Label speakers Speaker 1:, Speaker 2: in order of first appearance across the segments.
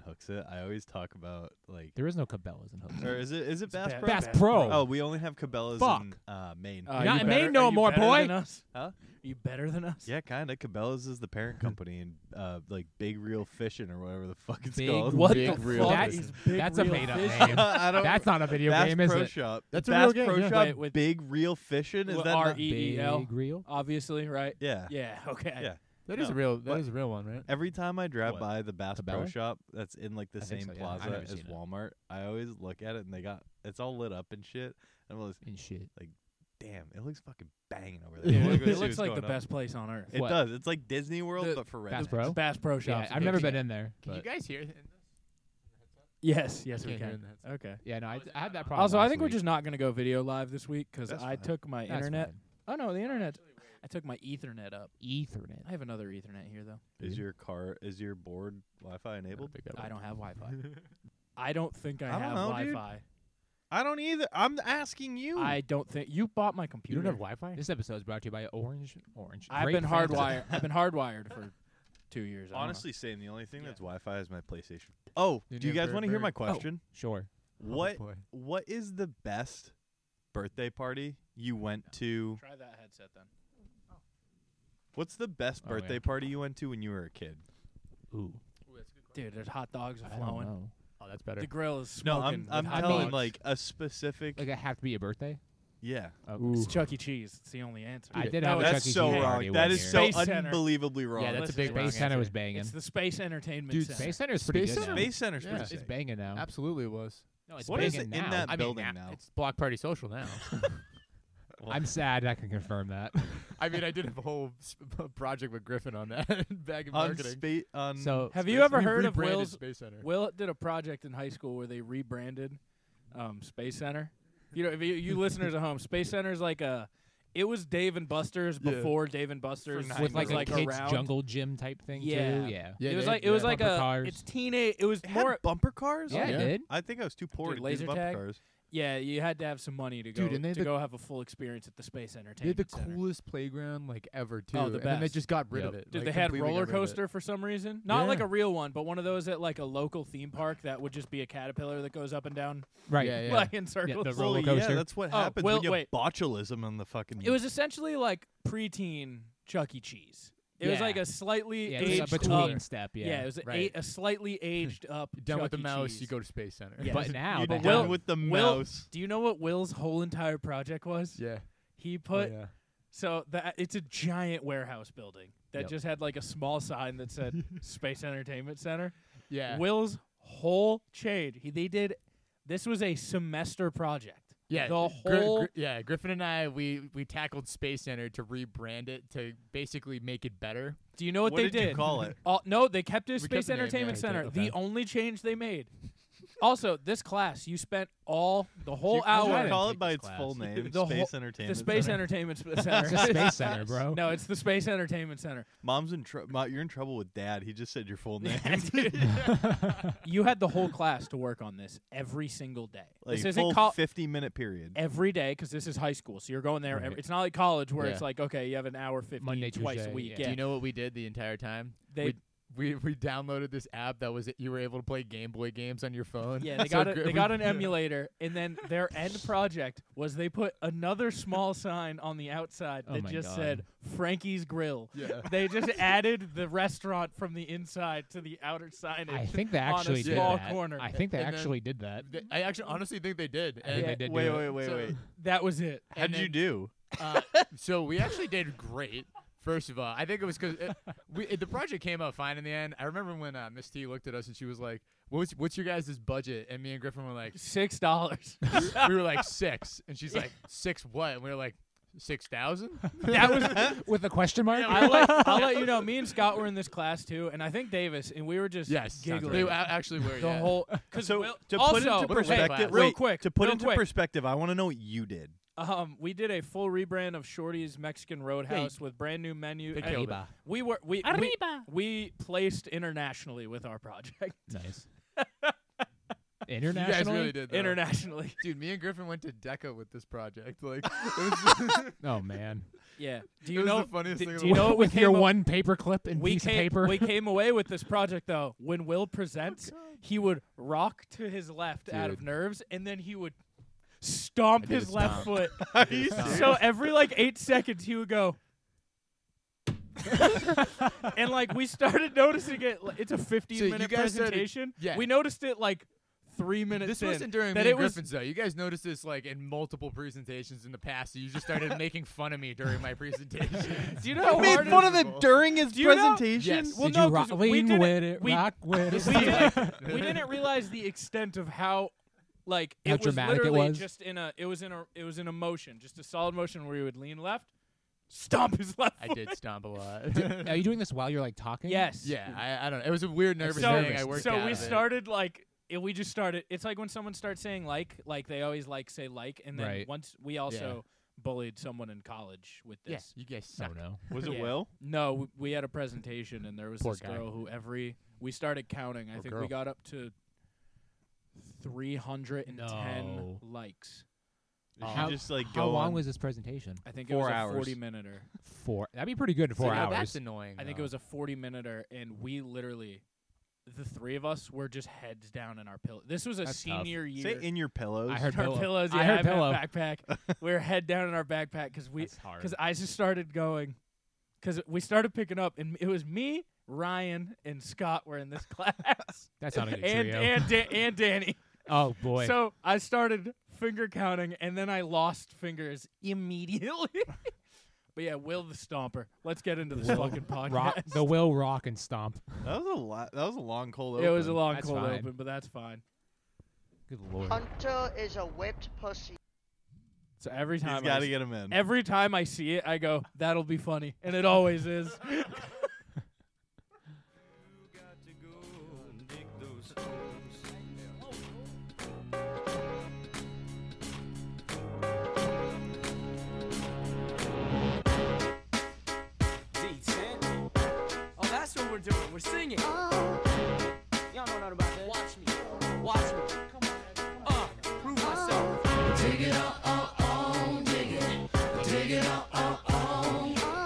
Speaker 1: hooks it. I always talk about like
Speaker 2: There is no Cabela's in Hooks.
Speaker 1: or is it is it Bass
Speaker 3: Ba-
Speaker 1: Pro?
Speaker 2: Bass Pro.
Speaker 1: Oh, we only have Cabela's in
Speaker 2: Fuck.
Speaker 1: uh, Maine.
Speaker 3: Uh,
Speaker 2: You're
Speaker 3: you
Speaker 2: not in
Speaker 3: better-
Speaker 2: Maine no
Speaker 3: are you
Speaker 2: more,
Speaker 3: better
Speaker 2: boy.
Speaker 3: Than us?
Speaker 1: Huh?
Speaker 3: Are you better than us?
Speaker 1: yeah, kind of. Cabela's is the parent company, and uh, like Big Real Fishing or whatever the fuck it's
Speaker 2: Big
Speaker 1: called.
Speaker 2: What
Speaker 1: Big
Speaker 2: the
Speaker 1: Real
Speaker 2: fuck?
Speaker 1: Fishing.
Speaker 2: That's- that's a made-up name.
Speaker 1: I don't.
Speaker 2: That's not a video
Speaker 1: Bass
Speaker 2: game, is
Speaker 1: Pro
Speaker 2: it?
Speaker 1: Shop.
Speaker 4: That's a
Speaker 1: Bass
Speaker 4: real game,
Speaker 1: Pro
Speaker 4: yeah.
Speaker 1: Shop.
Speaker 3: Wait, with-
Speaker 1: Big Real Fishing. Is
Speaker 3: With
Speaker 1: that not-
Speaker 3: R E E L.
Speaker 2: Big real.
Speaker 3: Obviously, right?
Speaker 1: Yeah.
Speaker 3: Yeah. Okay.
Speaker 1: Yeah.
Speaker 4: That is
Speaker 1: No,
Speaker 4: a real. That
Speaker 1: but-
Speaker 4: is a real one, right?
Speaker 1: Every time I drive
Speaker 2: What?
Speaker 1: by the Bass Pro
Speaker 2: Cabela?
Speaker 1: Shop, that's in like the
Speaker 2: I think
Speaker 1: same
Speaker 2: so, yeah. I've
Speaker 1: plaza
Speaker 2: never
Speaker 1: as
Speaker 2: seen it.
Speaker 1: Walmart, I always look at it and they got it's all lit up and shit. And I'm always,
Speaker 2: And shit.
Speaker 1: damn, it looks fucking banging over
Speaker 2: Yeah,
Speaker 1: there. I
Speaker 3: It,
Speaker 1: wanna
Speaker 3: look-
Speaker 1: go see
Speaker 3: it looks
Speaker 1: what's
Speaker 3: like the
Speaker 1: going on.
Speaker 3: best place on earth.
Speaker 1: It
Speaker 2: What?
Speaker 1: does. It's like Disney World,
Speaker 3: The-
Speaker 1: but for
Speaker 2: Bass
Speaker 1: rednecks.
Speaker 2: Pro?
Speaker 3: Bass Pro
Speaker 2: Yeah,
Speaker 3: Shops. E in
Speaker 2: I've never
Speaker 3: Dixie.
Speaker 2: been in there.
Speaker 4: Can you
Speaker 2: but-
Speaker 4: guys hear? it?
Speaker 3: Yes. Yes, we
Speaker 4: Can't hear
Speaker 3: can.
Speaker 4: in the headset.
Speaker 3: Okay.
Speaker 2: Yeah, no, I, I had that problem.
Speaker 3: Also, I
Speaker 2: last
Speaker 3: think we're
Speaker 2: week.
Speaker 3: just not gonna go video live this week because
Speaker 1: That's
Speaker 3: I
Speaker 1: fine.
Speaker 3: took my
Speaker 2: That's
Speaker 3: internet.
Speaker 2: fine.
Speaker 3: Oh no, the internet. I took my Ethernet up.
Speaker 2: Ethernet.
Speaker 3: I have another Ethernet here though.
Speaker 1: Is
Speaker 2: Dude.
Speaker 1: your car is your board Wi-Fi enabled?
Speaker 3: I don't have Wi-Fi. I don't think I,
Speaker 1: I don't
Speaker 3: have
Speaker 1: know, dude.
Speaker 3: Wi-Fi.
Speaker 1: I don't either. I'm asking you.
Speaker 3: I don't think you bought my
Speaker 4: You
Speaker 3: computer.
Speaker 4: don't have Wi-Fi?
Speaker 2: This episode is brought to you by Orange. Orange.
Speaker 3: I've
Speaker 2: Great
Speaker 3: been
Speaker 2: fans of-
Speaker 3: hardwired. I've been hardwired for two years. I don't know.
Speaker 1: honestly saying the only thing
Speaker 3: Yeah.
Speaker 1: that's Wi-Fi is my PlayStation. Oh,
Speaker 4: You
Speaker 1: do you
Speaker 4: need a
Speaker 1: guys
Speaker 4: bird
Speaker 1: want to hear
Speaker 4: bird.
Speaker 1: my
Speaker 4: Oh.
Speaker 1: question?
Speaker 2: Sure.
Speaker 1: What what is the best birthday party you went to?
Speaker 3: try that headset then.
Speaker 1: What's the best
Speaker 2: Oh,
Speaker 1: birthday
Speaker 2: yeah.
Speaker 1: party you went to when you were a kid?
Speaker 2: Ooh.
Speaker 3: Dude, there's hot dogs
Speaker 2: I don't
Speaker 3: flowing.
Speaker 2: know.
Speaker 4: Oh, that's better.
Speaker 3: The grill is
Speaker 1: No,
Speaker 3: smoking.
Speaker 1: I'm
Speaker 3: with
Speaker 1: I'm
Speaker 3: hot
Speaker 1: telling
Speaker 3: dogs.
Speaker 1: like a specific.
Speaker 2: Like it have to be a birthday. Oh,
Speaker 1: yeah,
Speaker 2: Okay.
Speaker 3: It's Chuck E. Cheese. It's the only answer.
Speaker 2: I
Speaker 4: Dude,
Speaker 2: did
Speaker 3: that
Speaker 2: have
Speaker 3: was-
Speaker 2: a Chuck
Speaker 1: that's
Speaker 2: E.
Speaker 1: so
Speaker 2: Cheese
Speaker 3: Cheese
Speaker 1: wrong.
Speaker 2: party
Speaker 1: That
Speaker 2: one
Speaker 1: is
Speaker 2: year.
Speaker 1: so
Speaker 3: Space Center.
Speaker 1: unbelievably wrong.
Speaker 4: Yeah, that's
Speaker 3: Listen,
Speaker 4: a big
Speaker 3: wrong
Speaker 2: Space Center was
Speaker 4: answer.
Speaker 2: banging.
Speaker 3: It's the space entertainment.
Speaker 4: Dude,
Speaker 3: center.
Speaker 2: Space Center is pretty
Speaker 4: Space
Speaker 2: good.
Speaker 4: Center-
Speaker 2: now.
Speaker 1: Space Center's
Speaker 4: Yeah.
Speaker 1: pretty
Speaker 2: It's
Speaker 1: sick.
Speaker 2: banging now.
Speaker 4: Absolutely was.
Speaker 2: No, it's
Speaker 1: What is
Speaker 2: banging
Speaker 1: it in
Speaker 2: now.
Speaker 1: that
Speaker 2: I mean,
Speaker 1: building
Speaker 2: now.
Speaker 1: now?
Speaker 4: It's block party social now.
Speaker 2: I'm sad. I can confirm that.
Speaker 4: I mean, I did have a whole s- p- project with Griffin on that back in
Speaker 1: on
Speaker 4: marketing.
Speaker 1: spa- on
Speaker 2: So
Speaker 3: Have
Speaker 4: Space-
Speaker 3: you ever
Speaker 4: we
Speaker 3: heard of
Speaker 4: rebranded
Speaker 3: Will's?
Speaker 4: Space Center?
Speaker 3: Will did a project in high school where they rebranded um, Space Center. You know, if you, you listeners at home, Space Center is like a. It was Dave and Buster's
Speaker 4: Yeah.
Speaker 3: before Dave and Buster's
Speaker 1: nine
Speaker 3: was
Speaker 2: with like a
Speaker 1: like
Speaker 2: kids
Speaker 3: around.
Speaker 2: jungle gym type thing
Speaker 3: Yeah.
Speaker 2: too. Yeah.
Speaker 4: Yeah,
Speaker 3: it was
Speaker 4: they-
Speaker 3: like it
Speaker 4: yeah.
Speaker 3: was like
Speaker 2: Bumper
Speaker 3: a.
Speaker 2: cars.
Speaker 3: It's teenage. It was
Speaker 1: It had
Speaker 3: more.
Speaker 1: bumper cars.
Speaker 2: Yeah,
Speaker 4: yeah.
Speaker 2: it did.
Speaker 1: I think I was too poor
Speaker 3: Dude,
Speaker 1: to
Speaker 3: laser
Speaker 1: do bumper
Speaker 3: tag?
Speaker 1: cars.
Speaker 3: Yeah, you had to have some money to go
Speaker 4: Dude, and they
Speaker 3: to
Speaker 4: had the-
Speaker 3: go have a full experience at the Space
Speaker 4: They had
Speaker 3: Entertainment
Speaker 4: the
Speaker 3: Center. Oh,
Speaker 4: coolest playground like ever too.
Speaker 3: the
Speaker 4: And then they
Speaker 3: best.
Speaker 4: just got rid
Speaker 2: Yep.
Speaker 4: of it.
Speaker 3: Dude,
Speaker 4: like,
Speaker 3: they had
Speaker 4: completely got
Speaker 3: roller
Speaker 4: rid of it.
Speaker 3: coaster for some reason. Not like
Speaker 4: Yeah.
Speaker 3: a real one, but one of those at like a local theme park that would just be a caterpillar that goes up and down
Speaker 2: Right.
Speaker 4: Yeah, yeah.
Speaker 3: like in circles.
Speaker 2: the roller
Speaker 1: Well, yeah,
Speaker 2: coaster.
Speaker 1: that's what
Speaker 3: Oh,
Speaker 1: happens
Speaker 3: well,
Speaker 1: when you
Speaker 3: wait.
Speaker 1: have botulism on the fucking.
Speaker 3: it was essentially like preteen Chuck E. Cheese. It was
Speaker 2: Yeah.
Speaker 3: like a slightly
Speaker 2: Yeah, it's
Speaker 3: aged
Speaker 2: a
Speaker 3: up.
Speaker 2: between step.
Speaker 3: Yeah, it
Speaker 2: Yeah.
Speaker 3: was a-
Speaker 4: right.
Speaker 3: a, slightly aged up.
Speaker 4: You're Done
Speaker 3: Chuck
Speaker 4: with the
Speaker 3: E.
Speaker 4: mouse,
Speaker 3: Cheese.
Speaker 4: you go to Space Center.
Speaker 3: Yeah.
Speaker 2: But now
Speaker 1: You're
Speaker 2: they
Speaker 1: done
Speaker 3: Will-
Speaker 2: have-
Speaker 1: with the
Speaker 3: Will-
Speaker 1: mouse.
Speaker 3: Do you know what Will's whole entire project was?
Speaker 4: yeah.
Speaker 3: He
Speaker 4: Oh,
Speaker 3: put
Speaker 4: yeah.
Speaker 3: so that it's a giant warehouse building that
Speaker 2: Yep.
Speaker 3: just had like a small sign that said Space Entertainment Center.
Speaker 4: Yeah.
Speaker 3: Will's whole change. He, they did. This was a semester project.
Speaker 4: Yeah,
Speaker 3: the
Speaker 4: Gri-
Speaker 3: whole.
Speaker 4: Gri- yeah, Griffin and I we we tackled Space Center to rebrand it to basically make it better.
Speaker 3: do you know what,
Speaker 1: what
Speaker 3: they
Speaker 1: did, you call it?
Speaker 3: All, no, they kept it as
Speaker 4: We
Speaker 3: Space
Speaker 4: kept the name,
Speaker 3: Entertainment
Speaker 4: yeah, we
Speaker 3: Center.
Speaker 4: did,
Speaker 3: The
Speaker 4: okay.
Speaker 3: only change they made. also, this class, you spent all the whole
Speaker 2: I
Speaker 1: Did
Speaker 2: tried
Speaker 1: you
Speaker 2: to
Speaker 3: hour.
Speaker 1: call
Speaker 2: take
Speaker 1: it by
Speaker 2: this
Speaker 1: its
Speaker 2: class.
Speaker 1: full name?
Speaker 3: The
Speaker 1: Space
Speaker 3: whole- The
Speaker 1: Entertainment.
Speaker 3: Space
Speaker 1: Center?
Speaker 3: Entertainment Sp-
Speaker 2: It's a
Speaker 3: Center.
Speaker 2: space center, bro.
Speaker 3: no, it's the Space Entertainment Center.
Speaker 1: Mom's in trouble. You're in trouble with Dad. He just said your full name.
Speaker 3: Yeah, dude. you had the whole class to work on this every single day.
Speaker 1: like
Speaker 3: this isn't
Speaker 1: full
Speaker 3: col-
Speaker 1: 50 minute period.
Speaker 3: every day because this is high school, so you're going there.
Speaker 2: Right.
Speaker 3: Every, it's not like college where it's
Speaker 4: Yeah.
Speaker 3: like okay, you have an hour fifteen
Speaker 2: Monday,
Speaker 3: twice a
Speaker 2: Tuesday, yeah.
Speaker 3: week. Yeah,
Speaker 2: Do
Speaker 4: Do you know what we did the entire time?
Speaker 3: they
Speaker 4: we- We we downloaded this app that was you were able to play Game Boy games on your phone.
Speaker 3: Yeah, they
Speaker 4: So
Speaker 3: got a,
Speaker 4: Gri-
Speaker 3: they
Speaker 4: we-
Speaker 3: got an emulator, and then their end project was they put another small sign on the outside
Speaker 2: Oh
Speaker 3: that
Speaker 2: my
Speaker 3: just
Speaker 2: God.
Speaker 3: said Frankie's Grill.
Speaker 4: Yeah.
Speaker 3: They just added the restaurant from the inside to the outer signage.
Speaker 2: I think they
Speaker 3: on a
Speaker 2: actually did
Speaker 3: small
Speaker 2: that.
Speaker 3: corner.
Speaker 2: I think they
Speaker 4: And then-
Speaker 2: actually did that.
Speaker 4: They- I actually honestly think they did.
Speaker 2: I think
Speaker 4: And,
Speaker 2: they did.
Speaker 1: wait,
Speaker 2: do
Speaker 1: wait,
Speaker 2: it.
Speaker 1: wait,
Speaker 4: so-
Speaker 1: wait.
Speaker 3: that was it.
Speaker 1: How'd
Speaker 4: and
Speaker 1: you
Speaker 4: then-
Speaker 1: do?
Speaker 4: uh, so we actually did great. First of all, I think it was because we it, the project came out fine in the end. I remember when uh, Miss T looked at us and she was like, "What's what's your guys' budget?" And me and Griffin were like,
Speaker 3: Six dollars.
Speaker 4: we were like six, and she's like six what? And we were like six thousand.
Speaker 3: that was.
Speaker 2: With a question mark?
Speaker 3: I'll let, I'll let you know. Me and Scott were in this class too, and I think Davis, and we were just
Speaker 4: Yes,
Speaker 3: giggling
Speaker 4: they a- actually were.
Speaker 3: the
Speaker 4: yeah.
Speaker 3: whole. Cause
Speaker 1: So
Speaker 3: Will-
Speaker 1: to put
Speaker 3: also,
Speaker 1: into
Speaker 4: wait,
Speaker 1: perspective,
Speaker 3: real
Speaker 1: wait,
Speaker 3: quick,
Speaker 1: To put
Speaker 3: real
Speaker 1: into
Speaker 3: quick.
Speaker 1: perspective, I want to know what you did.
Speaker 3: Um, we did a full rebrand of Shorty's Mexican Roadhouse with brand new menu.
Speaker 4: They
Speaker 3: and
Speaker 4: killed it.
Speaker 3: We were we, we we placed internationally with our project.
Speaker 2: Nice.
Speaker 4: You guys
Speaker 2: Internationally?
Speaker 4: really did. Though.
Speaker 3: internationally.
Speaker 4: Dude, me and Griffin went to DECA with this project. Like, it was,
Speaker 2: Oh man.
Speaker 3: Yeah. Do
Speaker 4: it
Speaker 3: you
Speaker 4: was
Speaker 3: know?
Speaker 4: the funniest
Speaker 3: do-
Speaker 4: thing.
Speaker 3: do
Speaker 4: in the
Speaker 3: you know
Speaker 4: world.
Speaker 3: what we
Speaker 2: with your
Speaker 3: came up-
Speaker 2: one paper clip and
Speaker 3: we
Speaker 2: piece
Speaker 3: came
Speaker 2: of paper.
Speaker 3: we came away with this project though. When Will presents, he would rock to his left out of
Speaker 4: Dude.
Speaker 3: nerves, and then he would stomp
Speaker 4: did a
Speaker 3: his left
Speaker 4: stomp.
Speaker 3: foot.
Speaker 1: Are you serious?
Speaker 3: so every like eight seconds, he would go. and like we started noticing it. like, It's a 15
Speaker 4: So you
Speaker 3: minute
Speaker 4: guys started-
Speaker 3: presentation.
Speaker 4: yeah.
Speaker 3: We noticed it like three minutes.
Speaker 4: This
Speaker 3: in,
Speaker 4: wasn't during
Speaker 3: that
Speaker 4: me
Speaker 3: it
Speaker 4: and
Speaker 3: was
Speaker 4: Griffin's though. You guys noticed this like in multiple presentations in the past. So you just started making fun of me during my presentation.
Speaker 3: Do you know how
Speaker 1: made
Speaker 3: hard it-
Speaker 1: fun of him during his
Speaker 3: Do you know-
Speaker 1: presentation.
Speaker 4: Yes.
Speaker 3: Well,
Speaker 2: Did
Speaker 3: no,
Speaker 2: you rock
Speaker 3: 'cause we
Speaker 2: lean
Speaker 3: didn't-
Speaker 2: with it?
Speaker 3: we-
Speaker 2: rock with
Speaker 3: we,
Speaker 2: it.
Speaker 3: didn't, we didn't realize the extent of how like
Speaker 2: How
Speaker 3: it was
Speaker 2: dramatic it
Speaker 3: literally
Speaker 2: was?
Speaker 3: just in a it was in a it was in a motion, just a solid motion where he would lean left, stomp his left.
Speaker 4: I
Speaker 3: foot.
Speaker 4: did stomp a lot.
Speaker 2: Are you doing this while you're like talking?
Speaker 3: Yes.
Speaker 4: yeah, I, I don't know. It was a weird nervous
Speaker 3: So,
Speaker 4: thing. I worked
Speaker 3: so
Speaker 4: out
Speaker 3: we
Speaker 4: of it.
Speaker 3: started like it, we just started. It's like when someone starts saying like, like they always like say like, and then
Speaker 2: Right.
Speaker 3: once we also bullied someone in college with
Speaker 4: Yeah,
Speaker 3: this.
Speaker 4: you guys
Speaker 2: Oh
Speaker 4: suck.
Speaker 2: no.
Speaker 1: Was it
Speaker 3: Yeah.
Speaker 1: Will?
Speaker 3: No, we, we had a presentation and there was
Speaker 4: Poor
Speaker 3: this
Speaker 4: guy.
Speaker 3: girl who every we started counting. I
Speaker 4: Or
Speaker 3: think
Speaker 4: girl.
Speaker 3: we got up to 310
Speaker 2: No.
Speaker 3: likes.
Speaker 1: Did she
Speaker 2: How-
Speaker 1: just like
Speaker 2: How
Speaker 1: go
Speaker 2: long
Speaker 1: on?
Speaker 2: was this presentation?
Speaker 3: I think
Speaker 1: Four
Speaker 3: it was
Speaker 1: hours.
Speaker 3: a 40 minuter.
Speaker 2: Four. That'd be pretty good in four
Speaker 4: So now That's
Speaker 2: hours.
Speaker 4: annoying.
Speaker 3: I think it
Speaker 4: though.
Speaker 3: was a 40 minuter and we literally the three of us were just heads down in our pillow. This was a
Speaker 2: That's tough.
Speaker 3: senior year.
Speaker 1: Say in your pillows.
Speaker 2: I heard
Speaker 3: our
Speaker 2: pillow.
Speaker 3: pillows, yeah,
Speaker 2: I heard
Speaker 3: meant
Speaker 2: pillow.
Speaker 3: backpack. we were head down in our backpack because we
Speaker 2: That's hard.
Speaker 3: because I just started going because we started picking up and it was me, Ryan, and Scott were in this class.
Speaker 2: That's not a good
Speaker 3: and
Speaker 2: trio.
Speaker 3: and Dan and Danny.
Speaker 2: oh boy.
Speaker 3: So I started finger counting and then I lost fingers immediately. but yeah, Will the Stomper. Let's get into this fucking podcast.
Speaker 2: rock the will rock and stomp.
Speaker 1: that was a lot. That was a long cold open.
Speaker 3: it was a long
Speaker 2: That's
Speaker 3: cold
Speaker 2: fine.
Speaker 3: open, but that's fine.
Speaker 2: Good lord.
Speaker 5: Hunter is a whipped pussy.
Speaker 3: So every
Speaker 1: He's
Speaker 3: time
Speaker 1: got
Speaker 3: I,
Speaker 1: to get him in.
Speaker 3: every time I see it, I go, "That'll be funny," and it always is.
Speaker 6: Decent. Oh, that's what we're doing. We're singing. Y'all know nothing about that. Watch me. Watch me. Come on. Uh, prove myself.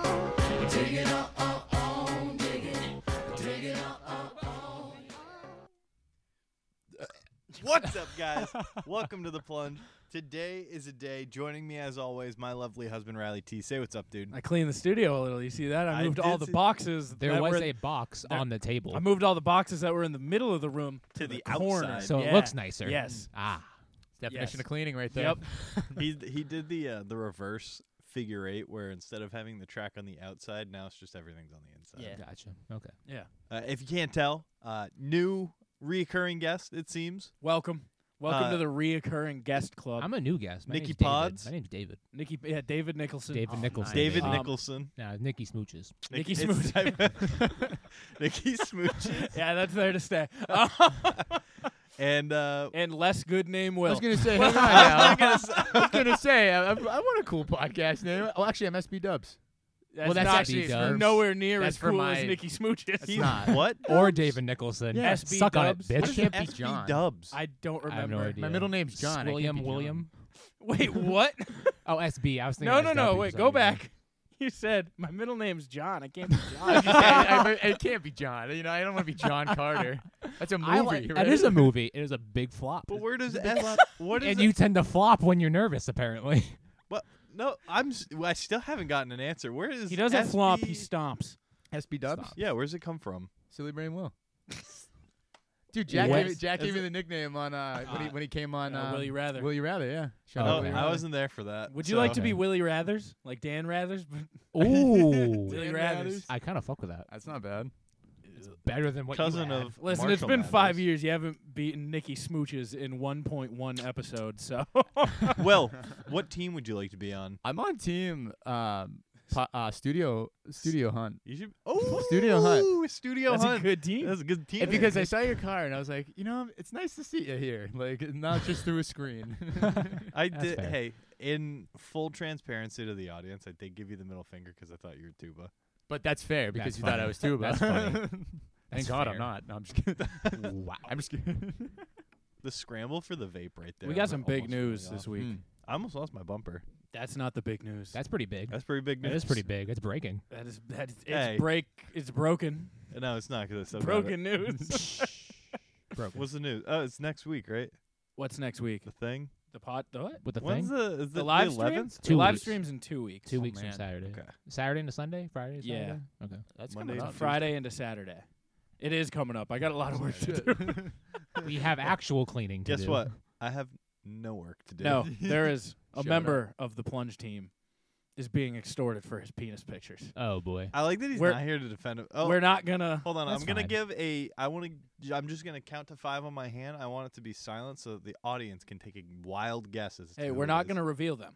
Speaker 1: What's up, guys? Welcome to the plunge. Today is a day. Joining me, as always, my lovely husband Riley T. Say what's up, dude.
Speaker 3: I cleaned the studio a little. You see that? I
Speaker 1: I
Speaker 3: moved all
Speaker 1: did
Speaker 3: the
Speaker 1: see-
Speaker 3: boxes.
Speaker 2: There
Speaker 3: that
Speaker 2: was
Speaker 3: were,
Speaker 2: a box
Speaker 3: there-
Speaker 2: on the table.
Speaker 3: I moved all the boxes that were in the middle of the room
Speaker 1: To the
Speaker 3: corner.
Speaker 1: outside.
Speaker 2: so
Speaker 3: yeah.
Speaker 2: it looks nicer.
Speaker 3: Yes.
Speaker 2: Ah.
Speaker 4: definition
Speaker 3: Yes.
Speaker 4: of cleaning right there.
Speaker 3: Yep.
Speaker 1: he he did the uh, the reverse figure eight, where instead of having the track on the outside, now it's just everything's on the inside.
Speaker 3: Yeah.
Speaker 2: Gotcha. Okay.
Speaker 1: Uh, if you can't tell, uh, new reoccurring guest. It seems
Speaker 3: Welcome. Welcome
Speaker 1: Uh,
Speaker 3: to the reoccurring guest club.
Speaker 2: I'm a new guest. My
Speaker 1: Nikki
Speaker 2: name's
Speaker 1: Pods?
Speaker 2: David. My name's David.
Speaker 3: Nikki, yeah, David Nicholson.
Speaker 2: David
Speaker 4: Oh,
Speaker 2: Nicholson. Uh,
Speaker 4: nice.
Speaker 1: David
Speaker 3: Um,
Speaker 1: Nicholson.
Speaker 2: Nah, Nikki Smooches.
Speaker 3: Nikki
Speaker 1: it's- Nikki Smooches.
Speaker 3: Yeah, that's there to stay.
Speaker 1: And uh,
Speaker 3: and less good name
Speaker 4: I
Speaker 3: Will.
Speaker 4: was gonna say, hang on now. I was gonna say, I, I, I want a cool podcast name. Well, actually, I'm SB Dubs.
Speaker 3: that's
Speaker 4: well, that's
Speaker 3: not-
Speaker 4: actually
Speaker 2: SB Dubs.
Speaker 3: nowhere near
Speaker 4: That's
Speaker 3: as
Speaker 4: for
Speaker 3: cool
Speaker 4: my-
Speaker 3: as Nikki Smooches.
Speaker 1: he's
Speaker 4: not.
Speaker 1: what?
Speaker 2: Or David Nicholson.
Speaker 4: Yeah.
Speaker 3: SB
Speaker 2: Suck on it,
Speaker 3: Dubs.
Speaker 4: What
Speaker 2: bitch.
Speaker 4: is can't be
Speaker 1: SB
Speaker 4: John.
Speaker 1: Dubs.
Speaker 3: I don't
Speaker 2: I
Speaker 3: remember.
Speaker 2: have no idea.
Speaker 4: My middle name's John. I can't
Speaker 2: William.
Speaker 4: be John.
Speaker 2: William.
Speaker 3: Wait, what?
Speaker 2: Oh, SB. I was thinking.
Speaker 3: no, no, no.
Speaker 2: SW,
Speaker 3: Wait,
Speaker 2: so
Speaker 3: go
Speaker 2: you're right.
Speaker 3: back. You said my middle name's John. I can't be
Speaker 4: I
Speaker 3: John.
Speaker 4: just- I- I- it can't be John. You know, I don't want to be John Carter. That's a
Speaker 2: I
Speaker 4: movie.
Speaker 2: like-
Speaker 4: right?
Speaker 2: It is a movie. It is a big flop.
Speaker 1: but where does S? What is
Speaker 2: and
Speaker 1: it?
Speaker 2: you tend to flop when you're nervous, apparently.
Speaker 1: But no, I'm. s- well, I still haven't gotten an answer. Where is
Speaker 3: he doesn't
Speaker 1: SB?
Speaker 3: flop. He stomps.
Speaker 4: SB Dubs.
Speaker 2: Stop.
Speaker 1: Yeah, where's it come from?
Speaker 4: Silly Brain Will. Dude, Jack
Speaker 2: What?
Speaker 4: gave, it- Jack
Speaker 1: Is
Speaker 4: gave me the nickname on uh, when, he,
Speaker 3: Uh,
Speaker 4: when he came on.
Speaker 3: uh,
Speaker 4: um,
Speaker 3: Will You Rather.
Speaker 4: Will You Rather? Uh, Yeah. Shout out
Speaker 1: Oh,
Speaker 2: Oh,
Speaker 4: Will You
Speaker 2: okay.
Speaker 1: I
Speaker 4: Rather.
Speaker 1: wasn't there for that.
Speaker 3: Would you
Speaker 1: so-
Speaker 3: like to be
Speaker 2: Okay.
Speaker 3: Willie Rathers, like Dan Rathers? But
Speaker 2: Ooh.
Speaker 3: Willie
Speaker 4: Dan
Speaker 3: Rathers.
Speaker 4: Rathers.
Speaker 2: I kind of fuck with that.
Speaker 4: That's not bad.
Speaker 2: Better than what
Speaker 1: cousin
Speaker 2: you had.
Speaker 1: of?
Speaker 3: Listen, it's
Speaker 1: Marshall
Speaker 3: been five
Speaker 1: Mathers.
Speaker 3: years. You haven't beaten Nikki Smooches in 1.1 episodes, so
Speaker 1: Well, what team would you like to be on?
Speaker 4: I'm on team um, po- uh, Studio Studio Hunt.
Speaker 1: You should. Oh,
Speaker 4: Studio Hunt.
Speaker 1: Studio
Speaker 3: that's a
Speaker 1: Hunt.
Speaker 3: good team.
Speaker 1: That's a good team.
Speaker 4: And because I saw your car and I was like, you know, it's nice to see you here, like not just through a screen.
Speaker 1: I
Speaker 2: That's
Speaker 1: did.
Speaker 2: fair.
Speaker 1: Hey, in full transparency to the audience, I did give you the middle finger because I thought you were tuba.
Speaker 4: but that's fair
Speaker 2: That's
Speaker 4: because you thought I
Speaker 2: funny.
Speaker 4: was too.
Speaker 2: That's funny.
Speaker 4: Thank
Speaker 2: That's
Speaker 4: God I'm
Speaker 2: fair.
Speaker 4: not. No, I'm just kidding.
Speaker 2: wow.
Speaker 4: I'm just kidding.
Speaker 1: The scramble for the vape right there.
Speaker 3: we got
Speaker 1: I'm
Speaker 3: some big
Speaker 2: almost really
Speaker 3: news this
Speaker 2: off.
Speaker 3: week.
Speaker 4: Mm.
Speaker 1: Hmm. I almost lost my bumper.
Speaker 3: That's not the big news.
Speaker 2: That's pretty big.
Speaker 1: That's pretty big news.
Speaker 2: That is pretty big. That's breaking.
Speaker 3: that is that is it's
Speaker 1: Hey.
Speaker 3: break it's broken.
Speaker 1: No, it's not because it's
Speaker 3: Broken news.
Speaker 2: Broken.
Speaker 1: What's the news? Oh, it's next week, right?
Speaker 3: What's next week?
Speaker 1: The thing.
Speaker 3: The pot the what?
Speaker 2: With the
Speaker 1: When's
Speaker 2: thing?
Speaker 1: the is
Speaker 3: The
Speaker 1: it
Speaker 3: live
Speaker 1: the 11th?
Speaker 3: stream?
Speaker 2: Two
Speaker 3: the live
Speaker 2: weeks.
Speaker 3: streams in two weeks.
Speaker 2: Two
Speaker 4: Oh,
Speaker 2: weeks
Speaker 4: man.
Speaker 2: from Saturday.
Speaker 1: Okay.
Speaker 2: Saturday into Sunday? Friday to
Speaker 3: Yeah.
Speaker 2: Saturday? Okay.
Speaker 4: That's
Speaker 1: Monday
Speaker 4: coming
Speaker 1: to
Speaker 4: up.
Speaker 3: Friday into Saturday. It is coming up. I got a lot of work to do.
Speaker 2: We have actual cleaning to
Speaker 1: Guess
Speaker 2: do.
Speaker 1: what? I have no work to do.
Speaker 3: No, there is a
Speaker 4: Shut
Speaker 3: member of the plunge team is being extorted for his penis pictures.
Speaker 2: Oh, boy.
Speaker 1: I like that he's
Speaker 3: We're-
Speaker 1: not here to defend him. Oh,
Speaker 3: We're not gonna.
Speaker 1: hold on.
Speaker 2: That's
Speaker 1: I'm gonna
Speaker 2: fine.
Speaker 1: give a. I want to. I'm just gonna count to five on my hand. I want it to be silent so that the audience can take a wild guess as. to
Speaker 3: Hey,
Speaker 1: who
Speaker 3: we're
Speaker 1: it
Speaker 3: not
Speaker 1: is.
Speaker 3: gonna reveal them.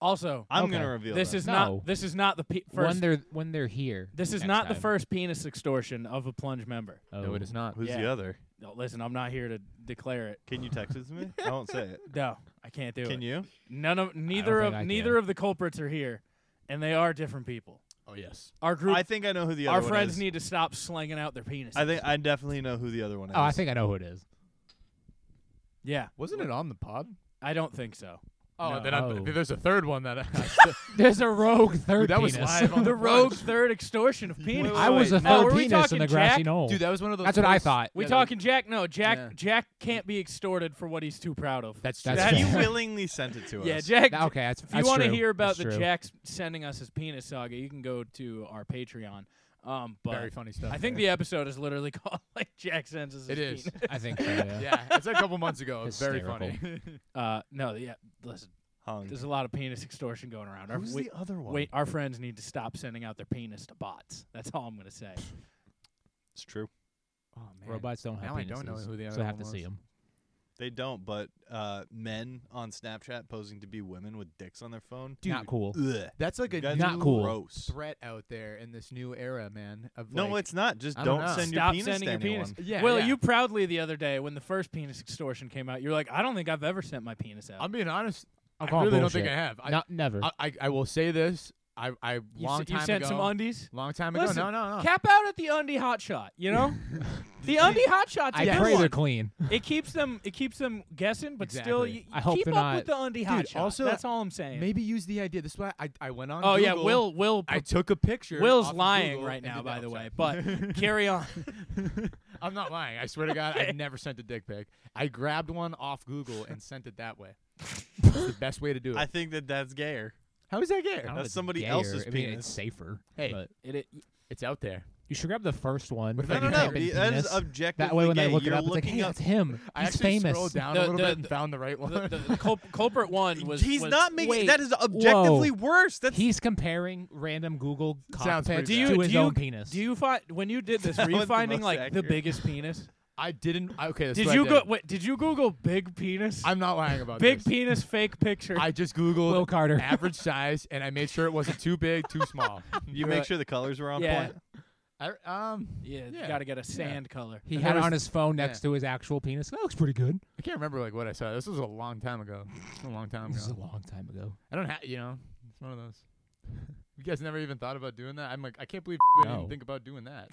Speaker 3: Also,
Speaker 1: I'm
Speaker 2: Okay.
Speaker 1: gonna reveal
Speaker 3: this
Speaker 1: them.
Speaker 3: is
Speaker 2: No.
Speaker 3: not this is not the pe-
Speaker 2: When
Speaker 3: first.
Speaker 2: they're, when they're here.
Speaker 3: This is
Speaker 2: next
Speaker 3: not the
Speaker 2: time.
Speaker 3: first penis extortion of a plunge member.
Speaker 2: Oh.
Speaker 4: No, it is not.
Speaker 1: Who's the
Speaker 3: Yeah.
Speaker 1: other?
Speaker 3: No, listen, I'm not here to declare it.
Speaker 1: Can you text it to me? I won't say it.
Speaker 3: No, I can't do it.
Speaker 1: Can you?
Speaker 3: None of neither
Speaker 2: think
Speaker 3: of
Speaker 2: I
Speaker 3: neither
Speaker 2: can.
Speaker 3: of the culprits are here, and they are different people.
Speaker 4: Oh yes.
Speaker 3: Our group,
Speaker 1: I think I know who the other
Speaker 3: our
Speaker 1: one
Speaker 3: friends
Speaker 1: is.
Speaker 3: need to stop slanging out their penises.
Speaker 1: I think I definitely know who the other one is.
Speaker 2: Oh, I think I know who it is.
Speaker 3: yeah,
Speaker 4: Wasn't it on the pod?
Speaker 3: I don't think so.
Speaker 4: Oh,
Speaker 3: No.
Speaker 4: then I'm-
Speaker 2: Oh.
Speaker 4: there's a third one that I,
Speaker 2: There's a rogue third
Speaker 4: Dude, that was
Speaker 2: penis.
Speaker 4: live on
Speaker 3: the rogue
Speaker 4: rogue
Speaker 3: third extortion of penis.
Speaker 1: wait,
Speaker 2: I was
Speaker 1: wait,
Speaker 2: a
Speaker 3: now,
Speaker 2: third
Speaker 3: were we
Speaker 2: penis in
Speaker 3: talking
Speaker 2: the grassy
Speaker 3: Jack?
Speaker 2: knoll.
Speaker 4: Dude, that was one of those.
Speaker 2: That's what I
Speaker 4: first-
Speaker 2: thought.
Speaker 3: We
Speaker 4: Yeah, that was-
Speaker 3: talking Jack? No, Jack.
Speaker 4: Yeah.
Speaker 3: Jack can't be extorted for what he's too proud of.
Speaker 2: That's
Speaker 1: that
Speaker 2: that's
Speaker 1: you
Speaker 2: fair.
Speaker 1: willingly sent it to
Speaker 3: yeah,
Speaker 1: us.
Speaker 3: Jack.
Speaker 2: That- okay, that's,
Speaker 3: If you
Speaker 2: that's
Speaker 3: want to
Speaker 2: true.
Speaker 3: hear about
Speaker 2: That's
Speaker 3: the
Speaker 2: true.
Speaker 3: Jack sending us his penis saga, you can go to our Patreon. Um, but
Speaker 4: Very funny stuff.
Speaker 3: I think the episode is literally called like Jack sends us.
Speaker 4: it
Speaker 3: his
Speaker 4: is.
Speaker 3: penis.
Speaker 2: I think so. Yeah.
Speaker 4: yeah, it's a couple months ago. It was very funny.
Speaker 3: Uh, no, yeah. Listen,
Speaker 1: Hung.
Speaker 3: there's a lot of penis extortion going around. Our,
Speaker 1: Who's
Speaker 3: we-
Speaker 1: the other one?
Speaker 3: wait, our friends need to stop sending out their penis to bots. That's all I'm gonna say.
Speaker 1: it's true.
Speaker 4: Oh man.
Speaker 2: Robots don't have
Speaker 4: Now I
Speaker 2: penises.
Speaker 4: don't know who the
Speaker 2: so
Speaker 4: other
Speaker 2: I have
Speaker 4: one
Speaker 2: to see
Speaker 4: was.
Speaker 2: them.
Speaker 1: They don't, but uh, men on Snapchat posing to be women with dicks on their phone.
Speaker 2: Not cool.
Speaker 1: Ugh.
Speaker 4: That's like a
Speaker 1: That's
Speaker 2: Not
Speaker 4: new
Speaker 2: cool.
Speaker 1: Gross.
Speaker 4: threat out there in this new era, man. Of
Speaker 1: No,
Speaker 4: like,
Speaker 1: it's not. Just
Speaker 4: I
Speaker 1: don't
Speaker 4: don't know.
Speaker 1: send
Speaker 3: Stop
Speaker 1: your penis
Speaker 3: sending
Speaker 1: to
Speaker 3: your penis.
Speaker 1: anyone.
Speaker 4: Yeah.
Speaker 3: well,
Speaker 4: yeah.
Speaker 3: you proudly the other day when the first penis extortion came out, you're like, I don't think I've ever sent my penis out.
Speaker 4: I'm being honest.
Speaker 2: I'm
Speaker 4: I
Speaker 2: calling
Speaker 4: really don't think I
Speaker 2: bullshit.
Speaker 4: have. I,
Speaker 2: Not never.
Speaker 4: I, I, I will say this. I, I
Speaker 3: you,
Speaker 4: long
Speaker 3: s-
Speaker 4: time
Speaker 3: you sent
Speaker 4: ago.
Speaker 3: some undies.
Speaker 4: long time ago.
Speaker 3: Listen,
Speaker 4: no, no, no.
Speaker 3: Cap out at the undie hot shot, you know. the undie hot shot's a
Speaker 2: I
Speaker 3: good
Speaker 2: pray
Speaker 3: one.
Speaker 2: they're clean.
Speaker 3: It keeps them it keeps them guessing, but still,
Speaker 4: Exactly.
Speaker 3: you,
Speaker 2: I hope
Speaker 3: keep up
Speaker 2: they're
Speaker 3: with
Speaker 2: not-
Speaker 3: the undie
Speaker 4: Dude,
Speaker 3: hot shot.
Speaker 4: also-
Speaker 3: That's all I'm saying.
Speaker 4: Maybe use the idea. This is why I, I went on.
Speaker 3: oh yeah,
Speaker 4: Google,
Speaker 3: Will Will
Speaker 4: I took a picture.
Speaker 3: Will's
Speaker 4: off of
Speaker 3: lying
Speaker 4: Google
Speaker 3: right
Speaker 4: and
Speaker 3: now,
Speaker 4: did
Speaker 3: by
Speaker 4: that.
Speaker 3: the way.
Speaker 4: I'm
Speaker 3: But
Speaker 4: sorry.
Speaker 3: carry on.
Speaker 4: I'm not lying. I swear to God, I never sent a dick pic. I grabbed one off Google and sent it that way. That's the best way to do it.
Speaker 1: I think that that's gayer.
Speaker 4: How is that
Speaker 2: I
Speaker 4: gay?
Speaker 2: don't know
Speaker 1: That's
Speaker 2: if it's
Speaker 1: somebody
Speaker 2: gayer.
Speaker 1: else's
Speaker 2: I mean,
Speaker 1: penis.
Speaker 2: it's safer.
Speaker 4: Hey.
Speaker 2: but
Speaker 4: It's out there.
Speaker 2: you should grab the first one.
Speaker 4: What if
Speaker 2: and
Speaker 4: I
Speaker 1: No, no, no.
Speaker 2: type
Speaker 4: can type
Speaker 2: in
Speaker 1: be- That is
Speaker 2: penis.
Speaker 1: objectively
Speaker 2: That way, when
Speaker 1: gay.
Speaker 2: they look
Speaker 1: You're
Speaker 2: it up, it's like,
Speaker 1: looking
Speaker 2: hey,
Speaker 1: up.
Speaker 2: that's him.
Speaker 4: I
Speaker 2: He's
Speaker 4: actually
Speaker 2: famous.
Speaker 4: scrolled down
Speaker 3: The-
Speaker 4: a little
Speaker 3: the-
Speaker 4: bit
Speaker 3: the-
Speaker 4: and found the right one.
Speaker 3: the, the, the cul- culprit one was.
Speaker 1: He's
Speaker 3: was-
Speaker 1: not making.
Speaker 3: Wait,
Speaker 1: that is objectively worse. That's
Speaker 2: He's comparing random Google
Speaker 4: Sounds
Speaker 2: cockpits to
Speaker 4: pretty
Speaker 3: do you,
Speaker 4: bad.
Speaker 2: his
Speaker 3: do you,
Speaker 2: own penis.
Speaker 3: Do you find when you did this?
Speaker 1: That
Speaker 3: Were you
Speaker 1: was the
Speaker 3: finding
Speaker 1: most
Speaker 3: like the
Speaker 1: accurate.
Speaker 3: biggest penis?
Speaker 4: I didn't. I- Okay, that's
Speaker 3: Did
Speaker 4: what
Speaker 3: you
Speaker 4: I
Speaker 3: go? Wait, did you Google big penis?
Speaker 4: I'm not lying about
Speaker 3: big
Speaker 4: this.
Speaker 3: penis fake picture.
Speaker 4: I just googled
Speaker 2: Will Carter?
Speaker 4: average size, and I made sure it wasn't too big, too small.
Speaker 1: you make sure the colors were on
Speaker 3: Yeah.
Speaker 1: point.
Speaker 4: I, um,
Speaker 3: yeah, you
Speaker 4: yeah.
Speaker 3: gotta get a sand color.
Speaker 2: He
Speaker 4: And
Speaker 2: had
Speaker 4: there
Speaker 2: it
Speaker 4: was-
Speaker 2: on his phone next to his actual penis. That looks pretty good.
Speaker 4: I can't remember like what I saw. This was a long time ago. It's a long time
Speaker 2: This is a
Speaker 4: ago.
Speaker 2: long time ago.
Speaker 4: I don't have, you know, it's one of those. You guys never even thought about doing that. I'm like, I can't believe I
Speaker 2: No.
Speaker 4: didn't think about doing that.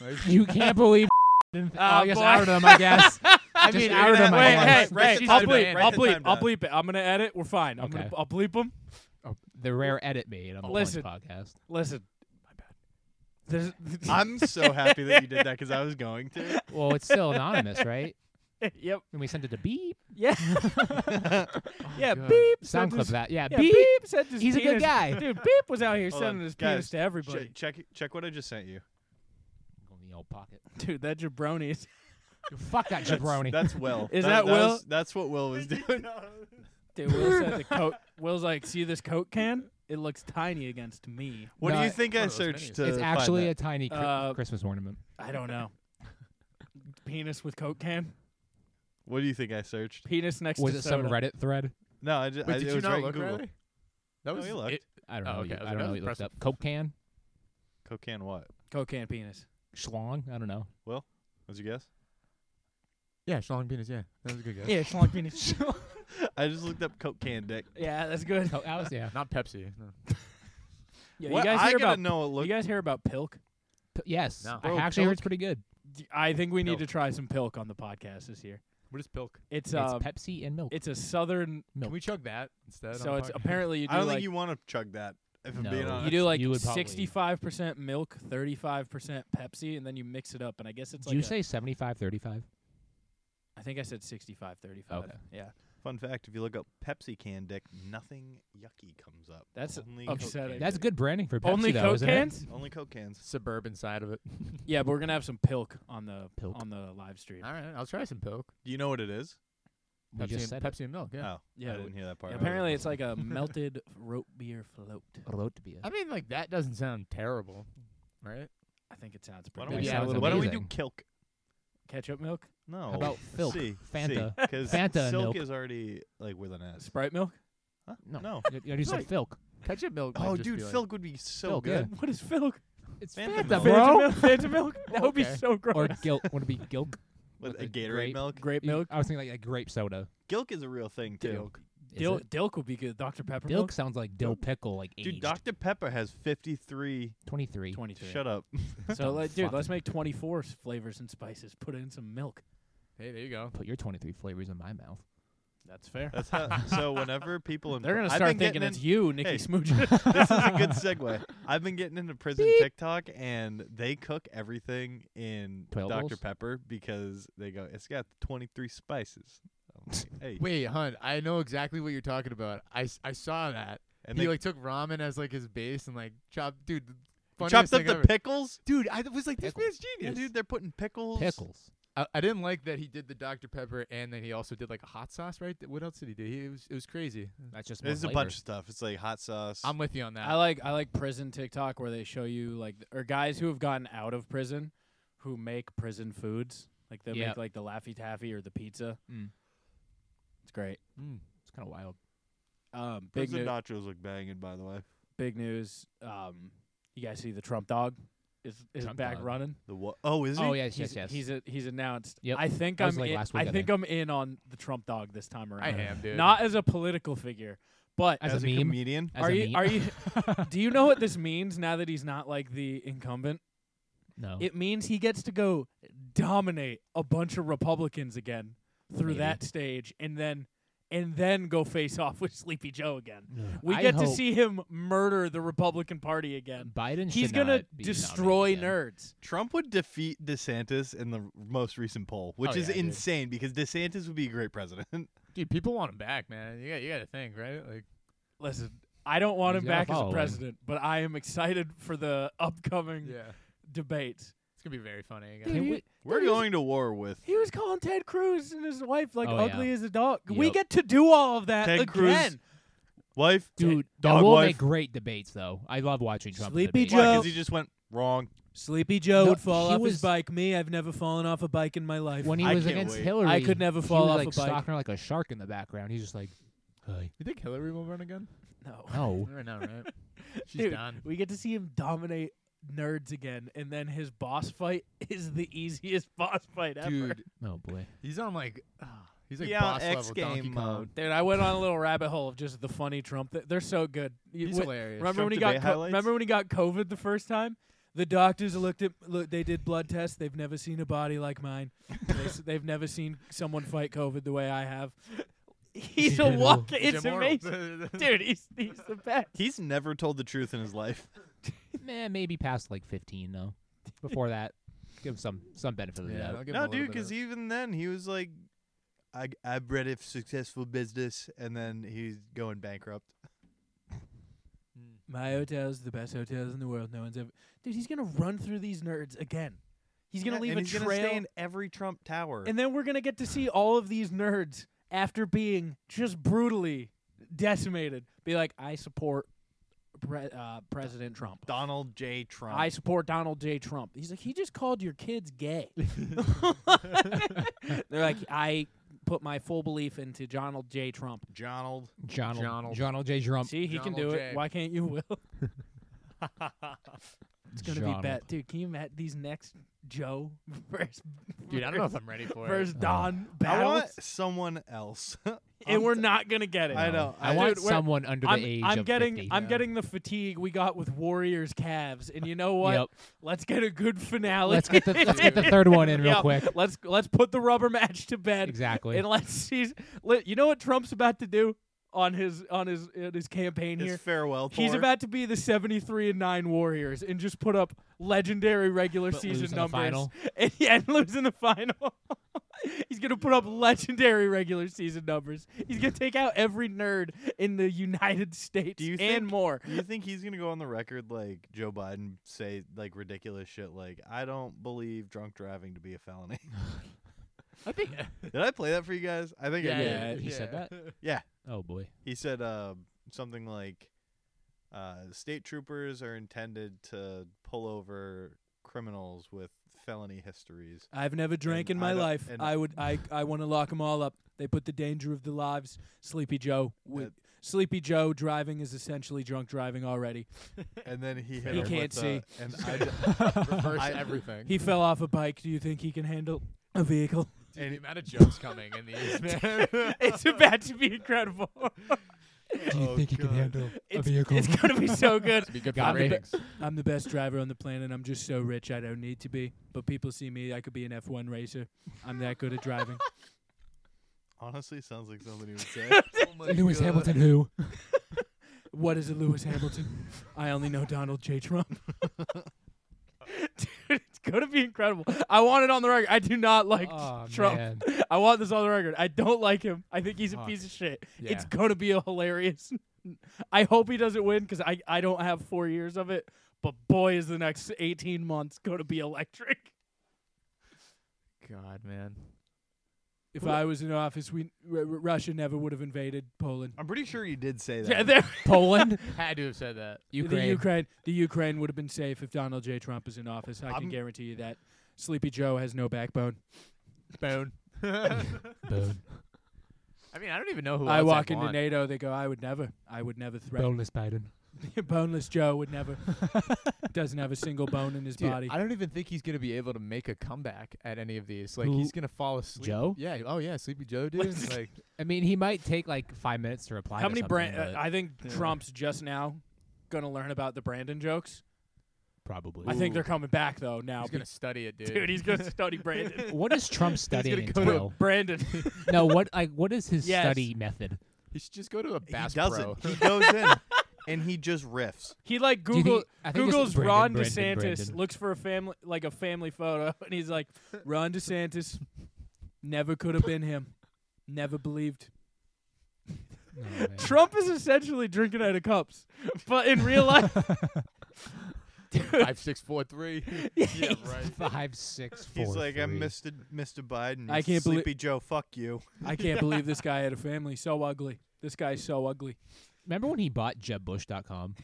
Speaker 4: Like,
Speaker 2: You can't believe. didn't th-
Speaker 3: Oh,
Speaker 2: I guess
Speaker 3: boy.
Speaker 2: outed him. I guess.
Speaker 4: I
Speaker 2: just
Speaker 4: mean,
Speaker 2: outed
Speaker 4: internet-
Speaker 2: him, I
Speaker 3: Wait,
Speaker 2: guess.
Speaker 3: hey,
Speaker 4: Write
Speaker 3: hey,
Speaker 4: the
Speaker 3: I'll
Speaker 4: time
Speaker 3: bleep,
Speaker 4: down.
Speaker 3: I'll
Speaker 1: Write the
Speaker 3: bleep,
Speaker 1: time
Speaker 3: I'll
Speaker 1: down.
Speaker 3: bleep it. I'm gonna edit. We're fine. I'm gonna,
Speaker 2: Okay.
Speaker 3: I'll bleep them.
Speaker 2: Oh, The rare edit made on the
Speaker 3: Listen.
Speaker 2: Plunge podcast.
Speaker 3: Listen, my bad.
Speaker 1: I'm so happy that you did that because I was going to.
Speaker 2: Well, it's still anonymous, right?
Speaker 3: yep.
Speaker 2: And we sent it to beep.
Speaker 3: Yeah.
Speaker 1: Oh
Speaker 3: yeah.
Speaker 4: God.
Speaker 3: Beep.
Speaker 2: Sound
Speaker 3: sent
Speaker 2: clip
Speaker 3: his-
Speaker 2: of that. Yeah,
Speaker 3: Yeah,
Speaker 2: beep.
Speaker 3: beep. sent his
Speaker 2: He's a good
Speaker 3: penis-
Speaker 2: guy.
Speaker 3: Dude, beep was out here
Speaker 1: Hold
Speaker 3: sending
Speaker 1: on,
Speaker 3: his
Speaker 1: guys,
Speaker 3: penis to everybody.
Speaker 1: Che- check check what I just sent you.
Speaker 2: Go in the old pocket.
Speaker 3: Dude, that jabroni is.
Speaker 2: Fuck that jabroni.
Speaker 1: That's Will.
Speaker 3: Is that Will?
Speaker 1: was- that's what Will was doing.
Speaker 3: Dude, Will said the coat. Will's like, see this coke can? It looks tiny against me.
Speaker 1: What
Speaker 2: No,
Speaker 1: do you
Speaker 2: it's
Speaker 1: think I
Speaker 4: one of those
Speaker 1: searched?
Speaker 4: minis.
Speaker 1: To
Speaker 2: it's actually a
Speaker 1: find
Speaker 2: tiny cri-
Speaker 3: Uh,
Speaker 2: Christmas ornament.
Speaker 3: I don't know. Penis with coke can.
Speaker 1: that? What do you think I searched?
Speaker 3: Penis next
Speaker 2: Was
Speaker 3: to
Speaker 2: it
Speaker 3: soda.
Speaker 2: some Reddit thread?
Speaker 1: No, I just.
Speaker 4: Wait,
Speaker 1: I,
Speaker 4: did
Speaker 1: it
Speaker 4: you
Speaker 1: was
Speaker 4: not
Speaker 1: right in
Speaker 4: look
Speaker 1: Google.
Speaker 4: Riley? That
Speaker 1: No,
Speaker 4: was
Speaker 1: you looked.
Speaker 4: it-
Speaker 2: I don't
Speaker 4: Oh,
Speaker 2: know.
Speaker 4: okay.
Speaker 2: you-
Speaker 4: I was
Speaker 2: I
Speaker 4: like,
Speaker 2: don't
Speaker 4: that
Speaker 2: know.
Speaker 4: was
Speaker 2: You looked up
Speaker 4: impressive.
Speaker 2: Coke can,
Speaker 1: Coke can what?
Speaker 3: Coke can penis.
Speaker 2: schlong. I don't know.
Speaker 1: What's your guess?
Speaker 4: Yeah, Shalong penis. Yeah, that was a good guess.
Speaker 3: Yeah, schlong penis.
Speaker 1: I just looked up Coke can dick.
Speaker 3: yeah, that's good.
Speaker 2: Coke, that was yeah.
Speaker 4: Not Pepsi. No.
Speaker 3: Yeah,
Speaker 1: What-
Speaker 3: you guys
Speaker 1: I
Speaker 3: hear
Speaker 1: gotta
Speaker 3: about?
Speaker 1: know. It
Speaker 3: You
Speaker 1: looked.
Speaker 3: guys hear about pilk?
Speaker 2: P- yes,
Speaker 4: No.
Speaker 2: I
Speaker 1: Bro,
Speaker 2: actually heard it's
Speaker 1: Coke-
Speaker 2: pretty good.
Speaker 3: D- I think we need to
Speaker 4: Pilk.
Speaker 3: try some pilk on the podcast this year.
Speaker 4: What is pilk?
Speaker 3: It's
Speaker 2: it's
Speaker 3: uh,
Speaker 2: Pepsi and milk.
Speaker 3: it's a southern.
Speaker 2: Milk.
Speaker 4: Can we chug that instead?
Speaker 3: So
Speaker 4: on
Speaker 3: it's
Speaker 4: the podcast?
Speaker 3: apparently you do
Speaker 1: I don't
Speaker 3: like
Speaker 1: think you want to chug that. If I'm
Speaker 2: No.
Speaker 1: being
Speaker 2: You
Speaker 1: honest,
Speaker 3: you do like
Speaker 2: You would probably-
Speaker 3: sixty-five percent milk, thirty-five percent Pepsi, and then you mix it up. And I guess it's
Speaker 2: Do
Speaker 3: like
Speaker 2: you
Speaker 3: a-
Speaker 2: say 75 35?
Speaker 3: I think I said 65, 35.
Speaker 2: Okay.
Speaker 3: Yeah.
Speaker 1: Fun fact: if you look up Pepsi can dick, nothing yucky comes up.
Speaker 3: That's
Speaker 1: only
Speaker 3: upsetting.
Speaker 1: Coke
Speaker 2: That's
Speaker 1: can
Speaker 2: good branding for Pepsi,
Speaker 3: Only
Speaker 2: though,
Speaker 3: Coke
Speaker 2: isn't
Speaker 3: cans?
Speaker 2: it?
Speaker 1: Dick. Only Coke cans.
Speaker 4: suburban side of it.
Speaker 3: Yeah, but we're gonna have some pilk on the
Speaker 2: Pilk.
Speaker 3: on the live stream.
Speaker 4: All right, I'll try some pilk.
Speaker 1: Do you know what it is?
Speaker 2: We
Speaker 4: Pepsi,
Speaker 2: just said
Speaker 4: and, Pepsi and milk. Yeah.
Speaker 1: Oh,
Speaker 3: Yeah,
Speaker 1: I didn't hear that part.
Speaker 3: Apparently, it's like a melted rope beer float.
Speaker 2: it. Rote beer.
Speaker 4: I mean, like that doesn't sound terrible, right?
Speaker 3: I think it sounds
Speaker 1: why
Speaker 3: pretty.
Speaker 1: don't, we,
Speaker 2: Yeah,
Speaker 3: good.
Speaker 1: do-
Speaker 2: sounds
Speaker 1: why don't we do
Speaker 2: amazing.
Speaker 1: Kilk?
Speaker 3: ketchup milk,
Speaker 1: No.
Speaker 2: How about Filk?
Speaker 1: C,
Speaker 2: Fanta.
Speaker 1: Because
Speaker 2: Fanta and
Speaker 1: Silk
Speaker 2: milk.
Speaker 1: is already like with an S.
Speaker 3: Sprite milk.
Speaker 1: Huh?
Speaker 2: No.
Speaker 1: No.
Speaker 2: You- You already said Filk.
Speaker 4: Ketchup milk. might
Speaker 1: Oh,
Speaker 4: just
Speaker 1: dude,
Speaker 4: be like,
Speaker 1: Filk would be so
Speaker 2: Filk, yeah.
Speaker 1: good.
Speaker 3: What is milk?
Speaker 2: It's
Speaker 1: Fanta
Speaker 2: Fanta,
Speaker 1: milk.
Speaker 2: bro.
Speaker 3: milk. Fanta milk. That would be
Speaker 4: Okay.
Speaker 3: so gross.
Speaker 2: Or Gilk. Would it be Gilk?
Speaker 1: With
Speaker 2: With
Speaker 1: a
Speaker 2: a
Speaker 1: Gatorade
Speaker 2: grape.
Speaker 1: milk.
Speaker 3: grape milk.
Speaker 2: I was thinking like, like grape soda.
Speaker 1: Gilk is a real thing too.
Speaker 2: Gilk. Is
Speaker 3: Dil-
Speaker 2: it?
Speaker 3: Dilk would be good. Dr Pepper
Speaker 2: Dilk
Speaker 3: milk.
Speaker 2: sounds like dill pickle, like
Speaker 1: Dude,
Speaker 2: aged.
Speaker 1: Dr Pepper has 53.
Speaker 2: 23.
Speaker 3: Twenty-three.
Speaker 1: Shut up.
Speaker 3: So,
Speaker 2: Dumb
Speaker 3: like, dude, let's
Speaker 2: fucking-
Speaker 3: make twenty-four s- flavors and spices. Put in some milk.
Speaker 4: Hey, there you go.
Speaker 2: Put your 23 flavors in my mouth.
Speaker 3: That's fair.
Speaker 1: That's how, so whenever people in
Speaker 3: They're gonna
Speaker 1: I've
Speaker 3: start
Speaker 1: been getting
Speaker 3: thinking it's
Speaker 1: in-
Speaker 3: you, Nikki
Speaker 1: Hey.
Speaker 3: Smooch.
Speaker 1: This is a good segue. I've been getting into prison TikTok, and they cook everything in
Speaker 2: Twelve
Speaker 1: Dr
Speaker 2: holes?
Speaker 1: Pepper because they go, it's got 23 spices. I'm like, hey,
Speaker 4: Wait, hun, I know exactly what you're talking about. I, s- I saw that.
Speaker 1: and
Speaker 4: he
Speaker 1: they
Speaker 4: like took ramen as like his base and like chopped, dude. the funniest
Speaker 1: chopped up
Speaker 4: thing
Speaker 1: the
Speaker 4: ever.
Speaker 1: pickles.
Speaker 4: Dude, I was like, this
Speaker 2: Pickles.
Speaker 4: man's
Speaker 1: Yeah,
Speaker 4: genius.
Speaker 1: dude, they're putting pickles.
Speaker 2: Pickles.
Speaker 4: I, I didn't like that he did the Dr Pepper and then he also did like a hot sauce, right? Th- What else did he do? He it was it was crazy.
Speaker 2: That's just more
Speaker 1: There's a
Speaker 2: flavor.
Speaker 1: bunch of stuff. It's like hot sauce.
Speaker 4: I'm with you on that.
Speaker 3: I like I like prison TikTok where they show you like th- or guys who have gotten out of prison who make prison foods. Like they
Speaker 2: Yeah.
Speaker 3: make like the Laffy Taffy or the pizza.
Speaker 2: Mm.
Speaker 3: It's great.
Speaker 4: Mm.
Speaker 2: It's kind of wild.
Speaker 3: Um big
Speaker 1: Prison
Speaker 3: new-
Speaker 1: nachos look banging, by the way.
Speaker 3: big news. Um you guys see the Trump dog is is
Speaker 2: Trump
Speaker 3: back
Speaker 2: dog.
Speaker 3: running.
Speaker 1: The what? Oh, is he?
Speaker 2: Oh, yes,
Speaker 3: he's,
Speaker 2: yes, yes.
Speaker 3: He's a, he's announced.
Speaker 2: Yep.
Speaker 3: I think
Speaker 2: That was,
Speaker 3: I'm
Speaker 2: like,
Speaker 3: in,
Speaker 2: last
Speaker 3: I
Speaker 2: weekend,
Speaker 3: think
Speaker 2: yeah.
Speaker 3: I'm in on the Trump dog this time around.
Speaker 4: I am, dude.
Speaker 3: Not as a political figure, but
Speaker 2: As,
Speaker 1: As
Speaker 2: a
Speaker 1: a
Speaker 2: meme.
Speaker 1: comedian?
Speaker 2: As
Speaker 3: are
Speaker 2: a
Speaker 3: you
Speaker 2: meme?
Speaker 3: are you do you know what this means now that he's not like the incumbent?
Speaker 2: No.
Speaker 3: It means he gets to go dominate a bunch of Republicans again through
Speaker 2: Maybe.
Speaker 3: that stage and then and then go face off with Sleepy Joe again. We
Speaker 2: I
Speaker 3: get to
Speaker 2: hope
Speaker 3: see him murder the Republican Party again.
Speaker 2: Biden.
Speaker 3: He's
Speaker 2: going to
Speaker 3: gonna destroy nerds.
Speaker 1: Trump would defeat DeSantis in the r- most recent poll, which
Speaker 4: Oh,
Speaker 1: is
Speaker 4: yeah, dude.
Speaker 1: insane because DeSantis would be a great president.
Speaker 4: dude, people want him back, man. You got you got to think, right? Like
Speaker 3: Listen, I don't want
Speaker 2: He's
Speaker 3: him
Speaker 2: gotta
Speaker 3: back as
Speaker 2: follow him.
Speaker 3: president, but I am excited for the upcoming
Speaker 4: yeah.
Speaker 3: debates.
Speaker 4: It's going to be very funny. I
Speaker 3: Dude,
Speaker 4: guess.
Speaker 2: Can
Speaker 3: he-
Speaker 2: we-
Speaker 1: We're
Speaker 3: dude, he's-
Speaker 1: going to war with
Speaker 3: He was calling Ted Cruz and his wife like
Speaker 2: Oh, yeah.
Speaker 3: ugly as a dog. We
Speaker 2: Yep.
Speaker 3: get to do all of that
Speaker 1: Ted Cruz,
Speaker 3: again.
Speaker 1: wife,
Speaker 2: Dude,
Speaker 1: dog
Speaker 2: will
Speaker 1: wife.
Speaker 2: make great debates, though. I love watching Trump.
Speaker 3: Sleepy
Speaker 2: debates.
Speaker 1: Why?
Speaker 3: Joe.
Speaker 1: Because he just went wrong.
Speaker 3: Sleepy Joe
Speaker 2: No,
Speaker 3: would fall
Speaker 2: he
Speaker 3: off
Speaker 2: was-
Speaker 3: his bike. Me, I've never fallen off a bike in my life.
Speaker 2: When he
Speaker 1: I
Speaker 2: was
Speaker 1: can't
Speaker 2: against
Speaker 1: wait.
Speaker 2: Hillary,
Speaker 3: I could never
Speaker 2: he
Speaker 3: fall
Speaker 2: was,
Speaker 3: off
Speaker 2: like
Speaker 3: a bike.
Speaker 2: stalking her like a shark in the background. He's just like, hey,
Speaker 4: You think Hillary will run again?
Speaker 3: no,
Speaker 2: no.
Speaker 4: Right now, right? She's
Speaker 3: Dude,
Speaker 4: done.
Speaker 3: we get to see him dominate nerds again, and then his boss fight is the easiest boss fight ever.
Speaker 4: Dude,
Speaker 2: Oh, boy.
Speaker 4: he's on like uh, he's like
Speaker 1: Yeah,
Speaker 4: boss
Speaker 1: X
Speaker 4: level
Speaker 1: game
Speaker 4: Donkey Kong.
Speaker 1: mode.
Speaker 3: Dude, I went on a little rabbit hole of just the funny Trump. Th- they're so good. You-
Speaker 4: He's
Speaker 3: wh-
Speaker 4: hilarious.
Speaker 3: Remember
Speaker 1: Trump
Speaker 3: when he
Speaker 1: debate
Speaker 3: got co-
Speaker 1: highlights?
Speaker 3: remember when he got COVID the first time? The doctors looked at look. They did blood tests. They've never seen a body like mine. they, s- they've never seen someone fight COVID the way I have. He's a
Speaker 2: immortal.
Speaker 3: walk.
Speaker 4: He's
Speaker 3: It's
Speaker 4: immortal.
Speaker 3: amazing, dude. He's he's the best.
Speaker 1: He's never told the truth in his life.
Speaker 2: Man, maybe past like 15, though. Before that, give him some, some benefit of the
Speaker 4: yeah,
Speaker 2: doubt.
Speaker 4: I'll give him a
Speaker 1: No,
Speaker 4: little
Speaker 1: dude,
Speaker 4: bit of-
Speaker 1: because even then he was like, I, I bred a successful business, and then he's going bankrupt.
Speaker 3: My hotel's the best hotels in the world. No one's ever. Dude, he's gonna run through these nerds again. He's gonna
Speaker 1: Yeah,
Speaker 3: leave
Speaker 1: and he's
Speaker 3: a trail.
Speaker 1: Gonna stay in every Trump tower.
Speaker 3: And then we're going to get to see all of these nerds after being just brutally decimated be like, I support pre- uh, President Trump.
Speaker 1: Donald J. Trump.
Speaker 3: I support Donald J. Trump. He's like, he just called your kids gay. They're like, I put my full belief into Donald J. Trump.
Speaker 1: Donald.
Speaker 2: Jonald,
Speaker 4: Jonald.
Speaker 2: Jonald J. Trump.
Speaker 3: See, he can
Speaker 4: Donald
Speaker 3: do
Speaker 4: J.
Speaker 3: it. Why can't you, Will? It's going to be
Speaker 2: Jonald.
Speaker 3: bet. Dude, can you imagine these next Joe versus,
Speaker 4: Dude, I don't know if I'm ready for it.
Speaker 3: versus Don
Speaker 1: I want
Speaker 3: battles?
Speaker 1: someone else.
Speaker 3: and we're not gonna get it.
Speaker 1: I know.
Speaker 2: I,
Speaker 1: I-
Speaker 2: want
Speaker 3: Dude, we're-
Speaker 2: someone under the
Speaker 3: I'm,
Speaker 2: age
Speaker 3: I'm
Speaker 2: of
Speaker 3: getting
Speaker 2: 50.
Speaker 3: I'm getting the fatigue we got with Warriors Cavs, and you know what?
Speaker 2: Yep.
Speaker 3: Let's get a good finale.
Speaker 2: Let's get the let's get the third one in real
Speaker 3: Yeah,
Speaker 2: quick.
Speaker 3: Let's let's put the rubber match to bed.
Speaker 2: Exactly.
Speaker 3: And let's see. Let, you know what Trump's about to do on his on his on his campaign
Speaker 1: His
Speaker 3: here.
Speaker 1: farewell tour.
Speaker 3: He's about to be the 73 and 9 Warriors and just put up legendary regular
Speaker 2: But lose
Speaker 3: season
Speaker 2: in the
Speaker 3: numbers.
Speaker 2: final.
Speaker 3: And, yeah, and lose in the final. He's going to put up legendary regular season numbers. He's going to take out every nerd in the United States
Speaker 1: Do you
Speaker 3: and
Speaker 1: think-
Speaker 3: more.
Speaker 1: Do you think he's gonna go on the record like Joe Biden say like ridiculous shit like I don't believe drunk driving to be a felony?
Speaker 4: I think.
Speaker 1: did I play that for you guys? I think I
Speaker 4: Yeah,
Speaker 1: did.
Speaker 2: yeah, he said
Speaker 4: yeah.
Speaker 1: Yeah.
Speaker 2: Oh boy.
Speaker 1: He said uh, something like uh, state troopers are intended to pull over criminals with felony histories.
Speaker 3: I've never drank
Speaker 1: And
Speaker 3: in
Speaker 1: I
Speaker 3: my
Speaker 1: don't-
Speaker 3: life.
Speaker 1: and-
Speaker 3: I would I I want to lock them all up. They put the danger of their lives. Sleepy Joe. With,
Speaker 1: Uh,
Speaker 3: Sleepy Joe driving is essentially drunk driving already.
Speaker 1: And then he hit
Speaker 3: He
Speaker 1: him
Speaker 3: can't
Speaker 1: with, uh,
Speaker 3: see.
Speaker 1: and I d-
Speaker 4: Reverse
Speaker 1: I-
Speaker 4: everything.
Speaker 3: He fell off a bike. Do you think he can handle a vehicle?
Speaker 4: Dude, the amount of jokes coming in these, man.
Speaker 3: it's about to be incredible. Oh,
Speaker 2: Do you
Speaker 1: oh,
Speaker 2: think you can handle
Speaker 3: It's, it's gonna be so good.
Speaker 4: be good
Speaker 2: God,
Speaker 4: for
Speaker 2: the-
Speaker 4: ratings.
Speaker 3: I'm the best driver on the planet. I'm just so rich I don't need to be. But people see me, I could be an F1 racer. I'm that good at driving.
Speaker 1: honestly sounds like something he would say. "Oh
Speaker 2: Lewis Hamilton who?
Speaker 3: what is a Lewis Hamilton? I only know Donald J. Trump. Dude, it's gonna be incredible. I want it on the record. I do not like
Speaker 2: Oh,
Speaker 3: Trump.
Speaker 2: man.
Speaker 3: I want this on the record. I don't like him. I think he's a
Speaker 4: Fuck.
Speaker 3: piece of shit.
Speaker 4: Yeah.
Speaker 3: It's gonna be a hilarious. I hope he doesn't win because I I don't have four years of it. But boy, is the next eighteen months gonna be electric.
Speaker 4: God, man.
Speaker 3: If I was in office, we R- R- Russia never would have invaded Poland.
Speaker 1: I'm pretty sure he did say that.
Speaker 3: Yeah, there-
Speaker 2: Poland,
Speaker 4: Had to have said that.
Speaker 3: The
Speaker 2: Ukraine.
Speaker 3: Ukraine, the Ukraine would have been safe if Donald J. Trump was in office. I
Speaker 1: I'm-
Speaker 3: can guarantee you that. Sleepy Joe has no backbone.
Speaker 4: Bone. I
Speaker 2: Boom.
Speaker 4: mean, I don't even know who
Speaker 3: I
Speaker 4: else
Speaker 3: walk
Speaker 4: I'd
Speaker 3: into
Speaker 4: want.
Speaker 3: NATO, they go, "I would never, I would never threaten."
Speaker 2: Boneless Biden.
Speaker 3: Boneless Joe would never. Doesn't have a single bone in his
Speaker 4: Dude,
Speaker 3: body.
Speaker 4: I don't even think he's gonna be able to make a comeback at any of these. Like
Speaker 2: Who?
Speaker 4: he's gonna fall asleep.
Speaker 2: Joe?
Speaker 4: Yeah. Oh yeah, Sleepy Joe, dude. like
Speaker 2: I mean, he might take like five minutes to reply.
Speaker 3: How
Speaker 2: to
Speaker 3: many
Speaker 2: something,
Speaker 3: brand? uh,
Speaker 2: but
Speaker 3: I think
Speaker 4: Yeah.
Speaker 3: Trump's just now gonna learn about the Brandon jokes.
Speaker 2: probably.
Speaker 3: I think
Speaker 4: Ooh.
Speaker 3: they're coming back though now.
Speaker 4: he's gonna study it,
Speaker 3: be-
Speaker 4: dude.
Speaker 3: dude, he's gonna study Brandon.
Speaker 2: what is Trump
Speaker 4: gonna
Speaker 2: studying?
Speaker 4: go to-
Speaker 2: entail?
Speaker 3: Brandon.
Speaker 2: no, what like what is his
Speaker 3: Yes.
Speaker 2: study method?
Speaker 4: he should just go to a
Speaker 1: he
Speaker 4: Bass Pro.
Speaker 1: doesn't. He goes in and he just riffs.
Speaker 3: He like
Speaker 2: you
Speaker 3: Google
Speaker 2: think- I think it's
Speaker 3: Google's
Speaker 2: Brandon,
Speaker 3: Ron
Speaker 2: Brandon,
Speaker 3: DeSantis
Speaker 2: Brandon.
Speaker 3: looks for a family like a family photo and he's like Ron DeSantis never could have been him. Never believed.
Speaker 2: Oh, man.
Speaker 3: Trump is essentially drinking out of cups, but in real life,
Speaker 4: Five six four three. yeah, right.
Speaker 2: Five, six, four.
Speaker 1: He's like, I'm
Speaker 2: three.
Speaker 1: Mr. Mr. Biden.
Speaker 3: I can't belie-
Speaker 1: Sleepy Joe. Fuck you.
Speaker 3: I can't believe this guy had a family so ugly. This guy's so ugly.
Speaker 2: Remember when he bought JebBush.com?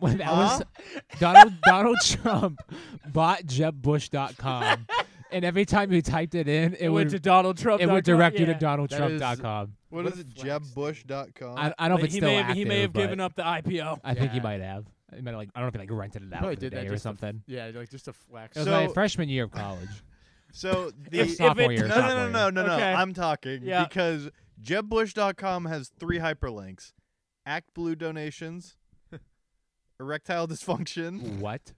Speaker 2: when that was Donald Donald Trump bought JebBush.com, and every time you typed it in, it,
Speaker 3: It,
Speaker 2: would
Speaker 3: went to Donald Trump.
Speaker 2: it would direct you to
Speaker 3: yeah.
Speaker 4: That is-
Speaker 2: DonaldTrump.com.
Speaker 1: what
Speaker 4: What
Speaker 1: is
Speaker 4: a
Speaker 1: it?
Speaker 4: flex, dude.
Speaker 1: JebBush.com.
Speaker 2: I, I don't know if it's
Speaker 3: he
Speaker 2: still
Speaker 3: may have,
Speaker 2: active.
Speaker 3: he may have
Speaker 2: but
Speaker 3: given up the IPO.
Speaker 2: I think he
Speaker 4: Yeah.
Speaker 2: might have. He might have, like I don't know if he like rented it out
Speaker 4: Probably
Speaker 2: for
Speaker 4: did
Speaker 2: the
Speaker 4: that
Speaker 2: day or
Speaker 4: just to-
Speaker 2: something.
Speaker 4: Yeah, like just a flex.
Speaker 2: It was
Speaker 1: So-
Speaker 2: my freshman year of college.
Speaker 1: so the
Speaker 3: If- if
Speaker 2: sophomore
Speaker 3: it-
Speaker 2: year.
Speaker 1: no, no,
Speaker 2: sophomore
Speaker 1: no,
Speaker 2: year.
Speaker 1: no, no, no.
Speaker 3: Okay.
Speaker 1: I'm talking
Speaker 3: Yeah.
Speaker 1: because JebBush.com has three hyperlinks: ActBlue donations, erectile dysfunction,
Speaker 2: What?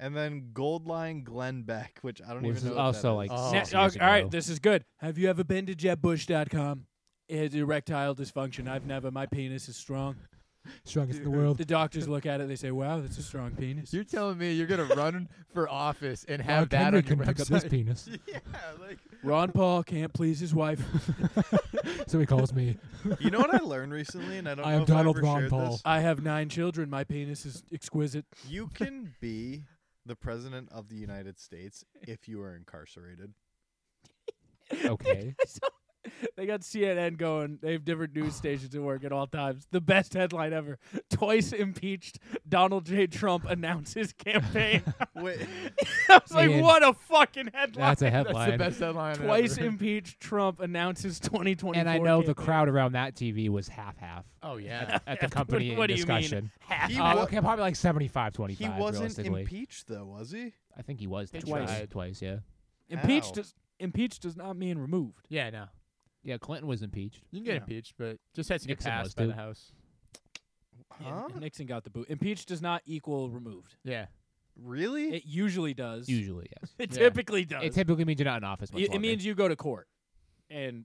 Speaker 1: and then Gold Line Glenn Beck, which I don't even
Speaker 2: Which is
Speaker 1: know. what
Speaker 2: also,
Speaker 1: that
Speaker 2: like,
Speaker 1: is.
Speaker 4: Oh.
Speaker 3: Ne-
Speaker 2: six
Speaker 3: okay,
Speaker 2: years
Speaker 3: all right,
Speaker 2: ago.
Speaker 3: this is good. Have you ever been to JebBush.com? It's erectile dysfunction. I've never. My penis is strong.
Speaker 2: Strongest in the world.
Speaker 3: The doctors look at it. They say, "Wow, that's a strong penis."
Speaker 4: You're telling me you're gonna run for office and have that on your
Speaker 2: pick up his
Speaker 4: website?
Speaker 2: penis,
Speaker 4: yeah, like
Speaker 3: Ron Paul can't please his wife.
Speaker 2: so he calls me.
Speaker 1: you know what I learned recently, and I don't
Speaker 2: I
Speaker 1: know
Speaker 2: am
Speaker 1: if
Speaker 2: Donald
Speaker 1: I ever
Speaker 2: Ron
Speaker 1: shared
Speaker 2: Paul.
Speaker 1: this.
Speaker 3: I have nine children. My penis is exquisite.
Speaker 1: You can be the president of the United States if you are incarcerated.
Speaker 2: Okay.
Speaker 3: They got CNN going. They have different news stations at work at all times. The best headline ever. Twice impeached, Donald J. Trump announces campaign.
Speaker 1: Wait,
Speaker 3: I was like,
Speaker 2: Man.
Speaker 3: what a fucking headline.
Speaker 2: That's a
Speaker 4: that's
Speaker 2: headline.
Speaker 4: the best headline.
Speaker 3: Twice
Speaker 4: ever.
Speaker 3: impeached, Trump announces 2024.
Speaker 2: and I know the
Speaker 3: campaign.
Speaker 2: crowd around that TV was half half
Speaker 4: Oh yeah.
Speaker 2: at the company in
Speaker 3: what do you mean?
Speaker 2: discussion.
Speaker 3: Half
Speaker 1: He
Speaker 2: Uh,
Speaker 1: wa-
Speaker 2: okay, probably like 75 25
Speaker 1: he wasn't
Speaker 2: realistically.
Speaker 1: impeached though, was he?
Speaker 2: I think he was
Speaker 4: They
Speaker 2: twice.
Speaker 4: tried.
Speaker 2: Twice, yeah.
Speaker 3: Impeached
Speaker 1: Ow.
Speaker 3: does, impeached does not mean removed.
Speaker 4: Yeah, no.
Speaker 2: Yeah, Clinton was impeached.
Speaker 4: You can get
Speaker 1: Yeah.
Speaker 4: impeached, but just has to get
Speaker 2: Nixon was,
Speaker 4: passed by the
Speaker 2: too.
Speaker 4: House.
Speaker 1: Huh?
Speaker 3: And Nixon got the boot. Impeached does not equal removed.
Speaker 4: Yeah.
Speaker 1: Really?
Speaker 3: It usually does.
Speaker 2: Usually, yes.
Speaker 3: It
Speaker 4: Yeah.
Speaker 3: typically does.
Speaker 2: It typically means you're not in office.
Speaker 3: Y-
Speaker 2: Much
Speaker 3: it,
Speaker 2: longer.
Speaker 3: means you go to court. And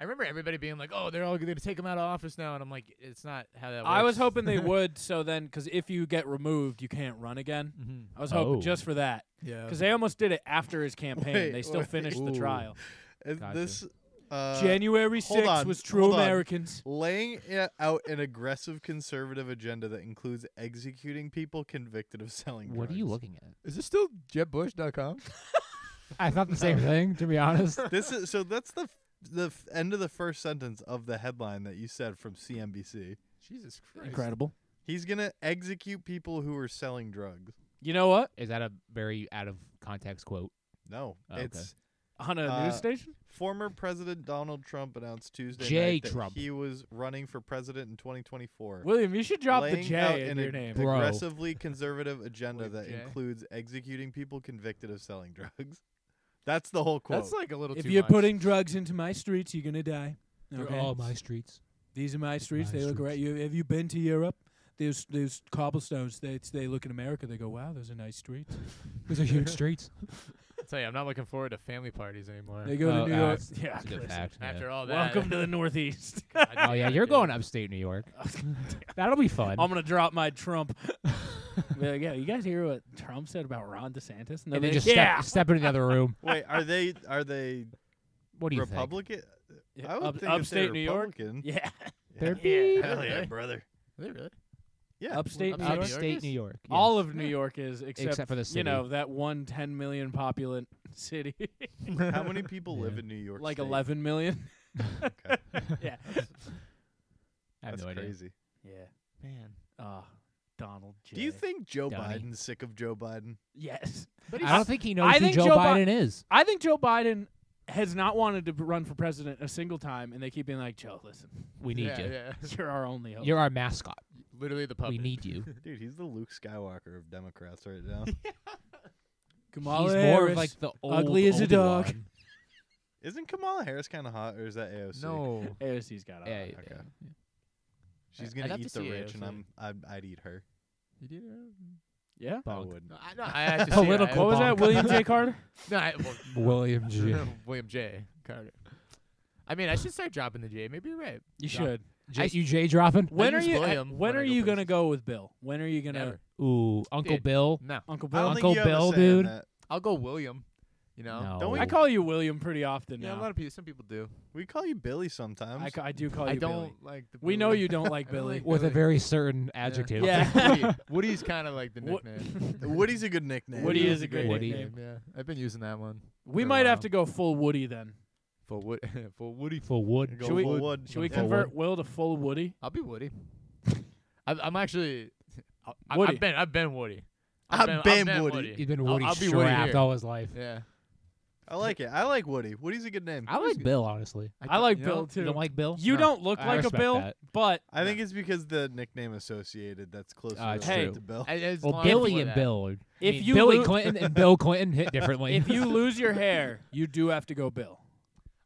Speaker 4: I remember everybody being like, "Oh, they're all going to take him out of office now," and I'm like, "It's not how that works."
Speaker 3: I was hoping they would, so then, because if you get removed, you can't run again.
Speaker 4: Mhm.
Speaker 3: I was hoping
Speaker 2: Oh.
Speaker 3: just for that.
Speaker 4: Yeah.
Speaker 3: Because they almost did it after his campaign.
Speaker 1: Wait,
Speaker 3: they still
Speaker 1: wait.
Speaker 3: finished the
Speaker 2: Ooh.
Speaker 3: trial.
Speaker 1: Is
Speaker 2: Gotcha.
Speaker 1: This uh,
Speaker 3: January
Speaker 1: hold
Speaker 3: 6th
Speaker 1: on,
Speaker 3: was True
Speaker 1: hold on.
Speaker 3: Americans.
Speaker 1: laying i- out an aggressive conservative agenda that includes executing people convicted of selling drugs.
Speaker 2: What are you looking at?
Speaker 4: Is this still JebBush.com?
Speaker 2: I thought the same thing. To be honest.
Speaker 1: This is so that's the f- the f- end of the first sentence of the headline that you said from CNBC.
Speaker 4: Jesus Christ!
Speaker 3: Incredible.
Speaker 1: He's gonna execute people who are selling drugs.
Speaker 3: You know what?
Speaker 2: Is that a very out of context quote?
Speaker 1: No,
Speaker 2: Oh, okay.
Speaker 1: it's
Speaker 3: On a
Speaker 1: Uh,
Speaker 3: news station?
Speaker 1: Former President Donald Trump announced Tuesday
Speaker 2: J.
Speaker 1: night that
Speaker 2: Trump.
Speaker 1: he was running for president in 2024.
Speaker 3: William, you should drop the
Speaker 1: laying out
Speaker 3: J in
Speaker 1: an
Speaker 3: your
Speaker 1: ag-
Speaker 3: name.
Speaker 2: Bro.
Speaker 1: aggressively conservative agenda
Speaker 4: With
Speaker 1: that
Speaker 4: J.
Speaker 1: includes executing people convicted of selling drugs. That's the whole quote.
Speaker 4: That's like a little
Speaker 3: If
Speaker 4: too
Speaker 3: you're
Speaker 4: much.
Speaker 3: putting drugs into my streets, you're going to die. Okay?
Speaker 2: streets.
Speaker 3: These are my streets.
Speaker 2: my
Speaker 3: they look
Speaker 2: streets.
Speaker 3: right. You, have you been to Europe? There's, there's cobblestones. They, they look in America. They go, wow, those are nice streets.
Speaker 2: These are huge streets.
Speaker 4: I'll tell you, I'm not looking forward to family parties anymore.
Speaker 3: They go
Speaker 2: Oh,
Speaker 3: to New
Speaker 2: uh,
Speaker 3: York.
Speaker 2: that's-
Speaker 3: Yeah.
Speaker 2: That's a good
Speaker 3: listen.
Speaker 2: fact. yeah.
Speaker 4: After all that,
Speaker 3: Welcome to the Northeast.
Speaker 4: God,
Speaker 2: Oh yeah, you're going upstate New York. That'll be fun.
Speaker 3: I'm gonna drop my Trump. Be like, yeah, you guys hear what Trump said about Ron DeSantis? No,
Speaker 2: and then just
Speaker 3: yeah.
Speaker 2: step, step into another room.
Speaker 1: Wait, are they are they
Speaker 2: What do you
Speaker 1: Republican?
Speaker 3: Yeah,
Speaker 1: I would think
Speaker 3: up-
Speaker 1: if they're
Speaker 3: upstate New York.
Speaker 1: Republican-
Speaker 3: Yeah,
Speaker 2: think?
Speaker 3: Yeah.
Speaker 2: They're
Speaker 1: Hell
Speaker 4: Yeah.
Speaker 1: yeah, brother.
Speaker 4: They really?
Speaker 1: Yeah.
Speaker 3: upstate New
Speaker 4: upstate
Speaker 3: York.
Speaker 4: New York
Speaker 2: upstate
Speaker 4: is-
Speaker 2: New York. yes.
Speaker 3: All of New York is except,
Speaker 2: Except for the
Speaker 3: you
Speaker 2: city.
Speaker 3: know that one 10 million populate city,
Speaker 1: How many people live
Speaker 2: Yeah.
Speaker 1: in New York?
Speaker 3: like
Speaker 1: State?
Speaker 3: 11 million.
Speaker 1: Okay.
Speaker 3: yeah,
Speaker 2: I have
Speaker 1: That's
Speaker 2: no idea.
Speaker 1: crazy.
Speaker 3: yeah.
Speaker 4: Man.
Speaker 3: Ah, Donald J.
Speaker 1: Do you think Joe
Speaker 2: Donnie.
Speaker 1: Biden's sick of Joe Biden?
Speaker 3: Yes,
Speaker 4: But
Speaker 2: I don't think he knows
Speaker 3: I
Speaker 2: who
Speaker 3: think
Speaker 2: Joe,
Speaker 3: Joe Bi-
Speaker 2: Biden is.
Speaker 3: I think Joe Biden has not wanted to b- run for president a single time, and they keep being like, Joe, listen,
Speaker 2: We need
Speaker 4: yeah,
Speaker 2: you.
Speaker 4: Yeah.
Speaker 3: you're our only hope.
Speaker 2: You're our mascot.
Speaker 4: Literally the puppet.
Speaker 2: We need you.
Speaker 1: Dude, he's the Luke Skywalker of Democrats right now.
Speaker 3: Kamala
Speaker 2: He's more
Speaker 3: Harris.
Speaker 2: of like the old
Speaker 3: ugly as a dog.
Speaker 2: Obi-Wan.
Speaker 1: Isn't Kamala Harris kind of hot, or is that AOC?
Speaker 4: No.
Speaker 3: AOC's got a-
Speaker 2: Yeah, yeah,
Speaker 1: okay.
Speaker 2: yeah.
Speaker 1: she's
Speaker 4: I'd
Speaker 1: gonna
Speaker 4: have
Speaker 1: eat
Speaker 4: to
Speaker 1: the
Speaker 4: see
Speaker 1: rich, and
Speaker 4: AOC.
Speaker 1: I'm I'd, I'd eat her.
Speaker 4: You did it?
Speaker 3: yeah.
Speaker 1: I
Speaker 2: Bonk.
Speaker 1: would.
Speaker 4: No, I, no, I have to see it.
Speaker 2: Political
Speaker 4: I-
Speaker 3: What was that,
Speaker 2: Bonk.
Speaker 3: William J. Carter?
Speaker 4: No, I, well,
Speaker 2: William J.
Speaker 4: William J. Carter. I mean, I should start dropping the J. Maybe you're right.
Speaker 3: You
Speaker 4: Drop-
Speaker 3: should.
Speaker 2: J- you J dropping?
Speaker 3: When are
Speaker 4: use
Speaker 3: you? uh,
Speaker 4: William
Speaker 3: when,
Speaker 4: when I
Speaker 3: are
Speaker 4: go
Speaker 3: you gonna
Speaker 4: places.
Speaker 3: go with Bill? When are you gonna
Speaker 4: Never.
Speaker 2: Ooh, Uncle
Speaker 4: Dude.
Speaker 2: Bill.
Speaker 4: No.
Speaker 3: Uncle
Speaker 1: I
Speaker 3: Bill?
Speaker 1: don't
Speaker 2: Uncle
Speaker 1: think you have a
Speaker 2: Bill,
Speaker 1: say in
Speaker 2: dude.
Speaker 1: that.
Speaker 4: I'll go William. You know?
Speaker 2: No.
Speaker 1: Don't we-
Speaker 3: I call you William pretty often
Speaker 4: Yeah,
Speaker 3: now.
Speaker 4: a lot of people. Some people do.
Speaker 1: We call you Billy sometimes.
Speaker 3: I, ca- I do call you
Speaker 4: I don't
Speaker 3: Billy.
Speaker 4: like the.
Speaker 3: We know
Speaker 4: Billy.
Speaker 3: you don't like
Speaker 4: I don't
Speaker 3: Billy.
Speaker 4: like
Speaker 2: with a
Speaker 4: Billy.
Speaker 2: very certain adjective.
Speaker 3: Yeah.
Speaker 4: Woody. Woody's kind of like the
Speaker 3: Wo-
Speaker 4: nickname.
Speaker 1: Woody's a good nickname.
Speaker 3: Woody is a great
Speaker 2: Woody.
Speaker 3: nickname.
Speaker 4: Yeah, I've been using that one
Speaker 3: We
Speaker 4: For a
Speaker 3: might have
Speaker 4: while.
Speaker 3: to go full Woody then.
Speaker 4: for Wood for Woody.
Speaker 2: For wood.
Speaker 1: Go
Speaker 3: Should we-
Speaker 1: full Wood.
Speaker 3: Should we
Speaker 2: Full
Speaker 3: convert Will to full Woody?
Speaker 4: I'll be Woody. I, I'm actually. I, I-
Speaker 3: Woody.
Speaker 4: I've been. I've been Woody.
Speaker 1: I've been Woody.
Speaker 2: He's been
Speaker 4: I'll-
Speaker 2: Woody
Speaker 4: I'll be Woody
Speaker 2: strapped
Speaker 4: here.
Speaker 2: all his life.
Speaker 4: Yeah.
Speaker 1: I like it. I like Woody. Woody's a good name.
Speaker 2: I like Bill, honestly.
Speaker 3: I, like
Speaker 4: you know,
Speaker 3: Bill
Speaker 2: You
Speaker 3: too.
Speaker 2: don't like Bill?
Speaker 3: You
Speaker 4: No,
Speaker 3: don't look
Speaker 2: I
Speaker 3: like a
Speaker 2: respect
Speaker 3: Bill,
Speaker 2: that.
Speaker 3: but
Speaker 1: I think it's because the nickname associated that's closer
Speaker 2: Uh, it's
Speaker 1: related
Speaker 2: true.
Speaker 1: to Bill.
Speaker 4: I- as
Speaker 2: Well,
Speaker 4: long as
Speaker 2: Billy
Speaker 4: we're
Speaker 2: and
Speaker 4: that.
Speaker 2: Bill. Are,
Speaker 3: If
Speaker 2: I mean,
Speaker 3: you
Speaker 2: Billy
Speaker 3: loo-
Speaker 2: Clinton and Bill Clinton hit differently.
Speaker 3: if you lose your hair, you do have to go Bill.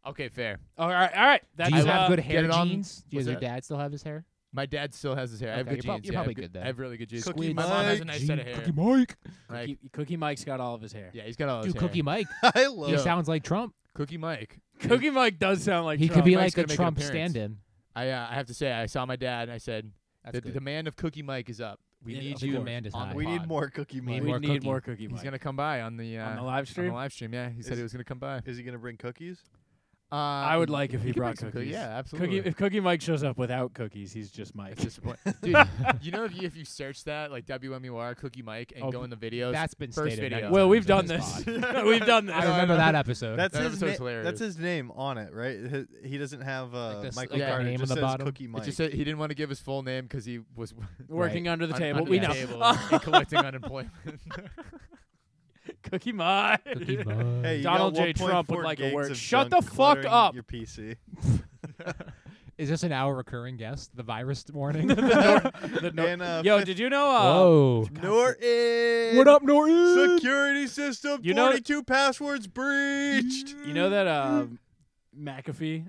Speaker 4: Okay, fair.
Speaker 3: All right, all right. That's
Speaker 2: do you
Speaker 3: uh,
Speaker 2: have good
Speaker 4: get
Speaker 2: hair
Speaker 4: it on-
Speaker 2: genes? Does
Speaker 4: what's
Speaker 2: your
Speaker 4: that?
Speaker 2: dad still have his hair?
Speaker 4: My dad still has his hair. I have
Speaker 2: Okay,
Speaker 4: good
Speaker 2: you're prob-
Speaker 4: genes.
Speaker 2: you're
Speaker 4: yeah, I have
Speaker 2: probably good then.
Speaker 4: I have really good genes.
Speaker 1: Cookie
Speaker 4: My mom has a
Speaker 1: Mike,
Speaker 4: nice set of hair.
Speaker 2: Cookie Mike.
Speaker 4: Like,
Speaker 3: Cookie, Cookie Mike's got all of his hair.
Speaker 4: yeah, he's got all his
Speaker 2: Dude,
Speaker 4: hair.
Speaker 2: Cookie Mike.
Speaker 1: I
Speaker 2: He
Speaker 1: love.
Speaker 2: sounds like Trump.
Speaker 4: Cookie Mike.
Speaker 3: Cookie Mike does sound like
Speaker 2: he
Speaker 3: Trump.
Speaker 2: could be
Speaker 4: Mike's
Speaker 2: like
Speaker 4: gonna
Speaker 2: a
Speaker 4: make an
Speaker 2: Trump
Speaker 4: appearance.
Speaker 2: stand-in.
Speaker 4: I uh, I have to say, I saw my dad and I said,
Speaker 2: That's
Speaker 4: the, the
Speaker 2: good.
Speaker 4: demand of Cookie Mike is up. We
Speaker 3: Yeah,
Speaker 4: need
Speaker 3: of
Speaker 4: you.
Speaker 3: course.
Speaker 2: Demand is
Speaker 4: on
Speaker 2: high.
Speaker 4: the
Speaker 1: we need
Speaker 4: pod."
Speaker 1: more Cookie
Speaker 2: need
Speaker 1: Mike.
Speaker 3: we
Speaker 2: more
Speaker 3: need
Speaker 2: cookie.
Speaker 3: more Cookie Mike.
Speaker 4: He's gonna come by on the uh,
Speaker 3: on the live
Speaker 4: on
Speaker 3: stream.
Speaker 4: the live stream. Yeah, he said
Speaker 1: Is-
Speaker 4: he was gonna come by.
Speaker 1: Is he gonna bring cookies?
Speaker 4: Uh,
Speaker 3: I would like if he,
Speaker 4: could
Speaker 3: brought
Speaker 4: make some
Speaker 3: cookies.
Speaker 4: cookies. Yeah, absolutely.
Speaker 3: Cookie, if Cookie Mike shows up without cookies, he's just Mike.
Speaker 4: It's disappointing. Dude, you know if you, if you search that like WMUR Cookie Mike and
Speaker 2: Oh,
Speaker 4: go in the videos,
Speaker 2: That's been
Speaker 4: first
Speaker 2: stated.
Speaker 4: video.
Speaker 2: many
Speaker 3: well,
Speaker 2: times
Speaker 3: we've
Speaker 2: on
Speaker 3: done
Speaker 2: this
Speaker 3: this.
Speaker 2: pod.
Speaker 3: we've done this.
Speaker 2: I remember that episode.
Speaker 1: That's
Speaker 4: That
Speaker 1: his
Speaker 4: episode's
Speaker 1: name. That's
Speaker 4: hilarious.
Speaker 1: his name on it, right? Hi- He doesn't have uh,
Speaker 2: this-
Speaker 1: Michael
Speaker 2: like
Speaker 4: that
Speaker 1: Carter. it
Speaker 2: name on
Speaker 1: just
Speaker 2: the
Speaker 1: says
Speaker 2: bottom.
Speaker 1: Cookie Mike.
Speaker 4: it just said he didn't want to give his full name because he was
Speaker 3: Working under the
Speaker 4: un-
Speaker 3: table.
Speaker 4: under
Speaker 3: we
Speaker 4: the
Speaker 3: know.
Speaker 4: table and collecting unemployment.
Speaker 3: Cookie Mike.
Speaker 2: Cookie Mike.
Speaker 1: Hey, you
Speaker 3: Donald
Speaker 1: got
Speaker 3: J. Trump would
Speaker 1: 1.4
Speaker 3: like a
Speaker 1: gigs
Speaker 3: word.
Speaker 1: of
Speaker 3: Shut
Speaker 1: junk
Speaker 3: the fuck
Speaker 1: cluttering
Speaker 3: up.
Speaker 1: Your PC.
Speaker 2: Is this an hour recurring guest? The virus warning.
Speaker 3: The no-
Speaker 1: And, uh,
Speaker 3: Yo,
Speaker 1: fifth-
Speaker 3: did you know? Uh,
Speaker 2: Whoa.
Speaker 1: Norton.
Speaker 2: What up, Norton?
Speaker 1: Security system.
Speaker 3: You know-
Speaker 1: 42 passwords breached.
Speaker 3: mm. You know that um, uh, McAfee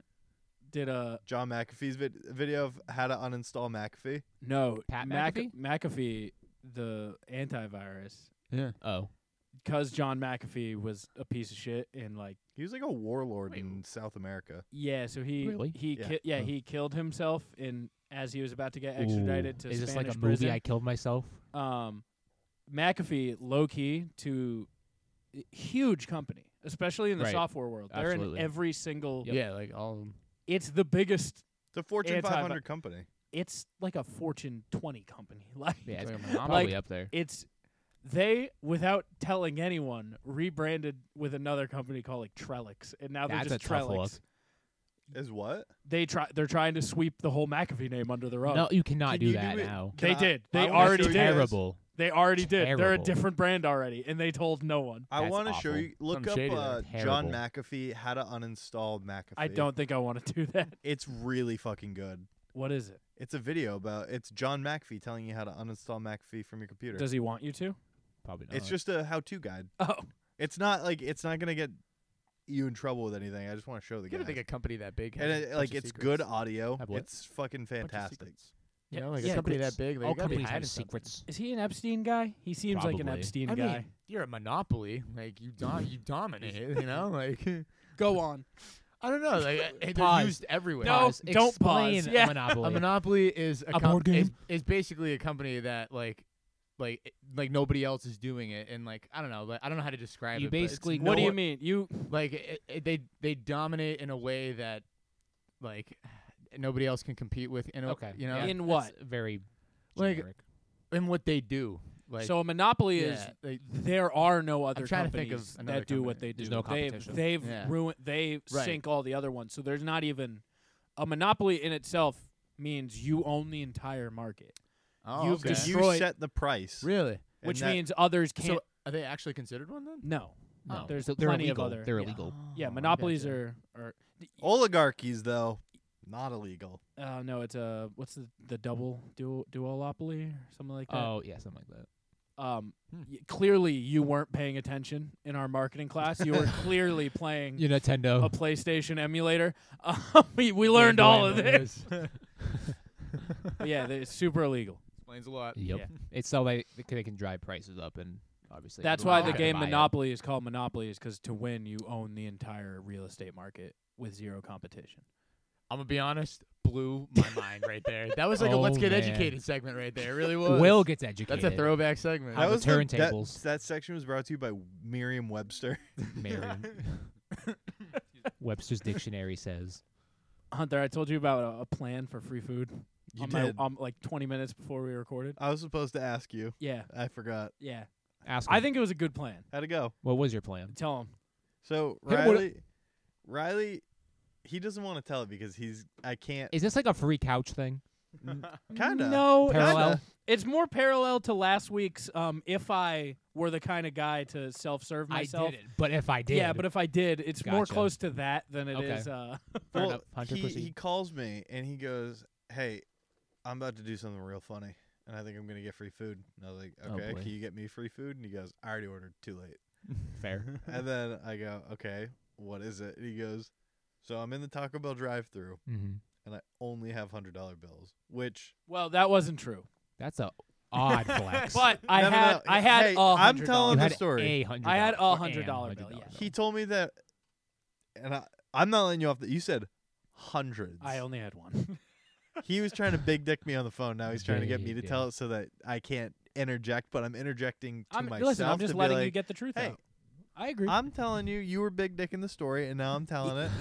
Speaker 3: did a
Speaker 1: John McAfee's vid- video of how to uninstall McAfee.
Speaker 3: no
Speaker 2: Pat
Speaker 3: Mac-
Speaker 2: McAfee?
Speaker 3: McAfee, the antivirus,
Speaker 4: Yeah.
Speaker 2: Oh,
Speaker 3: because John McAfee was a piece of shit and like
Speaker 1: He was like a warlord
Speaker 4: Wait,
Speaker 1: in South America.
Speaker 3: yeah, so he
Speaker 2: Really?
Speaker 3: he
Speaker 1: Yeah.
Speaker 3: ki- yeah
Speaker 2: Huh.
Speaker 3: he killed himself in as he was about to get extradited
Speaker 2: Ooh.
Speaker 3: to
Speaker 2: Is
Speaker 3: Spanish
Speaker 2: this like a movie?
Speaker 3: prison.
Speaker 2: I killed myself.
Speaker 3: um, McAfee, low key to a huge company, especially in the
Speaker 2: Right.
Speaker 3: software world. They're
Speaker 2: Absolutely.
Speaker 3: in every single.
Speaker 4: Yeah, like all of them.
Speaker 3: It's the biggest.
Speaker 1: It's a Fortune
Speaker 3: Anti-
Speaker 1: 500 company.
Speaker 3: It's like a Fortune 20 company. Like
Speaker 2: Yeah, it's
Speaker 4: Like a
Speaker 2: probably
Speaker 4: monopoly.
Speaker 2: up there.
Speaker 3: it's they without telling anyone rebranded with another company called like Trellix, and now
Speaker 2: That's
Speaker 3: they're
Speaker 2: a
Speaker 3: just
Speaker 2: tough look.
Speaker 3: Trellix.
Speaker 1: Is what?
Speaker 3: They try. They're trying to sweep the whole McAfee name under the rug.
Speaker 2: No, you cannot
Speaker 1: Can
Speaker 2: do
Speaker 1: you
Speaker 2: that
Speaker 1: do it?
Speaker 2: now.
Speaker 1: Can
Speaker 3: They
Speaker 1: I-
Speaker 3: did.
Speaker 1: I
Speaker 3: They
Speaker 1: wanna
Speaker 3: already
Speaker 1: show you
Speaker 3: did.
Speaker 1: guys-
Speaker 2: Terrible.
Speaker 3: They already did. They're a
Speaker 2: Terrible.
Speaker 3: different brand already, and they told no one.
Speaker 1: I
Speaker 2: That's
Speaker 1: want to show
Speaker 2: awful.
Speaker 1: you. Look
Speaker 4: Something shady
Speaker 1: up
Speaker 4: there.
Speaker 1: uh, John
Speaker 2: Terrible.
Speaker 1: McAfee how to uninstall McAfee.
Speaker 3: I don't think I want to do that.
Speaker 1: It's really fucking good.
Speaker 3: What is it?
Speaker 1: It's a video about it's John McAfee telling you how to uninstall McAfee from your computer.
Speaker 3: Does he want you to?
Speaker 2: Probably not.
Speaker 1: it's just a how-to guide.
Speaker 3: Oh,
Speaker 1: It's not like it's not gonna get you in trouble with anything. I just want to show the
Speaker 4: You
Speaker 1: guys.
Speaker 4: gotta think a company that big.
Speaker 1: and
Speaker 4: has a
Speaker 1: it,
Speaker 4: bunch
Speaker 1: like
Speaker 4: of
Speaker 1: it's
Speaker 4: secrets.
Speaker 1: good audio.
Speaker 2: Have what?
Speaker 1: It's fucking
Speaker 4: Bunch of
Speaker 1: fantastic.
Speaker 4: secrets.
Speaker 2: Yeah,
Speaker 4: You know, like
Speaker 3: yeah,
Speaker 4: a company
Speaker 3: it's-
Speaker 4: that big, like,
Speaker 2: all
Speaker 4: you gotta be
Speaker 2: companies
Speaker 4: hiding
Speaker 2: have
Speaker 4: something.
Speaker 2: secrets.
Speaker 3: is he an Epstein guy? He seems like an
Speaker 2: Probably.
Speaker 3: Epstein
Speaker 4: I
Speaker 3: guy.
Speaker 4: mean, you're a monopoly. Like you, dom- you dominate. You know, like
Speaker 3: Go on.
Speaker 4: I don't know. Like uh, they're
Speaker 2: Pause.
Speaker 4: used everywhere.
Speaker 3: No,
Speaker 2: Pause.
Speaker 3: don't
Speaker 2: Explain
Speaker 3: pause. Yeah.
Speaker 2: Monopoly.
Speaker 4: a monopoly is a,
Speaker 2: A
Speaker 4: com-
Speaker 2: board
Speaker 4: Is,
Speaker 2: game?
Speaker 4: is basically a company that like, like, it- like nobody else is doing it, and like I don't know. Like I don't know how to describe
Speaker 2: You
Speaker 4: it. but it's
Speaker 2: basically
Speaker 4: no
Speaker 3: what do you
Speaker 4: one-
Speaker 3: mean? You
Speaker 4: Like it, it, they they dominate in a way that, like, nobody else can compete with. In a,
Speaker 2: okay.
Speaker 4: you know,
Speaker 2: yeah,
Speaker 3: In
Speaker 2: that's
Speaker 3: what?
Speaker 2: Very.
Speaker 4: Like,
Speaker 2: generic.
Speaker 4: in what they do. Like
Speaker 3: so a monopoly is
Speaker 4: yeah, they-
Speaker 3: there are no other
Speaker 4: trying to
Speaker 3: companies
Speaker 4: think of another
Speaker 3: that do what
Speaker 4: company.
Speaker 3: they do.
Speaker 2: There's no
Speaker 3: they've
Speaker 2: competition.
Speaker 3: they've
Speaker 4: Yeah.
Speaker 3: ruined they
Speaker 4: Right.
Speaker 3: sink all the other ones. So there's not even a monopoly in itself means you own the entire market,
Speaker 4: oh,
Speaker 3: you've
Speaker 4: okay.
Speaker 1: You
Speaker 3: Destroy-
Speaker 1: set the price,
Speaker 4: really.
Speaker 1: and
Speaker 3: which
Speaker 1: that-
Speaker 3: means others can't.
Speaker 4: So are they actually considered one then?
Speaker 3: no,
Speaker 2: No,
Speaker 3: there's
Speaker 2: they're
Speaker 3: plenty
Speaker 2: illegal.
Speaker 3: of other.
Speaker 2: They're
Speaker 3: yeah.
Speaker 2: illegal.
Speaker 3: Yeah,
Speaker 4: Oh, I
Speaker 3: monopolies
Speaker 4: gotcha.
Speaker 3: are are.
Speaker 1: oligarchies though not illegal.
Speaker 3: Uh, no, it's uh, what's the the double duo, duolopoly or something like that.
Speaker 2: Oh yeah, something like that.
Speaker 3: um,
Speaker 4: Hmm.
Speaker 3: y- clearly you weren't paying attention in our marketing class. You were clearly playing
Speaker 2: Your Nintendo.
Speaker 3: a PlayStation emulator. Um, we, we learned all of this. But yeah, they- it's super illegal.
Speaker 4: Explains a lot.
Speaker 2: Yep.
Speaker 3: Yeah.
Speaker 2: It's so they they can- they can drive prices up and obviously.
Speaker 3: That's
Speaker 2: everyone's not
Speaker 3: why the
Speaker 2: gonna
Speaker 3: game
Speaker 2: buy it.
Speaker 3: Monopoly is called Monopoly, is because to win you own the entire real estate market with zero competition.
Speaker 4: I'm gonna be honest, blew my mind right there. That was like a
Speaker 2: Oh,
Speaker 4: let's get
Speaker 2: man.
Speaker 4: educated segment right there. It really was.
Speaker 2: Will gets educated.
Speaker 4: That's a throwback segment.
Speaker 2: How-
Speaker 1: That
Speaker 2: the
Speaker 1: was
Speaker 2: turntables.
Speaker 1: That, that section was brought to you by Merriam-Webster.
Speaker 2: Merriam- Webster's dictionary says.
Speaker 3: Hunter, I told you about a, a plan for free food
Speaker 1: You
Speaker 3: on
Speaker 1: did.
Speaker 3: my um, like 20 minutes before we recorded.
Speaker 1: I was supposed to ask you.
Speaker 3: Yeah,
Speaker 1: I forgot.
Speaker 3: yeah.
Speaker 2: Ask.
Speaker 3: I
Speaker 2: him,
Speaker 3: think it was a good plan.
Speaker 1: How'd it go?
Speaker 2: What was your plan?
Speaker 3: Tell him.
Speaker 1: So
Speaker 2: Hey, what-
Speaker 1: Riley, Riley, he doesn't want to tell it because he's. I can't.
Speaker 2: Is this like a free couch thing?
Speaker 1: Kinda.
Speaker 3: No,
Speaker 2: Parallel.
Speaker 1: Kinda.
Speaker 3: It's more parallel to last week's. Um, if I were the kind of guy to self-serve myself,
Speaker 2: I did it, but if I did,
Speaker 3: yeah. But if I did, it's more
Speaker 2: Gotcha.
Speaker 3: close to that than it is.
Speaker 2: Okay.
Speaker 3: Uh,
Speaker 2: Fair
Speaker 1: Well,
Speaker 2: enough. Hunter,
Speaker 1: he,
Speaker 2: proceed.
Speaker 1: he calls me and he goes, "Hey, I'm about to do something real funny, and I think I'm gonna get free food." And I was like,
Speaker 2: Oh,
Speaker 1: "Okay,
Speaker 2: boy.
Speaker 1: can you get me free food?" And he goes, "I already ordered. Too late."
Speaker 2: Fair.
Speaker 1: and then I go, "Okay, what is it?" And he goes, "So I'm in the Taco Bell drive-through,
Speaker 2: hmm
Speaker 1: and I only have hundred dollar bills, which
Speaker 3: well, that wasn't true,
Speaker 2: That's a odd flex.
Speaker 3: but I
Speaker 1: No, no,
Speaker 3: had
Speaker 1: no.
Speaker 3: I had
Speaker 1: Hey,
Speaker 3: a
Speaker 1: I'm
Speaker 3: hundred
Speaker 1: telling
Speaker 2: you
Speaker 1: the
Speaker 3: dollars.
Speaker 2: had
Speaker 1: story.
Speaker 2: a hundred.
Speaker 3: I had
Speaker 2: dollar-
Speaker 3: a
Speaker 2: or
Speaker 3: hundred dollar bill,
Speaker 2: $100
Speaker 3: yeah.
Speaker 1: he told me that, and I, I'm not letting you off. That you said hundreds.
Speaker 3: I only had one.
Speaker 1: he was trying to big dick me on the phone. Now he's trying to get me to
Speaker 2: Big
Speaker 1: tell it so that I can't interject, but I'm interjecting to
Speaker 3: I'm,
Speaker 1: myself
Speaker 3: listen, I'm
Speaker 1: to
Speaker 3: just
Speaker 1: be
Speaker 3: letting
Speaker 1: like,
Speaker 3: you get the truth
Speaker 1: "Hey,
Speaker 3: out. I agree.
Speaker 1: I'm telling you, you were big dick in the story, and now I'm telling it.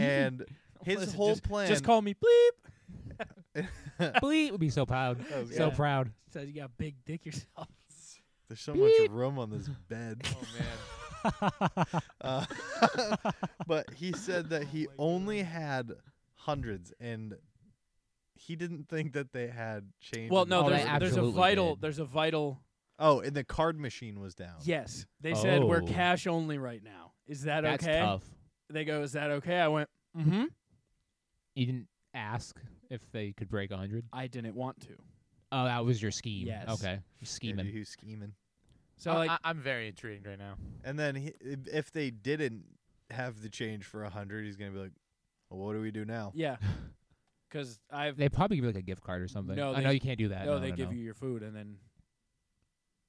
Speaker 1: and his
Speaker 3: Listen,
Speaker 1: whole
Speaker 3: just,
Speaker 1: plan.
Speaker 3: Just call me bleep.
Speaker 2: Bleep would be so proud.
Speaker 3: Oh,
Speaker 1: That was
Speaker 2: So
Speaker 1: good.
Speaker 2: proud.
Speaker 3: Says you got big dick yourself.
Speaker 1: There's so much room on this bed.
Speaker 4: oh man.
Speaker 1: Uh, but he said
Speaker 3: Oh
Speaker 1: that he only had hundreds, and he didn't think that they had changed.
Speaker 3: Well,
Speaker 1: in
Speaker 3: no,
Speaker 1: the
Speaker 2: Oh,
Speaker 3: there's,
Speaker 2: they
Speaker 1: card.
Speaker 3: there's a
Speaker 2: absolutely
Speaker 3: vital.
Speaker 2: did.
Speaker 3: There's a vital.
Speaker 1: Oh, and the card machine was down.
Speaker 3: Yes, they said we're
Speaker 2: Oh.
Speaker 3: cash only right now. Is that
Speaker 2: That's
Speaker 3: okay?
Speaker 2: tough.
Speaker 3: They go, "Is that okay?" I went, "Mm-hmm."
Speaker 2: You didn't ask if they could break a hundred.
Speaker 3: I didn't want to.
Speaker 2: Oh, that was your scheme.
Speaker 3: Yes.
Speaker 2: Okay.
Speaker 1: Yeah, dude,
Speaker 2: Scheming.
Speaker 1: he was scheming.
Speaker 3: So
Speaker 2: Uh,
Speaker 4: I-
Speaker 3: like,
Speaker 4: I, I'm very intrigued right now.
Speaker 1: And then he, if they didn't have the change for a hundred, he's gonna be like, Well, what do we do now?
Speaker 3: Yeah, because I've
Speaker 2: They probably give you like a gift card or something.
Speaker 3: No,
Speaker 2: I
Speaker 3: they-
Speaker 2: know you can't do that.
Speaker 3: no,
Speaker 2: no,
Speaker 3: they
Speaker 2: no,
Speaker 3: give
Speaker 2: no.
Speaker 3: you your food and then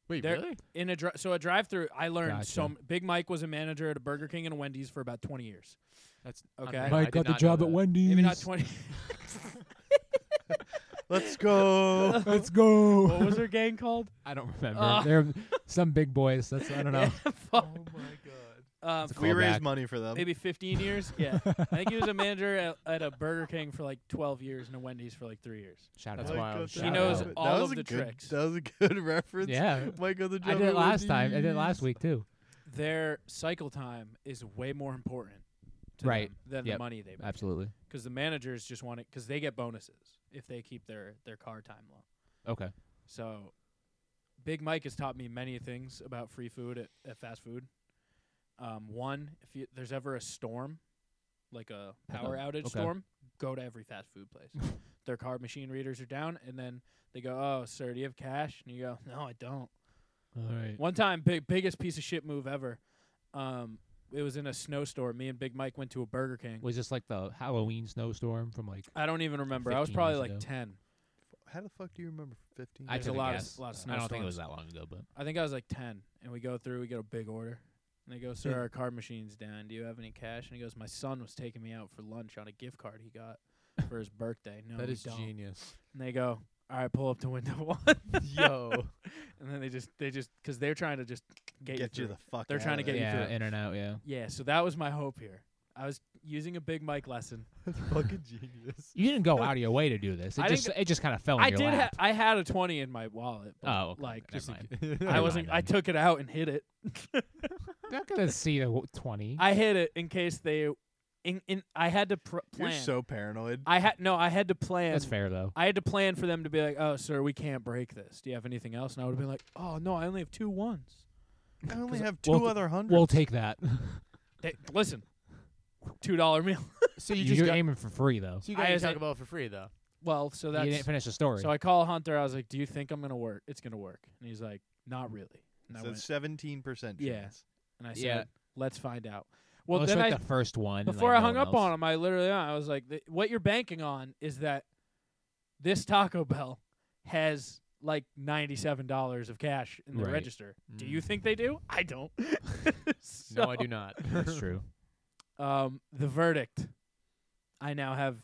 Speaker 4: Wait,
Speaker 3: There-
Speaker 4: really?
Speaker 3: in a dri- so a drive-through. I learned so
Speaker 2: Gotcha.
Speaker 3: so Big Mike was a manager at a Burger King and a Wendy's for about twenty years.
Speaker 4: That's
Speaker 3: Okay.
Speaker 4: unreal. I
Speaker 2: Mike
Speaker 4: did
Speaker 2: got the
Speaker 4: not know
Speaker 2: job at
Speaker 4: that.
Speaker 2: Wendy's.
Speaker 3: Maybe not twenty.
Speaker 1: Let's go.
Speaker 2: Let's go.
Speaker 3: what was their gang called?
Speaker 2: I don't remember.
Speaker 3: Uh.
Speaker 2: They're some big boys. That's I don't know.
Speaker 3: Fuck.
Speaker 4: my god.
Speaker 3: Um,
Speaker 2: It's a
Speaker 1: we
Speaker 2: Call
Speaker 1: raise
Speaker 2: back.
Speaker 1: money for them.
Speaker 3: maybe fifteen years. Yeah, I think he was a manager at, at a Burger King for like twelve years and a Wendy's for like three years.
Speaker 2: Shout
Speaker 4: That's
Speaker 2: out.
Speaker 4: wild.
Speaker 1: got
Speaker 4: She
Speaker 1: that.
Speaker 3: knows
Speaker 1: That
Speaker 3: all
Speaker 1: was
Speaker 3: of
Speaker 1: a
Speaker 3: the
Speaker 1: good-
Speaker 3: tricks.
Speaker 1: That was a good reference.
Speaker 2: Yeah.
Speaker 1: Mike got the job.
Speaker 2: I did
Speaker 1: at
Speaker 2: it last time. I did it
Speaker 1: Wendy's.
Speaker 2: last week too.
Speaker 3: Their cycle time is way more important. To
Speaker 2: Right.
Speaker 3: them than the
Speaker 2: Yep.
Speaker 3: money they make.
Speaker 2: Absolutely.
Speaker 3: because the managers just want it because they get bonuses if they keep their their car time low.
Speaker 2: Okay.
Speaker 3: So, Big Mike has taught me many things about free food at, at fast food. Um, one, if you, there's ever a storm, like a
Speaker 2: Like
Speaker 3: power
Speaker 2: a-
Speaker 3: outage
Speaker 2: okay.
Speaker 3: storm, go to every fast food place. their card machine readers are down, and then they go, "Oh, sir, do you have cash?" And you go, "No, I don't."
Speaker 2: All right.
Speaker 3: One time, big biggest piece of shit move ever. Um, it was in a snowstorm. Me and Big Mike went to a Burger King.
Speaker 2: Was just like the Halloween snowstorm from like
Speaker 3: I don't even remember. I was
Speaker 2: 15
Speaker 3: probably
Speaker 2: years
Speaker 3: like
Speaker 2: ago.
Speaker 3: ten.
Speaker 1: How the fuck do you remember 15?
Speaker 2: I
Speaker 3: There's a
Speaker 2: took
Speaker 3: lot of-
Speaker 2: guess.
Speaker 3: lot of
Speaker 2: I don't think it
Speaker 3: snowstorms.
Speaker 2: was that long ago, but
Speaker 3: I think I was like 10, and we go through, we get a big order. And they go, Sir, our card machine's down. Do you have any cash? And he goes, My son was taking me out for lunch on a gift card he got for his birthday. No,
Speaker 4: That
Speaker 3: we
Speaker 4: is
Speaker 3: don't.
Speaker 4: genius.
Speaker 3: And they go, All right, pull up to window one.
Speaker 4: Yo.
Speaker 3: and then they just, they just, because they're trying to just get,
Speaker 1: Get you
Speaker 3: through.
Speaker 1: the fuck.
Speaker 3: They're
Speaker 1: out
Speaker 3: trying
Speaker 1: of
Speaker 3: to get
Speaker 1: there.
Speaker 3: you
Speaker 2: yeah,
Speaker 3: through.
Speaker 2: in and out. Yeah.
Speaker 3: yeah, so that was my hope here. I was using a big mic lesson.
Speaker 4: Fucking genius.
Speaker 2: You didn't go out of your way to do this. It
Speaker 3: I didn't
Speaker 2: just it just kind of fell in
Speaker 3: I
Speaker 2: your
Speaker 3: did. Ha-
Speaker 2: lap.
Speaker 3: I had a twenty in my wallet. but,
Speaker 2: oh, okay.
Speaker 3: like
Speaker 2: never mind.
Speaker 3: I
Speaker 2: Never
Speaker 3: wasn't.
Speaker 2: mind
Speaker 3: I
Speaker 2: then.
Speaker 3: took it out and hid it.
Speaker 2: not gonna see the w- twenty.
Speaker 3: I hid it in case they. In, in I had to pr-
Speaker 1: You're
Speaker 3: plan.
Speaker 1: so paranoid.
Speaker 3: I had no. I had to plan.
Speaker 2: That's fair though.
Speaker 3: I had to plan for them to be like, "Oh, sir, we can't break this. Do you have anything else?" And I would have been like, "Oh no, I only have two ones."
Speaker 1: I only
Speaker 2: 'Cause
Speaker 1: have 2
Speaker 2: we'll-
Speaker 1: other hundreds.
Speaker 2: We'll take that.
Speaker 3: They, listen, two dollar meal.
Speaker 4: So you
Speaker 2: you
Speaker 4: just
Speaker 2: are
Speaker 4: got,
Speaker 2: aiming for free though.
Speaker 4: so you
Speaker 3: I
Speaker 4: got your
Speaker 3: was like-
Speaker 4: Taco Bell for free though.
Speaker 3: Well, so
Speaker 2: You
Speaker 3: that's
Speaker 2: didn't finish the story.
Speaker 3: so. I call Hunter. I was like, "Do you think I'm gonna work? It's gonna work." And he's like, "Not really." And I
Speaker 1: So
Speaker 3: went,
Speaker 1: 17% chance.
Speaker 3: Yeah. and I said,
Speaker 2: Yeah.
Speaker 3: "Let's find out." Well,
Speaker 2: it's
Speaker 3: then
Speaker 2: like
Speaker 3: I
Speaker 2: the first one.
Speaker 3: before I hung up on him, I literally I was like, "Th- "What you're banking on is that this Taco Bell has." Like ninety-seven dollars of cash in the
Speaker 2: Right. Mm.
Speaker 3: register. Do you think they do? I don't.
Speaker 4: No, I
Speaker 3: So-
Speaker 4: do not.
Speaker 2: That's true.
Speaker 3: Um, the verdict. I now have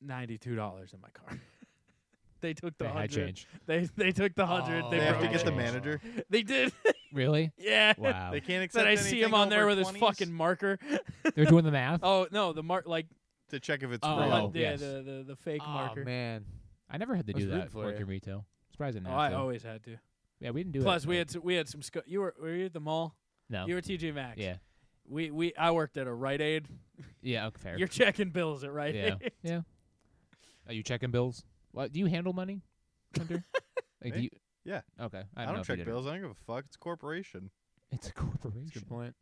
Speaker 3: ninety-two dollars in my car. they took the
Speaker 2: They had
Speaker 3: hundred.
Speaker 2: change.
Speaker 3: They they took the hundred.
Speaker 4: Oh.
Speaker 1: They have to
Speaker 2: broke
Speaker 3: broke
Speaker 1: get the
Speaker 2: change.
Speaker 1: manager.
Speaker 3: it. They did.
Speaker 2: Really?
Speaker 3: yeah.
Speaker 2: Wow.
Speaker 1: They can't accept
Speaker 3: Oh. Then I see him
Speaker 1: anything
Speaker 3: on there
Speaker 1: over
Speaker 3: with
Speaker 1: 20s
Speaker 3: his fucking marker.
Speaker 2: They're doing the math.
Speaker 3: Oh no, the mark like
Speaker 1: to check if it's
Speaker 2: Oh,
Speaker 3: the,
Speaker 1: real.
Speaker 3: hun- yeah,
Speaker 2: yes.
Speaker 3: the, the the fake
Speaker 4: Oh
Speaker 3: marker.
Speaker 4: man.
Speaker 2: I never had to
Speaker 4: I was
Speaker 2: do
Speaker 4: rooting
Speaker 2: that
Speaker 4: for
Speaker 2: work
Speaker 4: ya.
Speaker 2: in retail. Surprised I didn't
Speaker 3: Oh,
Speaker 2: have
Speaker 3: I
Speaker 2: to.
Speaker 3: always had to.
Speaker 2: Yeah, we didn't do
Speaker 3: Plus,
Speaker 2: that.
Speaker 3: we
Speaker 2: but-
Speaker 3: had s we had some. Sco- you were were you at the mall?
Speaker 2: no.
Speaker 3: You were TJ Maxx.
Speaker 2: yeah.
Speaker 3: We we I worked at a Rite Aid.
Speaker 2: Yeah. Okay. Fair.
Speaker 3: You're checking bills at Rite
Speaker 2: yeah.
Speaker 3: Aid.
Speaker 2: Yeah. Are you checking bills? What do you handle money, Hunter? like, do
Speaker 1: Me?
Speaker 2: you?
Speaker 1: Yeah.
Speaker 2: Okay. I,
Speaker 1: I
Speaker 2: don't know
Speaker 1: don't
Speaker 2: if you
Speaker 1: check
Speaker 2: did or-
Speaker 1: bills. I don't give a fuck. It's a corporation.
Speaker 2: It's a
Speaker 4: That's a
Speaker 2: corporation.
Speaker 4: good point.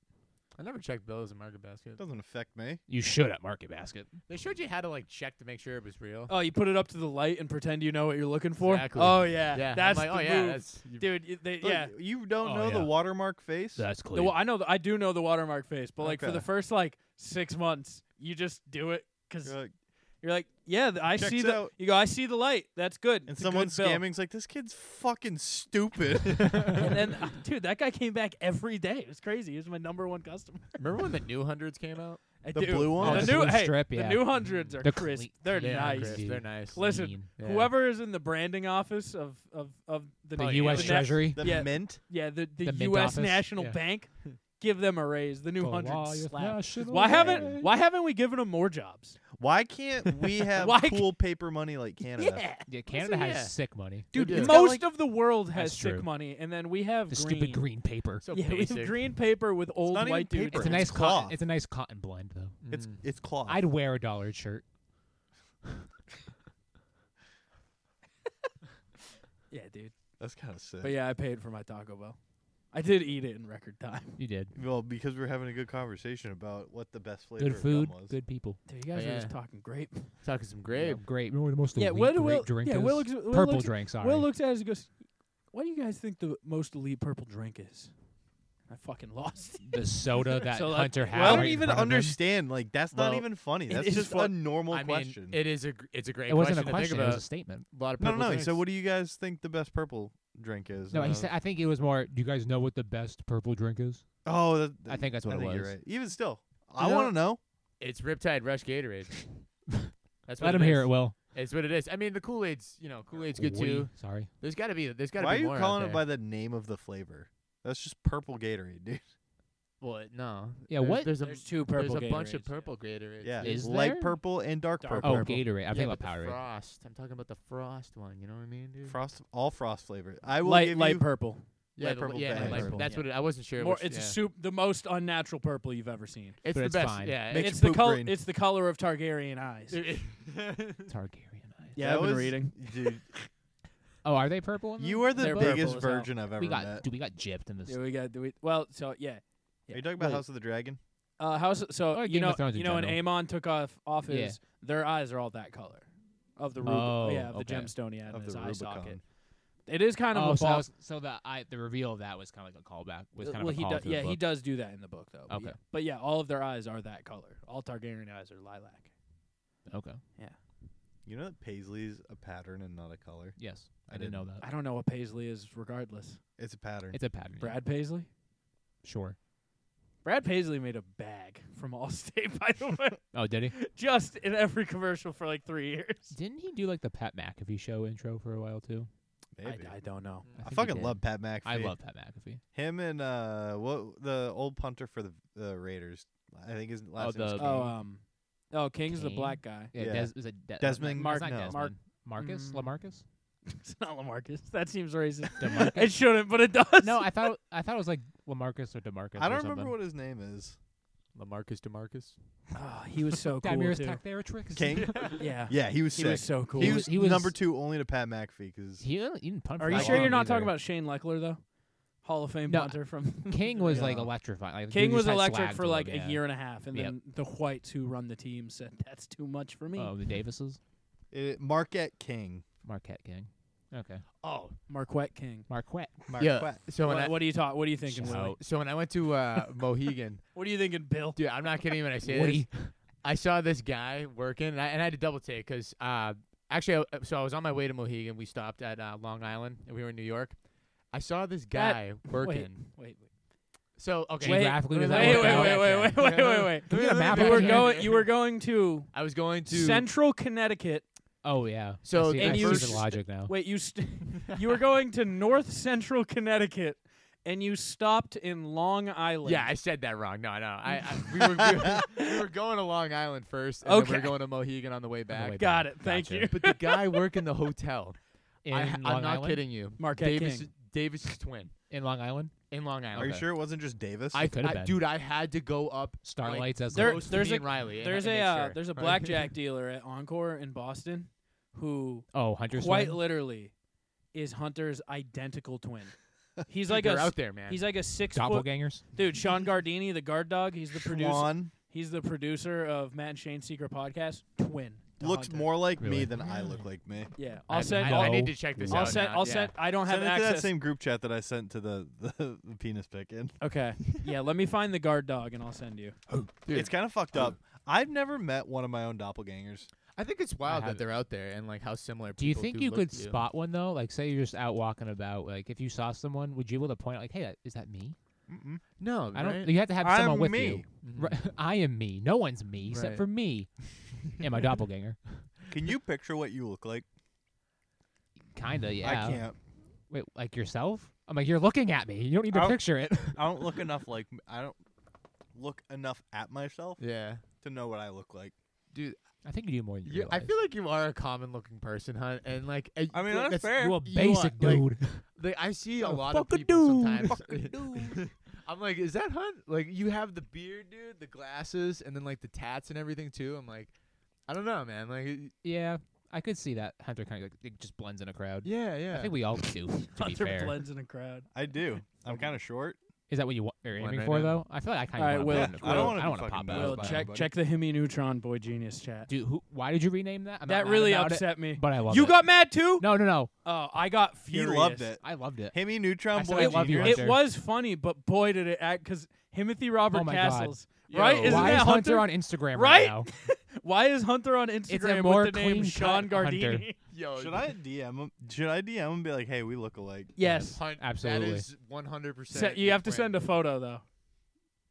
Speaker 4: I never checked bills in Market Basket.
Speaker 1: It doesn't affect me.
Speaker 2: You should at Market Basket.
Speaker 4: They showed you how to like check to make sure it was real.
Speaker 3: Oh, you put it up to the light and pretend you know what you're looking for.
Speaker 4: Exactly.
Speaker 3: Oh yeah,
Speaker 4: yeah. I'm
Speaker 3: that's
Speaker 4: like,
Speaker 3: the
Speaker 4: oh yeah,
Speaker 3: move.
Speaker 4: that's you-
Speaker 3: dude. y- They,
Speaker 1: Look,
Speaker 3: yeah,
Speaker 1: You don't
Speaker 2: Oh,
Speaker 1: know the
Speaker 2: yeah.
Speaker 1: watermark face?
Speaker 2: That's
Speaker 3: the,
Speaker 2: clear.
Speaker 3: wa- I know. The, I do know the watermark face, but like for
Speaker 1: Okay.
Speaker 3: the first like six months, you just do it because
Speaker 1: You're like-
Speaker 3: you're like, yeah, th- I
Speaker 1: Checks
Speaker 3: see the.
Speaker 1: out.
Speaker 3: You go, I see the light. That's good.
Speaker 1: and
Speaker 3: It's a
Speaker 1: someone
Speaker 3: good bill."
Speaker 1: scamming's like, this kid's fucking stupid.
Speaker 3: and then, uh, dude, that guy came back every day. It was crazy. He was my number one customer.
Speaker 4: Remember when the new hundreds came out?
Speaker 3: I
Speaker 1: The
Speaker 3: do.
Speaker 1: blue one?
Speaker 2: Oh,
Speaker 3: The
Speaker 2: the
Speaker 3: new
Speaker 2: blue
Speaker 3: hey,
Speaker 2: strip,
Speaker 3: the
Speaker 2: yeah.
Speaker 3: new hundreds are
Speaker 2: They're
Speaker 3: crisp.
Speaker 2: cle-
Speaker 3: They're
Speaker 4: Yeah,
Speaker 3: nice.
Speaker 4: Chris,
Speaker 2: dude.
Speaker 4: They're nice.
Speaker 3: Listen,
Speaker 2: Mean.
Speaker 4: Yeah.
Speaker 3: Whoever is in the branding office of of of
Speaker 2: the
Speaker 3: the,
Speaker 4: Probably
Speaker 2: U.S.
Speaker 4: alien.
Speaker 2: Treasury.
Speaker 1: the
Speaker 3: Yeah.
Speaker 1: mint?
Speaker 3: Yeah, the,
Speaker 2: The
Speaker 3: the,
Speaker 2: mint
Speaker 3: U.S.
Speaker 2: office?
Speaker 3: National
Speaker 2: Yeah.
Speaker 3: Bank. Give them a raise. The new
Speaker 2: The
Speaker 3: hundred
Speaker 2: lawyers
Speaker 3: slap.
Speaker 2: national
Speaker 3: Why haven't
Speaker 2: bank.
Speaker 3: Why haven't we given them more jobs?
Speaker 1: Why can't we have
Speaker 3: Why
Speaker 1: cool paper money like Canada?
Speaker 3: Yeah,
Speaker 2: Yeah, Canada has
Speaker 4: yeah.
Speaker 2: sick money.
Speaker 3: dude.
Speaker 4: do. It's got,
Speaker 3: Most
Speaker 1: like-
Speaker 3: of the world has
Speaker 2: That's
Speaker 3: sick
Speaker 2: true.
Speaker 3: money, and then we have
Speaker 2: The
Speaker 3: green.
Speaker 2: stupid green paper.
Speaker 4: So
Speaker 3: yeah, we have
Speaker 4: basic.
Speaker 3: green paper with old
Speaker 1: not even
Speaker 3: white dudes.
Speaker 1: paper,
Speaker 2: it's a
Speaker 1: It's
Speaker 2: nice cotton.
Speaker 1: cloth.
Speaker 2: It's a nice cotton blend though.
Speaker 1: It's
Speaker 4: Mm.
Speaker 1: it's cloth.
Speaker 2: I'd wear a dollared shirt.
Speaker 3: Yeah, dude.
Speaker 1: That's kind of sick.
Speaker 3: But yeah, I paid for my Taco Bell. I did eat it in record time.
Speaker 2: You did.
Speaker 1: Well, because we are having a good conversation about what the best flavor
Speaker 2: Good
Speaker 1: of
Speaker 2: food,
Speaker 1: gum was.
Speaker 2: good people.
Speaker 3: Dude, you guys
Speaker 4: yeah.
Speaker 3: are just talking grape.
Speaker 4: talking some
Speaker 2: Yeah,
Speaker 4: grape.
Speaker 2: great. Remember the most
Speaker 3: Yeah,
Speaker 2: elite
Speaker 3: what do
Speaker 2: grape
Speaker 3: Will-
Speaker 2: drink
Speaker 3: yeah,
Speaker 2: is?
Speaker 3: Will ex- Will
Speaker 2: Purple
Speaker 3: looks-
Speaker 2: drink, sorry.
Speaker 3: Will looks at us and goes, "What do you guys think the most elite purple drink is?" I fucking lost.
Speaker 2: the soda that
Speaker 3: So, like,
Speaker 2: Hunter had.
Speaker 1: Well, I don't
Speaker 2: right in
Speaker 1: even
Speaker 2: front of him.
Speaker 1: understand. Like that's not
Speaker 4: Well,
Speaker 1: even funny.
Speaker 4: it
Speaker 1: That's
Speaker 4: is
Speaker 1: just
Speaker 4: fu-
Speaker 1: a normal
Speaker 4: I
Speaker 1: question.
Speaker 4: mean, it is a gr- it's a great.
Speaker 2: It wasn't a
Speaker 4: question to
Speaker 2: question.
Speaker 4: Think
Speaker 2: It
Speaker 4: about.
Speaker 2: was a statement.
Speaker 4: a lot of
Speaker 1: no,
Speaker 4: purple
Speaker 1: no, no.
Speaker 4: drinks.
Speaker 1: So what do you guys think the best purple drink is?
Speaker 2: No,
Speaker 1: And
Speaker 2: he
Speaker 1: I
Speaker 2: said. I think it was more. Do you guys know what the best purple drink is?
Speaker 1: was- Oh, that,
Speaker 2: I think that's what
Speaker 1: I
Speaker 2: it
Speaker 1: think you're
Speaker 2: was.
Speaker 1: right. Even still,
Speaker 4: You
Speaker 1: I
Speaker 4: know-
Speaker 1: want to know.
Speaker 4: It's Riptide Rush Gatorade. That's what
Speaker 2: Let him
Speaker 4: is.
Speaker 2: hear it. Will.
Speaker 4: It's what it is. I mean, the Kool Aid's, you know, Kool Aid's good
Speaker 2: We-
Speaker 4: too.
Speaker 2: Sorry.
Speaker 4: There's got to be. There's got to be
Speaker 1: Why are you
Speaker 4: more out
Speaker 1: calling it
Speaker 4: there.
Speaker 1: by the name of the flavor? That's just purple Gatorade, dude.
Speaker 4: Well, it- no.
Speaker 2: Yeah,
Speaker 4: There's-
Speaker 2: what-
Speaker 4: There's a,
Speaker 3: There's two
Speaker 4: there's
Speaker 3: purple
Speaker 4: a bunch of
Speaker 3: Gatorades, yeah.
Speaker 4: purple Gatorades.
Speaker 1: Yeah,
Speaker 2: Is
Speaker 1: light
Speaker 2: there?
Speaker 1: purple and dark,
Speaker 3: Dark
Speaker 1: purple.
Speaker 2: Oh, Gatorade. I'm
Speaker 4: yeah,
Speaker 2: thinking about
Speaker 4: but the
Speaker 2: Powerade.
Speaker 4: Frost. I'm talking about the frost one. You know what I mean, dude?
Speaker 1: Frost, all frost flavor. I will
Speaker 3: light
Speaker 1: give
Speaker 3: light
Speaker 1: you
Speaker 3: purple.
Speaker 4: yeah,
Speaker 1: light
Speaker 4: the-
Speaker 1: purple
Speaker 4: Yeah,
Speaker 1: bag.
Speaker 4: light
Speaker 3: Purple.
Speaker 4: That's
Speaker 3: Yeah.
Speaker 4: what it, I wasn't sure.
Speaker 3: More,
Speaker 4: which,
Speaker 3: it's
Speaker 4: yeah.
Speaker 3: a soup, the most unnatural purple you've ever seen.
Speaker 2: but
Speaker 4: It's the
Speaker 2: it's
Speaker 4: best.
Speaker 2: fine.
Speaker 4: Yeah.
Speaker 1: Makes
Speaker 3: it's
Speaker 1: you
Speaker 3: the
Speaker 1: poop
Speaker 3: color.
Speaker 1: green.
Speaker 3: It's the color of Targaryen eyes.
Speaker 4: it-
Speaker 2: Targaryen. eyes.
Speaker 3: Yeah,
Speaker 1: That
Speaker 3: I've been
Speaker 1: was-
Speaker 3: reading.
Speaker 1: Dude,
Speaker 2: Oh, are they purple? In
Speaker 1: you are the
Speaker 3: They're purple
Speaker 1: biggest
Speaker 3: as hell.
Speaker 1: virgin I've ever
Speaker 2: We got.
Speaker 1: met.
Speaker 2: Dude, we got gypped in this.
Speaker 3: Yeah, we got. do we- Well, so yeah.
Speaker 1: Are you talking about
Speaker 3: Wait.
Speaker 1: House of the Dragon?
Speaker 3: Uh, how's so?
Speaker 2: Or
Speaker 3: you
Speaker 2: Game of
Speaker 3: know,
Speaker 2: Thrones in
Speaker 3: you know, when
Speaker 2: general.
Speaker 3: Amon took off off his,
Speaker 2: Yeah.
Speaker 3: their eyes are all that color, of the rub-
Speaker 2: Oh,
Speaker 3: yeah, of
Speaker 2: okay.
Speaker 3: the gemstone he had in
Speaker 1: Of
Speaker 3: his
Speaker 1: the
Speaker 3: eye socket.
Speaker 1: Rubicon.
Speaker 3: It is kind of
Speaker 2: Oh,
Speaker 3: a
Speaker 2: so, that
Speaker 3: ball-
Speaker 2: was, so the I, the reveal of that was kind of like a callback. Was kind
Speaker 3: well,
Speaker 2: of a
Speaker 3: he
Speaker 2: call
Speaker 3: do-
Speaker 2: to the
Speaker 3: yeah, he
Speaker 2: book.
Speaker 3: does do that in the book though. But
Speaker 2: Okay.
Speaker 3: yeah, but yeah, all of their eyes are that color. All Targaryen eyes are lilac.
Speaker 2: Okay.
Speaker 1: You know that paisley's a pattern and not a color.
Speaker 2: Yes. I,
Speaker 1: I
Speaker 2: didn't know
Speaker 1: didn't.
Speaker 2: that.
Speaker 3: I don't know what Paisley is. Regardless,
Speaker 1: It's a pattern.
Speaker 2: It's a pattern. yeah.
Speaker 3: Brad Paisley.
Speaker 2: Sure.
Speaker 3: Brad Paisley made a bag from Allstate, by the way,
Speaker 2: Oh, did he?
Speaker 3: just in every commercial for like three years.
Speaker 2: Didn't he do like the Pat McAfee show intro for a while too?
Speaker 3: I,
Speaker 1: Maybe.
Speaker 3: I don't know.
Speaker 2: I
Speaker 1: I,
Speaker 2: think he
Speaker 1: fucking
Speaker 2: did.
Speaker 1: love Pat McAfee.
Speaker 2: I love Pat McAfee.
Speaker 1: him and uh, what the old punter for the the Raiders. I think his last name is
Speaker 2: the-
Speaker 1: Kane.
Speaker 3: Oh, um, oh, King's the
Speaker 2: Kane?
Speaker 3: black guy.
Speaker 2: Yeah.
Speaker 1: Yeah.
Speaker 2: Des- is it De-
Speaker 1: Desmond-
Speaker 2: Mar- it's
Speaker 1: Mark-
Speaker 2: not
Speaker 1: no.
Speaker 2: Desmond.
Speaker 3: Mark-
Speaker 2: Marcus?
Speaker 3: Mm.
Speaker 2: Lamarcus?
Speaker 3: It's not Lamarcus. That seems racist.
Speaker 2: Demarcus?
Speaker 3: it shouldn't, but it does.
Speaker 2: no, I thought I thought it was like Lamarcus or Demarcus.
Speaker 1: I
Speaker 2: or
Speaker 1: don't
Speaker 2: something.
Speaker 1: remember what his name is.
Speaker 4: Lamarcus Demarcus.
Speaker 3: Oh, he was so cool
Speaker 2: Damir's
Speaker 3: too.
Speaker 2: Tacteratrix.
Speaker 1: King.
Speaker 3: yeah.
Speaker 1: yeah, he was
Speaker 3: He
Speaker 1: sick.
Speaker 3: was so cool.
Speaker 1: He,
Speaker 2: He
Speaker 1: was,
Speaker 2: was- he was-
Speaker 1: number two only to Pat McAfee because
Speaker 2: He, he didn't punt.
Speaker 3: Are
Speaker 2: for
Speaker 3: you
Speaker 2: that
Speaker 3: sure you're
Speaker 2: long
Speaker 3: not talking
Speaker 2: either.
Speaker 3: about Shane Leckler though? Hall of Fame
Speaker 2: No,
Speaker 3: punter from
Speaker 2: King was like
Speaker 1: Yeah.
Speaker 2: electrifying. Like, the
Speaker 3: King
Speaker 2: dude
Speaker 3: was
Speaker 2: just had
Speaker 3: electric
Speaker 2: swag
Speaker 3: for
Speaker 2: to
Speaker 3: like
Speaker 2: him, yeah.
Speaker 3: a year and a half, and
Speaker 2: Yep.
Speaker 3: then the whites who run the team said that's too much for me.
Speaker 2: Oh, the Davises,
Speaker 1: it, Marquette King.
Speaker 2: Marquette King. Okay,
Speaker 4: Oh,
Speaker 3: Marquette King.
Speaker 2: Marquette.
Speaker 1: Marquette.
Speaker 4: So when
Speaker 3: what,
Speaker 4: I,
Speaker 3: what are you talking? What are you thinking,
Speaker 2: Shout
Speaker 3: Willie?
Speaker 2: out.
Speaker 4: so when I went to uh, Mohegan,
Speaker 3: What are you thinking, Bill?
Speaker 4: dude, I'm not kidding when I say this.
Speaker 2: Woody.
Speaker 4: I saw this guy working, and I, and I had to double take because uh, actually, I, so I was on my way to Mohegan. We stopped at uh, Long Island, and we were in New York. I saw this
Speaker 3: That-
Speaker 4: guy working.
Speaker 3: Wait, wait,
Speaker 4: So okay,
Speaker 3: wait,
Speaker 2: Geographically,
Speaker 3: wait,
Speaker 2: does
Speaker 3: wait,
Speaker 2: that
Speaker 3: wait,
Speaker 2: work
Speaker 3: wait,
Speaker 2: out?
Speaker 3: wait, wait, wait, wait, wait.
Speaker 2: Can we get a map
Speaker 3: You
Speaker 2: out
Speaker 3: were
Speaker 2: here?
Speaker 3: going. You were going to
Speaker 4: I was going to.
Speaker 3: Central Connecticut.
Speaker 2: Oh yeah.
Speaker 4: So
Speaker 2: I see,
Speaker 4: and
Speaker 2: I see
Speaker 3: you
Speaker 2: the
Speaker 3: s-
Speaker 2: logic now.
Speaker 3: Wait, you st- you were going to North Central Connecticut, and you stopped in Long Island.
Speaker 4: yeah, I said that wrong. No, no, I, I we, were, we, were, we were going to Long Island first, and then we
Speaker 3: Okay.
Speaker 4: were going to Mohegan on the way back.
Speaker 2: way back.
Speaker 3: got it. Thank
Speaker 2: Gotcha.
Speaker 3: you.
Speaker 4: But the guy working the hotel,
Speaker 2: in
Speaker 4: I,
Speaker 2: Long
Speaker 4: I'm not
Speaker 2: Island?
Speaker 4: kidding you,
Speaker 3: Marquette
Speaker 4: Davis,
Speaker 3: King.
Speaker 4: Davis's twin
Speaker 2: In Long Island,
Speaker 4: in Long Island.
Speaker 1: Are you sure it wasn't just Davis?
Speaker 4: I,
Speaker 2: could've
Speaker 4: I-
Speaker 2: been.
Speaker 4: dude, I had to go up
Speaker 2: Starlights as
Speaker 3: There-
Speaker 2: the
Speaker 4: close to
Speaker 3: there's
Speaker 4: me
Speaker 3: a-
Speaker 4: and Riley. and-
Speaker 3: There's
Speaker 4: and
Speaker 3: a
Speaker 4: make
Speaker 3: uh,
Speaker 4: sure.
Speaker 3: there's a
Speaker 4: Right?
Speaker 3: blackjack dealer at Encore in Boston, who
Speaker 2: oh Hunter's
Speaker 3: quite
Speaker 2: Swing?
Speaker 3: literally is Hunter's identical twin. He's
Speaker 4: Dude,
Speaker 3: like
Speaker 4: they're
Speaker 3: a
Speaker 4: out there, man.
Speaker 3: he's like a six foot
Speaker 2: doppelgangers.
Speaker 3: dude. Sean Gardini, the guard dog. He's the producer.
Speaker 1: Tron
Speaker 3: He's the producer of Matt and Shane's Secret Podcast. Twin to
Speaker 1: looks
Speaker 3: Hunter.
Speaker 1: more like me
Speaker 2: Really?
Speaker 1: than I look like me.
Speaker 3: Yeah,
Speaker 2: I
Speaker 3: I'll
Speaker 2: have
Speaker 3: send.
Speaker 2: no
Speaker 4: I, I
Speaker 3: I'll,
Speaker 4: need to check this
Speaker 2: I'll
Speaker 3: I'll
Speaker 4: out.
Speaker 3: send.
Speaker 4: now.
Speaker 3: I'll
Speaker 4: Yeah.
Speaker 3: send. I don't have
Speaker 1: Send it to
Speaker 3: access.
Speaker 1: that same group chat that I sent to the the, the penis pic in.
Speaker 3: Okay. Yeah, let me find the guard dog and I'll send you.
Speaker 4: Dude.
Speaker 1: It's kind of fucked up. I've never met one of my own doppelgangers.
Speaker 4: I think it's wild that
Speaker 2: haven't.
Speaker 4: they're out there and like how similar.
Speaker 2: Do you
Speaker 4: people
Speaker 2: think
Speaker 4: do
Speaker 2: you
Speaker 4: look
Speaker 2: could
Speaker 4: to
Speaker 2: spot one though? Like, say you're just out walking about. Like, if you saw someone, would you be able to point out, like, "Hey, that- is that me?"
Speaker 1: Mm-mm.
Speaker 4: No,
Speaker 2: I don't.
Speaker 4: right? Mm-hmm.
Speaker 2: You have to have someone
Speaker 1: I'm
Speaker 2: with
Speaker 1: me.
Speaker 2: you. Right. I am me. No one's me
Speaker 4: Right.
Speaker 2: except for me and my doppelganger.
Speaker 1: Can you picture what you look like?
Speaker 2: Kinda, yeah.
Speaker 1: I can't.
Speaker 2: Wait, like yourself? I'm like, you're looking at me. You don't need to
Speaker 1: I'll-
Speaker 2: picture it.
Speaker 1: I don't look enough like m- I don't look enough at myself
Speaker 4: Yeah,
Speaker 1: to know what I look like.
Speaker 4: dude.
Speaker 2: I think you do more than you
Speaker 4: You, I feel like you are a common-looking person, huh? And like, I
Speaker 1: I mean, that's fair.
Speaker 2: you a
Speaker 4: you
Speaker 2: basic
Speaker 4: are, like-
Speaker 2: dude.
Speaker 4: Like, I see a
Speaker 2: Oh,
Speaker 4: lot of
Speaker 2: fuck a
Speaker 4: people
Speaker 2: dude.
Speaker 4: sometimes. I'm like, is that Hunt? Like, you have the beard, dude, the glasses, and then like the tats and everything too. I'm like, I don't know, man. Like, it-
Speaker 2: yeah, I could see that Hunter kind of like it just blends in a crowd.
Speaker 4: yeah, yeah.
Speaker 2: I think we all do. To be
Speaker 3: Hunter
Speaker 2: fair,
Speaker 3: blends in a crowd.
Speaker 1: I do. I'm kind of short.
Speaker 2: Is that what you wa- are
Speaker 4: One
Speaker 2: aiming
Speaker 4: right
Speaker 2: for,
Speaker 4: now.
Speaker 2: though? I feel like I kind
Speaker 3: All right,
Speaker 2: of
Speaker 3: Will,
Speaker 2: want to.
Speaker 3: I don't
Speaker 1: wanna be
Speaker 2: I don't want to
Speaker 1: fucking
Speaker 2: pop
Speaker 1: Will,
Speaker 2: out.
Speaker 3: Will,
Speaker 2: but-
Speaker 3: check
Speaker 1: buddy.
Speaker 3: check the Hemi Neutron Boy Genius chat.
Speaker 2: Uh, Dude, who? Why did you rename that? I'm not
Speaker 3: that
Speaker 2: mad
Speaker 3: really
Speaker 2: about it,
Speaker 3: upset me.
Speaker 2: but I love
Speaker 3: you
Speaker 2: it.
Speaker 3: got mad too?
Speaker 2: No, no, no.
Speaker 3: Oh, I got
Speaker 1: He
Speaker 3: furious.
Speaker 1: loved it.
Speaker 2: I loved it.
Speaker 1: Hemi Neutron
Speaker 2: I said
Speaker 1: Boy
Speaker 2: I love you,
Speaker 1: Jr.
Speaker 2: Hunter.
Speaker 3: It was funny, but boy did it act because Timothy Robert
Speaker 2: Oh my God.
Speaker 3: Castles. Right?
Speaker 1: Yo.
Speaker 3: Isn't
Speaker 2: Why
Speaker 3: that
Speaker 2: is Hunter?
Speaker 3: Hunter?
Speaker 2: on Instagram
Speaker 3: Right?
Speaker 2: now?
Speaker 3: Why is Hunter on Instagram
Speaker 2: more
Speaker 3: with the name
Speaker 2: clean-cut
Speaker 3: Sean
Speaker 2: Hunter.
Speaker 3: Gardini?
Speaker 4: Yo,
Speaker 1: Should I DM him? Should I DM him and be like, hey, we look alike?
Speaker 3: Yes.
Speaker 4: Hunt,
Speaker 2: Absolutely.
Speaker 4: That is 100.
Speaker 3: Se-
Speaker 4: percent
Speaker 3: you have to send a photo though.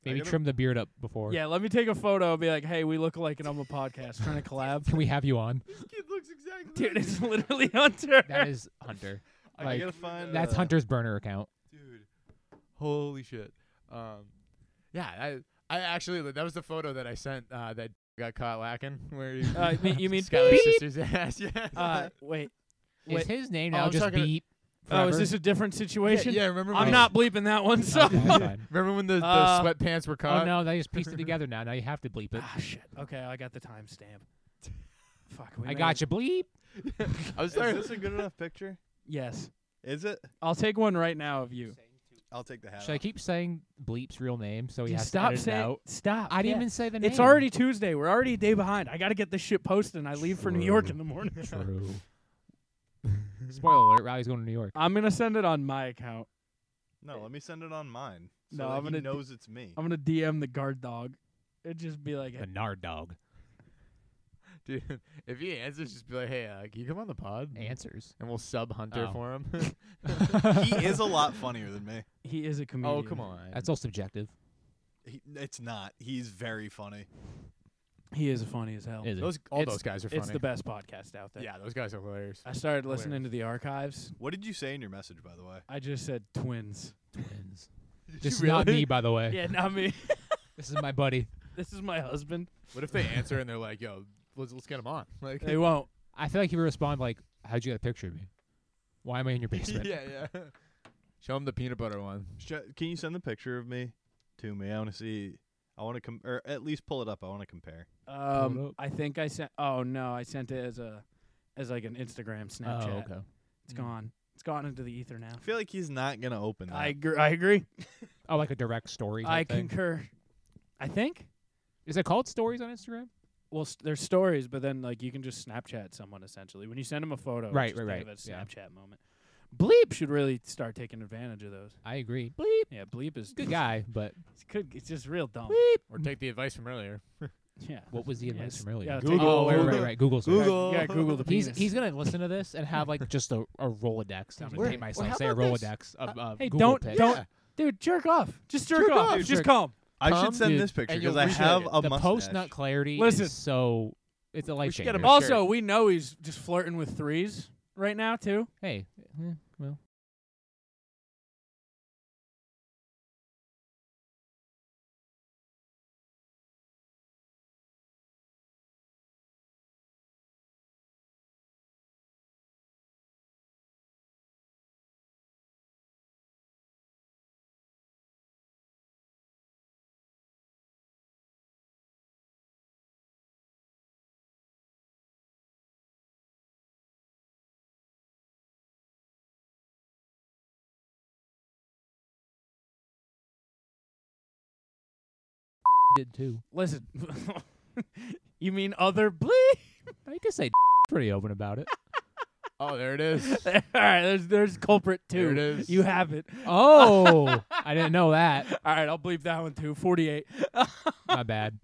Speaker 2: Maybe
Speaker 1: gotta-
Speaker 2: trim the beard up before.
Speaker 3: Yeah, let me take a photo and be like, "Hey, we look alike, and I'm a podcast trying to collab."
Speaker 2: Can we have you on?
Speaker 4: This kid looks exactly.
Speaker 3: Dude, it's literally Hunter.
Speaker 2: That is Hunter.
Speaker 4: I
Speaker 1: I
Speaker 2: Like,
Speaker 1: gotta find.
Speaker 2: that's
Speaker 1: uh,
Speaker 2: Hunter's burner account.
Speaker 4: dude. Holy shit. Um, yeah, I I actually that was the photo that I sent uh, that got caught lacking. Where he,
Speaker 3: Uh, me- you mean-
Speaker 4: Skylar
Speaker 3: Beep.
Speaker 4: sister's ass? Yeah.
Speaker 3: uh, wait.
Speaker 2: Is
Speaker 3: Wait.
Speaker 2: his name
Speaker 4: Oh,
Speaker 2: now
Speaker 4: I'm
Speaker 2: just
Speaker 4: talking to-
Speaker 2: Beep?
Speaker 3: Oh, is
Speaker 2: forever?
Speaker 3: this a different
Speaker 4: yeah,
Speaker 3: situation?
Speaker 4: yeah, remember?
Speaker 3: I'm
Speaker 4: when-
Speaker 3: not bleeping that one. So.
Speaker 2: Okay, that's fine.
Speaker 4: Remember when the, the
Speaker 3: Uh,
Speaker 4: sweatpants were caught?
Speaker 2: Oh no, they just pieced it together now. Now you have to bleep it.
Speaker 3: ah, shit. Okay, I got the timestamp. Fuck. We
Speaker 2: I got you. Bleep.
Speaker 4: I was
Speaker 1: Is
Speaker 4: sorry.
Speaker 1: this a good enough picture?
Speaker 3: Yes.
Speaker 1: Is it?
Speaker 3: I'll take one right now of you.
Speaker 1: I'll take the hat.
Speaker 2: Should I
Speaker 1: off.
Speaker 2: keep saying Bleep's real name so he
Speaker 3: Just
Speaker 2: has
Speaker 3: Oh.
Speaker 2: to
Speaker 3: stop
Speaker 2: edit Oh, it
Speaker 3: saying.
Speaker 2: out?
Speaker 3: Stop.
Speaker 2: I didn't
Speaker 3: yeah.
Speaker 2: even say the name.
Speaker 3: It's already Tuesday. We're already a day behind. I got to get this shit posted, and I leave for New York
Speaker 2: True.
Speaker 3: in the morning.
Speaker 2: true. Spoiler alert: Riley's going to New York.
Speaker 3: I'm gonna send it on my account.
Speaker 1: No, let me send it on mine. So
Speaker 3: No,
Speaker 1: that
Speaker 3: I'm
Speaker 1: he
Speaker 3: gonna d-
Speaker 1: knows it's me.
Speaker 3: I'm gonna DM the guard dog. It'd just be like,
Speaker 2: The Nard Dog
Speaker 4: Dude, if he answers, just be like, "Hey, uh, can you come on the pod?"
Speaker 3: Mm-hmm.
Speaker 2: answers.
Speaker 4: and we'll sub Hunter
Speaker 2: Oh.
Speaker 4: for him.
Speaker 1: he is a lot funnier than me.
Speaker 3: he is a comedian.
Speaker 4: oh come on.
Speaker 2: That's all subjective.
Speaker 1: He, it's not. He's very funny.
Speaker 3: He is funny as hell.
Speaker 2: Is it?
Speaker 4: Those all
Speaker 3: It's-
Speaker 4: those guys are funny.
Speaker 3: It's the best podcast out there.
Speaker 4: Yeah, those guys are hilarious.
Speaker 3: I started listening to the archives.
Speaker 1: What did you say in your message, by the way?
Speaker 3: I just said twins.
Speaker 2: Twins. This is not me, by the way.
Speaker 3: yeah, not me.
Speaker 2: This is my buddy.
Speaker 3: this is my husband.
Speaker 4: What if they answer and they're like, "Yo, let's let's get him on." Like,
Speaker 3: They won't.
Speaker 2: I feel like he would respond like, "How'd you get a picture of me? Why am I in your basement?"
Speaker 4: yeah, yeah. Show him the peanut butter one.
Speaker 1: Sh- can you send the picture of me to me? I want to see. I want to com- or at least pull it up. I want to compare.
Speaker 2: Hold
Speaker 3: Um,
Speaker 2: up.
Speaker 3: I think I sent. Oh no, I sent it as a, as like an Instagram
Speaker 2: Oh,
Speaker 3: Snapchat.
Speaker 2: okay.
Speaker 3: It's gone. It's gone into the ether now.
Speaker 1: I feel like he's not gonna open that.
Speaker 3: I agree. I agree.
Speaker 2: Oh, like a direct story.
Speaker 3: I
Speaker 2: type thing.
Speaker 3: concur. I think.
Speaker 2: Is it called stories on Instagram?
Speaker 3: Well, s- there's stories, but then like you can just Snapchat someone essentially when you send them a photo. it's
Speaker 2: Right,
Speaker 3: just
Speaker 2: right,
Speaker 3: kind of
Speaker 2: right,
Speaker 3: a
Speaker 2: yeah.
Speaker 3: Snapchat moment. Bleep should really start taking advantage of those.
Speaker 2: I agree. Bleep.
Speaker 3: Yeah, Bleep is
Speaker 2: Good guy, but
Speaker 3: It's, good, it's just real dumb.
Speaker 2: bleep.
Speaker 4: Or take the advice from earlier.
Speaker 3: Yeah.
Speaker 2: What was the
Speaker 3: Yeah,
Speaker 2: advice
Speaker 3: it's-
Speaker 2: from earlier?
Speaker 3: yeah,
Speaker 1: Google.
Speaker 2: Oh, right, right, right. Google. sorry.
Speaker 1: Google.
Speaker 3: Yeah, Google the
Speaker 2: He's
Speaker 3: penis.
Speaker 2: he's gonna listen to this and have like just a, a Rolodex. I'm gonna
Speaker 4: Where-
Speaker 2: hate
Speaker 4: well,
Speaker 2: myself.
Speaker 4: how
Speaker 2: say a
Speaker 4: about this?
Speaker 2: Rolodex of uh,
Speaker 3: hey,
Speaker 2: Google
Speaker 3: don't
Speaker 2: pics.
Speaker 3: don't, dude, jerk off. Just jerk,
Speaker 2: Jerk
Speaker 3: off.
Speaker 2: off.
Speaker 3: Just
Speaker 2: Jerk-
Speaker 3: calm.
Speaker 1: I
Speaker 4: Tom,
Speaker 1: should send
Speaker 4: dude,
Speaker 1: this picture
Speaker 4: and you'll
Speaker 1: because I
Speaker 4: appreciate
Speaker 1: have
Speaker 4: it.
Speaker 1: a
Speaker 2: the
Speaker 1: mustache.
Speaker 2: post nut clarity
Speaker 3: Listen.
Speaker 2: is so it's a life
Speaker 4: should get
Speaker 2: changer.
Speaker 4: him a shirt.
Speaker 3: Also, we know he's just flirting with threes right now too.
Speaker 2: Hey, eh, well, did too.
Speaker 3: Listen, you mean other bleep?
Speaker 2: I guess I pretty open about it.
Speaker 4: Oh, there it is.
Speaker 3: All right, there's there's culprit two.
Speaker 4: There it is.
Speaker 3: You have it.
Speaker 2: Oh, I didn't know that.
Speaker 3: All right, I'll bleep that one too. Forty-eight.
Speaker 2: My bad.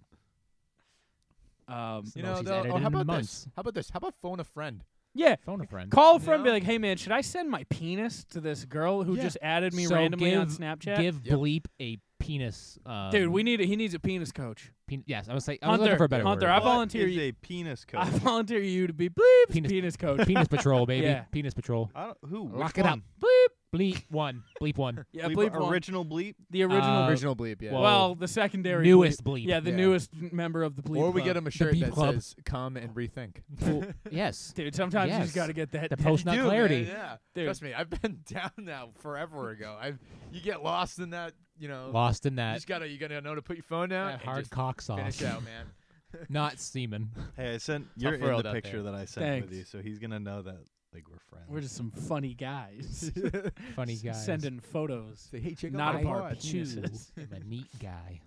Speaker 3: Um,
Speaker 4: You
Speaker 2: No,
Speaker 4: know,
Speaker 2: she's
Speaker 4: though-
Speaker 2: edited
Speaker 4: oh,
Speaker 2: in
Speaker 4: how about
Speaker 2: months.
Speaker 4: this? How about this? How about phone a friend?
Speaker 3: yeah,
Speaker 2: Phone a friend.
Speaker 3: call a friend,
Speaker 4: know?
Speaker 3: be like, "Hey, man, should I send my penis to this girl who
Speaker 4: Yeah.
Speaker 3: just added me
Speaker 2: So
Speaker 3: randomly on
Speaker 2: give-
Speaker 3: Snapchat?"
Speaker 2: Give
Speaker 4: Yep.
Speaker 2: bleep a penis. Um,
Speaker 3: Dude, we need a, he needs a penis coach.
Speaker 2: Pen- yes, I was like, I was
Speaker 3: Hunter,
Speaker 2: looking for a better
Speaker 3: Hunter,
Speaker 2: word.
Speaker 3: I volunteer
Speaker 1: What is
Speaker 3: you-
Speaker 1: a penis coat.
Speaker 3: I volunteer you to be bleep
Speaker 2: Penis-
Speaker 3: penis, coach.
Speaker 2: Penis patrol, baby.
Speaker 3: Yeah. Uh,
Speaker 2: Penis patrol.
Speaker 1: I don't, who?
Speaker 2: Lock
Speaker 1: which
Speaker 2: it up.
Speaker 1: one?
Speaker 2: Bleep. Bleep one. Bleep one.
Speaker 3: yeah,
Speaker 1: Bleep-
Speaker 3: bleep one.
Speaker 1: original bleep.
Speaker 3: the original.
Speaker 2: Uh,
Speaker 4: Original bleep, yeah.
Speaker 2: well,
Speaker 3: well, the secondary
Speaker 2: Newest
Speaker 3: bleep.
Speaker 2: bleep.
Speaker 3: Yeah, the
Speaker 4: Yeah.
Speaker 3: newest n- member of the bleep.
Speaker 4: or we
Speaker 3: club.
Speaker 4: get him a shirt
Speaker 2: beep
Speaker 4: that
Speaker 2: club.
Speaker 4: says "Come and rethink."
Speaker 2: Well, yes.
Speaker 3: Dude, sometimes you
Speaker 2: Yes.
Speaker 3: just got to get that.
Speaker 2: The post not
Speaker 4: Dude,
Speaker 2: clarity.
Speaker 4: man, yeah.
Speaker 3: Dude.
Speaker 4: Trust me, I've been down that forever ago. I you get lost in that, you know.
Speaker 2: Lost in
Speaker 4: You
Speaker 2: that,
Speaker 4: just gotta you gotta know to put your phone down
Speaker 2: that
Speaker 4: and
Speaker 2: hard
Speaker 4: just
Speaker 2: cock
Speaker 4: finish
Speaker 2: sauce.
Speaker 4: out, man.
Speaker 2: Not semen.
Speaker 1: Hey, I sent. You're in
Speaker 4: world
Speaker 1: the
Speaker 4: out
Speaker 1: picture
Speaker 4: there.
Speaker 1: that I sent with
Speaker 3: Thanks.
Speaker 1: you, so he's gonna know that like we're friends.
Speaker 3: We're just some funny guys.
Speaker 2: Funny guy.
Speaker 3: Sending photos.
Speaker 4: Say, hey, check
Speaker 3: Not
Speaker 4: out
Speaker 3: a
Speaker 4: my
Speaker 3: bar,
Speaker 4: watch."
Speaker 3: chew.
Speaker 2: penises. I'm a neat guy.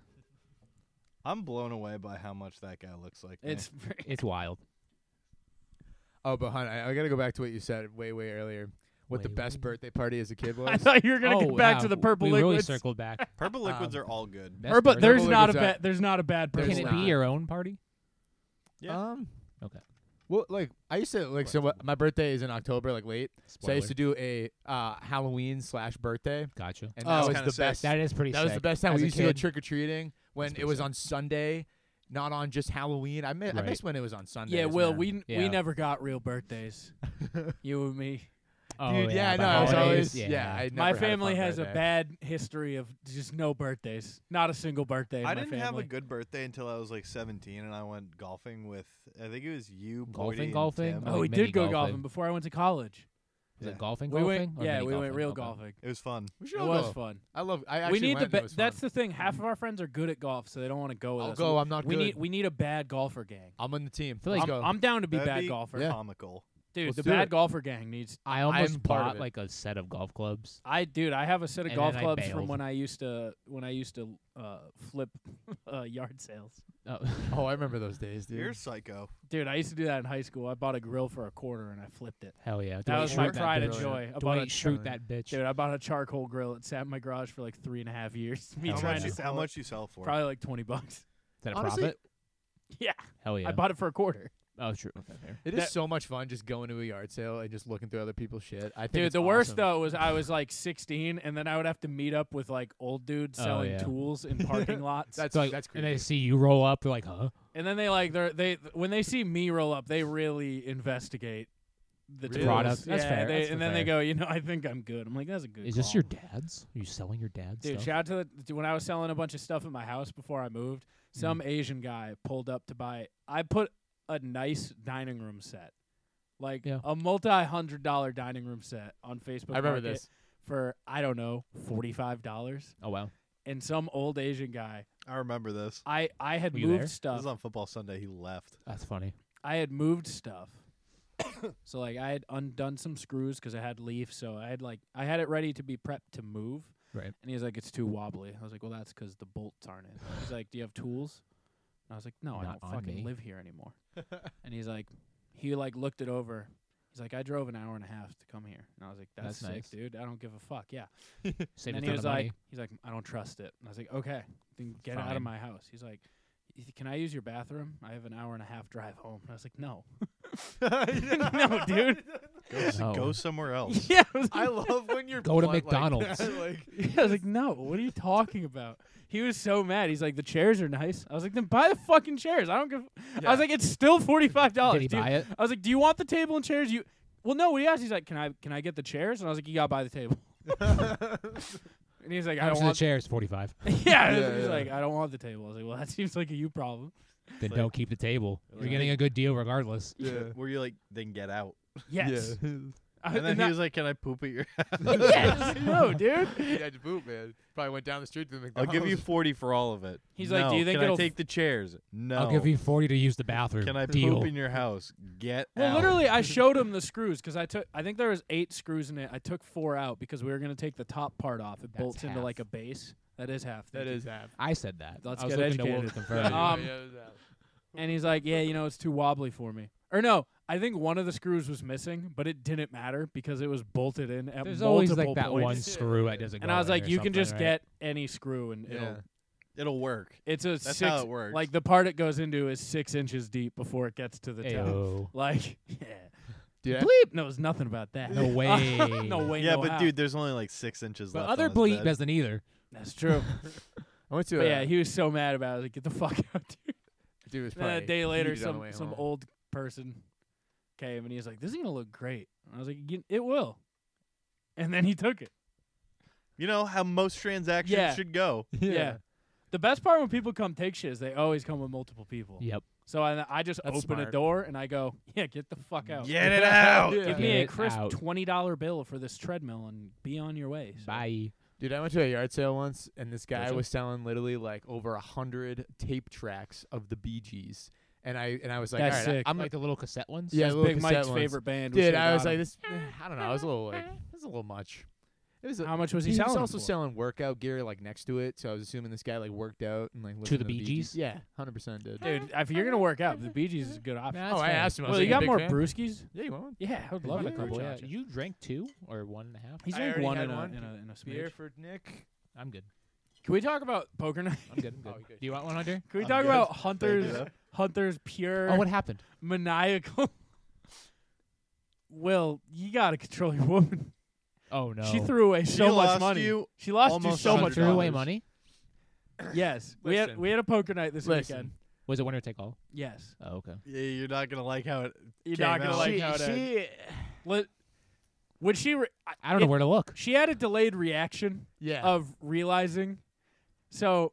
Speaker 1: I'm blown away by how much that guy looks like. me.
Speaker 3: It's
Speaker 2: It's wild.
Speaker 4: Oh, but hon, I, I gotta go back to what you said way, way earlier. What the
Speaker 2: Way,
Speaker 4: best
Speaker 2: way.
Speaker 4: birthday party as a kid
Speaker 3: I
Speaker 4: was.
Speaker 3: thought you were gonna
Speaker 2: oh,
Speaker 3: get back
Speaker 2: wow,
Speaker 3: to the purple
Speaker 2: we
Speaker 3: liquids.
Speaker 2: really circled back.
Speaker 1: purple liquids
Speaker 4: um,
Speaker 1: are all good.
Speaker 2: Best
Speaker 3: Or, but
Speaker 2: birthday-
Speaker 3: there's
Speaker 4: Purple
Speaker 3: not a
Speaker 4: liquids are-
Speaker 3: bad. There's not a bad
Speaker 4: There's
Speaker 2: Can
Speaker 3: person.
Speaker 2: it be
Speaker 4: not.
Speaker 2: your own party?
Speaker 1: Yeah.
Speaker 4: Um.
Speaker 2: Okay.
Speaker 4: Well, like I used to like so. What, my birthday is in October, like late. So I used to
Speaker 2: Spoiler.
Speaker 4: do a uh, Halloween slash birthday,
Speaker 2: Gotcha.
Speaker 4: and
Speaker 1: Oh,
Speaker 4: that was
Speaker 1: kinda
Speaker 4: the
Speaker 1: sick.
Speaker 4: best.
Speaker 2: That is pretty.
Speaker 4: that was the
Speaker 2: sick.
Speaker 4: best time.
Speaker 2: As
Speaker 4: we
Speaker 2: a
Speaker 4: used to go
Speaker 2: kid,
Speaker 4: trick or treating when
Speaker 2: That's
Speaker 4: it was
Speaker 2: pretty
Speaker 4: on Sunday, not on just Halloween. I miss, I
Speaker 2: Right.
Speaker 4: miss when it was on Sunday.
Speaker 3: Yeah, Will, we n- we
Speaker 2: Yeah.
Speaker 3: never got real birthdays. you and me.
Speaker 2: Oh,
Speaker 4: Dude, yeah,
Speaker 2: yeah, the
Speaker 4: no, I was
Speaker 2: holidays,
Speaker 4: always yeah.
Speaker 2: yeah.
Speaker 4: I never
Speaker 3: my
Speaker 4: had a
Speaker 3: family
Speaker 4: fun
Speaker 3: has a
Speaker 4: birthday.
Speaker 3: bad history of just no birthdays. Not a single birthday. in
Speaker 1: I
Speaker 3: my
Speaker 1: didn't have a
Speaker 3: family.
Speaker 1: good birthday until I was like 17, and I went golfing with I think it was you,
Speaker 2: Golfing,
Speaker 1: Boydie, and
Speaker 2: golfing?
Speaker 1: Tim.
Speaker 3: Oh,
Speaker 2: like
Speaker 3: we
Speaker 2: mini
Speaker 3: did go
Speaker 2: golfing.
Speaker 3: golfing before I went to college.
Speaker 2: Was
Speaker 1: Yeah.
Speaker 2: it golfing?
Speaker 3: we went,
Speaker 2: golfing? or
Speaker 4: Oh,
Speaker 3: yeah,
Speaker 2: mini
Speaker 3: we went
Speaker 2: golfing?
Speaker 3: real
Speaker 2: Okay.
Speaker 3: golfing.
Speaker 1: It was fun.
Speaker 4: We should
Speaker 3: It
Speaker 4: all
Speaker 3: was
Speaker 4: go.
Speaker 3: fun.
Speaker 4: I love. I
Speaker 3: we
Speaker 4: actually
Speaker 3: need
Speaker 4: went
Speaker 3: the
Speaker 4: and it
Speaker 3: ba-
Speaker 4: was fun.
Speaker 3: that's the thing. Half of our friends are good at golf, so they don't want to go. With
Speaker 4: I'll
Speaker 3: us.
Speaker 4: go. I'm not
Speaker 3: We
Speaker 4: good.
Speaker 3: need we need a bad golfer gang.
Speaker 4: I'm on the team.
Speaker 2: feel like-
Speaker 4: Let's
Speaker 3: I'm,
Speaker 4: go.
Speaker 3: I'm down to be
Speaker 1: That'd
Speaker 3: bad
Speaker 1: be
Speaker 3: golfer,
Speaker 4: Yeah.
Speaker 1: Comical.
Speaker 3: dude.
Speaker 4: Let's
Speaker 3: the
Speaker 4: do
Speaker 3: bad
Speaker 4: it.
Speaker 3: golfer gang needs.
Speaker 2: I almost
Speaker 4: am part of
Speaker 2: bought
Speaker 4: it.
Speaker 2: like a set of golf clubs.
Speaker 3: I dude, I have a set of
Speaker 2: And
Speaker 3: golf
Speaker 2: then I
Speaker 3: clubs from
Speaker 2: bailed.
Speaker 3: when I used to when I used to uh, flip uh, yard sales.
Speaker 2: Oh,
Speaker 4: oh, I remember those days, dude.
Speaker 1: You're psycho.
Speaker 3: Dude, I used to do that in high school. I bought a grill for a quarter and I flipped it.
Speaker 2: hell yeah!
Speaker 3: That
Speaker 2: Dwight,
Speaker 3: was my
Speaker 2: shoot that
Speaker 3: pride and
Speaker 2: bitch.
Speaker 3: joy. I bought a
Speaker 2: Dwight, shoot
Speaker 3: char-
Speaker 2: that bitch.
Speaker 3: Dude, I bought a charcoal grill. It sat in my garage for like three and a half years. Me
Speaker 1: How
Speaker 3: trying
Speaker 1: much,
Speaker 3: to
Speaker 1: you,
Speaker 3: sell
Speaker 1: how
Speaker 3: it.
Speaker 1: much you sell for?
Speaker 3: Probably like twenty bucks.
Speaker 2: Is that a
Speaker 4: Honestly,
Speaker 2: profit?
Speaker 3: Yeah,
Speaker 2: Hell yeah!
Speaker 3: I bought it for a quarter.
Speaker 2: oh, true. Okay, fair.
Speaker 4: It is
Speaker 3: That-
Speaker 4: so much fun just going to a yard sale and just looking through other people's shit. I think
Speaker 3: Dude,
Speaker 4: it's
Speaker 3: the worst uh,
Speaker 4: awesome.
Speaker 3: though was I was like 16, and then I would have to meet up with like old dudes
Speaker 2: Oh,
Speaker 3: selling
Speaker 2: yeah.
Speaker 3: tools in parking lots.
Speaker 4: That's
Speaker 2: So, like,
Speaker 4: that's
Speaker 2: and they
Speaker 4: creepy.
Speaker 2: see you roll up. They're like, huh?
Speaker 3: and then they like they they when they see me roll up, they really investigate the
Speaker 4: Really?
Speaker 3: tools.
Speaker 2: Product. That's
Speaker 3: yeah,
Speaker 2: fair.
Speaker 3: They,
Speaker 2: That's
Speaker 3: and then they
Speaker 2: fair.
Speaker 3: go, you know, I think I'm good. I'm like, that's a good.
Speaker 2: Is this
Speaker 3: call."
Speaker 2: your dad's? Are you selling your dad's
Speaker 3: Dude,
Speaker 2: stuff?
Speaker 3: shout out to the, dude, when I was selling a bunch of stuff at my house before I moved,
Speaker 2: Mm.
Speaker 3: some Asian guy pulled up to buy. I put a nice dining room set, like
Speaker 2: Yeah.
Speaker 3: a multi hundred dollar dining room set on Facebook.
Speaker 4: I remember
Speaker 3: Market
Speaker 4: this.
Speaker 3: for I don't know forty five dollars,
Speaker 2: Oh wow!
Speaker 3: and some old Asian guy.
Speaker 1: I remember this.
Speaker 3: I I had
Speaker 2: Were you
Speaker 3: moved
Speaker 2: there?
Speaker 1: This
Speaker 3: stuff.
Speaker 1: is on football Sunday. He left.
Speaker 2: That's funny.
Speaker 3: I had moved stuff. so like I had undone some screws because I had leaf, so I had like I had it ready to be prepped to move.
Speaker 2: Right.
Speaker 3: And he was like, "It's too wobbly." I was like, "Well, that's 'cause the bolts aren't in." He's like, "Do you have tools?" And I was like, "No, I
Speaker 2: Not
Speaker 3: don't
Speaker 2: on
Speaker 3: fucking
Speaker 2: me.
Speaker 3: live here anymore." and he's like, he like looked it over. He's like, "I drove an hour and a half to come here," and I was like, "That's,
Speaker 2: That's
Speaker 3: sick,
Speaker 2: nice.
Speaker 3: dude. I don't give a fuck." Yeah.
Speaker 2: Saved a
Speaker 3: and then
Speaker 2: ton
Speaker 3: he was
Speaker 2: of
Speaker 3: like,
Speaker 2: money.
Speaker 3: he's like, "I don't trust it." And I was like, "Okay, then get out of
Speaker 2: Fine.
Speaker 3: my house." He's like. "Y- Can I use your bathroom? I have an hour and a half drive home. And I was like, no, no, dude.
Speaker 1: Go, s-
Speaker 2: No.
Speaker 1: go somewhere else.
Speaker 3: Yeah, I was
Speaker 4: I love when you're
Speaker 2: Go to
Speaker 4: blunt like
Speaker 2: McDonald's.
Speaker 4: that, like-
Speaker 3: Yeah, I was like, no, what are you talking about? He was so mad. He's like, the chairs are nice. I was like, then buy the fucking chairs. I don't give. I
Speaker 4: Yeah.
Speaker 3: was like, it's still forty five dollars.
Speaker 2: Did he buy it?
Speaker 3: I was like, do you want the table and chairs? You. Well, no. What he asked, he's like, can I can I get the chairs? And I was like, you gotta buy the table. and he's like,
Speaker 2: How
Speaker 3: I
Speaker 2: much
Speaker 3: don't
Speaker 2: are the
Speaker 3: want.
Speaker 2: chairs? Forty-five.
Speaker 3: yeah, yeah,
Speaker 4: Yeah,
Speaker 3: he's
Speaker 4: yeah.
Speaker 3: like, I don't want the table. I was like, well, that seems like a you problem.
Speaker 2: Then
Speaker 1: like-
Speaker 2: don't keep the table. You're
Speaker 1: like-
Speaker 2: getting a good deal regardless.
Speaker 4: Yeah.
Speaker 1: Where you like, then get out.
Speaker 3: Yes.
Speaker 4: Yeah.
Speaker 3: I-
Speaker 1: And then he
Speaker 3: that-
Speaker 1: was like, "Can I poop at your
Speaker 3: yes. No, dude.
Speaker 4: he had to poop, man. Probably went down the street to the
Speaker 1: I'll
Speaker 4: McDonald's.
Speaker 1: give you forty for all of it."
Speaker 3: He's like, "Do you
Speaker 1: "No."
Speaker 3: think
Speaker 1: can
Speaker 3: it'll
Speaker 1: I
Speaker 3: f-
Speaker 1: take the chairs?" No.
Speaker 2: I'll give you forty to use the bathroom.
Speaker 1: Can I
Speaker 2: deal?
Speaker 1: poop in your house? Get
Speaker 3: Well,
Speaker 1: out.
Speaker 3: literally, I showed him the screws because I took. I think there was eight screws in it. I took four out because we were gonna take the top part off. It
Speaker 2: That's
Speaker 3: bolts into
Speaker 2: half.
Speaker 3: like a base. That is half.
Speaker 4: That
Speaker 3: thank you.
Speaker 4: is half.
Speaker 2: I said that.
Speaker 3: Let's
Speaker 2: I was
Speaker 3: get
Speaker 2: looking to Will
Speaker 3: educated.
Speaker 2: to
Speaker 4: Yeah,
Speaker 2: confirm.
Speaker 3: Um,
Speaker 4: yeah, it was half.
Speaker 3: And he's like, "Yeah, you know, it's too wobbly for me." Or no, I think one of the screws was missing, but it didn't matter because it was bolted in at
Speaker 2: There's
Speaker 3: multiple
Speaker 2: always like that
Speaker 3: points.
Speaker 2: one screw that doesn't.
Speaker 3: And
Speaker 2: go
Speaker 3: I was
Speaker 2: in
Speaker 3: like,
Speaker 2: or
Speaker 3: "You can
Speaker 2: something,
Speaker 3: just
Speaker 2: right?
Speaker 3: get any screw, and
Speaker 4: Yeah.
Speaker 3: it'll."
Speaker 1: it'll work.
Speaker 3: It's a
Speaker 1: That's
Speaker 3: six.
Speaker 1: how it works.
Speaker 3: Like the part it goes into is six inches deep before it gets to the
Speaker 4: oh.
Speaker 3: top.
Speaker 2: Ayo.
Speaker 3: Like, yeah.
Speaker 4: Dude, I-
Speaker 3: Bleep knows nothing about that.
Speaker 2: No way.
Speaker 3: no way.
Speaker 1: yeah,
Speaker 3: no
Speaker 1: but
Speaker 3: how.
Speaker 1: dude, there's only like six inches
Speaker 2: But
Speaker 1: left.
Speaker 2: other
Speaker 1: on his
Speaker 2: bleep
Speaker 1: bed.
Speaker 2: doesn't either.
Speaker 3: that's true.
Speaker 4: I went to
Speaker 3: But
Speaker 4: a
Speaker 3: yeah, he was so mad about it. I was like, get the fuck out, dude.
Speaker 4: dude, it was
Speaker 3: And then
Speaker 4: probably
Speaker 3: a day later,
Speaker 4: heated on the
Speaker 3: some
Speaker 4: way
Speaker 3: some
Speaker 4: home.
Speaker 3: old person came and he was like, this is going to look great. And I was like, "You- it will. And then he took it.
Speaker 1: You know how most transactions
Speaker 3: Yeah.
Speaker 1: should go.
Speaker 3: Yeah. The best part when people come take shit is they always come with multiple people.
Speaker 2: Yep.
Speaker 3: So I, I just
Speaker 4: That's
Speaker 3: open a
Speaker 4: smart.
Speaker 3: door and I go, yeah, get the fuck out.
Speaker 1: Get it out.
Speaker 4: Yeah.
Speaker 3: Give me a
Speaker 2: Get
Speaker 3: crisp
Speaker 2: out.
Speaker 3: $20 bill for this treadmill and be on your way. So-
Speaker 2: Bye.
Speaker 4: Dude, I went to a yard sale once, and this guy
Speaker 2: Gotcha.
Speaker 4: was selling literally like over a hundred tape tracks of the Bee Gees, and I and I was like,
Speaker 3: That's
Speaker 4: all right,
Speaker 3: sick.
Speaker 4: I, am
Speaker 2: like the little cassette ones.
Speaker 4: yeah, little
Speaker 3: Big
Speaker 4: cassette
Speaker 3: Mike's
Speaker 4: ones.
Speaker 3: favorite band.
Speaker 4: Dude, I was like, this. eh, I don't know. I was a little like, this is a little much. It was. A,
Speaker 3: how much was he,
Speaker 4: he was
Speaker 3: selling?
Speaker 4: also
Speaker 3: them for?
Speaker 4: selling workout gear like next to it, so I was assuming this guy like worked out and like lived
Speaker 2: the
Speaker 4: in
Speaker 2: Bee Gees?
Speaker 4: Yeah, hundred percent did.
Speaker 3: Dude, if you're gonna work out, the Bee Gees is a good option.
Speaker 4: oh, I asked him. I was
Speaker 3: well,
Speaker 4: like,
Speaker 3: you got
Speaker 4: big
Speaker 3: more
Speaker 4: fan?
Speaker 3: brewskis?
Speaker 4: Yeah, you want one?
Speaker 3: Yeah, I would
Speaker 4: Yeah,
Speaker 3: love
Speaker 4: you
Speaker 3: a
Speaker 4: can
Speaker 3: couple.
Speaker 4: reach
Speaker 3: Yeah,
Speaker 4: out.
Speaker 2: You drank two or one and a half.
Speaker 3: he's
Speaker 4: I
Speaker 3: like
Speaker 4: already
Speaker 3: one
Speaker 4: had
Speaker 3: in a,
Speaker 4: one.
Speaker 3: in a in a smidge.
Speaker 4: Beer for Nick.
Speaker 2: I'm good.
Speaker 3: Can we talk about poker night?
Speaker 2: I'm good. I'm good.
Speaker 4: Oh, you're good.
Speaker 2: Do you want one under?
Speaker 3: Can we
Speaker 1: I'm
Speaker 3: talk
Speaker 1: good.
Speaker 3: about
Speaker 1: Thank
Speaker 3: Hunter's
Speaker 1: though.
Speaker 3: Hunter's pure
Speaker 2: Oh, what happened?
Speaker 3: maniacal? Will, you gotta control your woman.
Speaker 2: Oh no.
Speaker 3: She threw away so much
Speaker 1: lost
Speaker 3: money.
Speaker 1: you
Speaker 3: she lost you
Speaker 1: almost
Speaker 3: so
Speaker 2: She
Speaker 3: much
Speaker 2: threw away
Speaker 1: $100.
Speaker 2: money.
Speaker 3: Yes, we had
Speaker 4: Listen.
Speaker 3: we had a poker night this
Speaker 4: Listen.
Speaker 3: weekend.
Speaker 2: Was it winner take all?
Speaker 3: Yes,
Speaker 2: Oh, okay.
Speaker 1: Yeah, you're not gonna like how it.
Speaker 3: you're
Speaker 1: Came
Speaker 3: not gonna
Speaker 1: out.
Speaker 3: like
Speaker 4: she,
Speaker 3: how it ends.
Speaker 4: she,
Speaker 3: Let- Would she? Re-
Speaker 2: I don't know
Speaker 3: It-
Speaker 2: where to look.
Speaker 3: she had a delayed reaction
Speaker 4: yeah.
Speaker 3: of realizing. So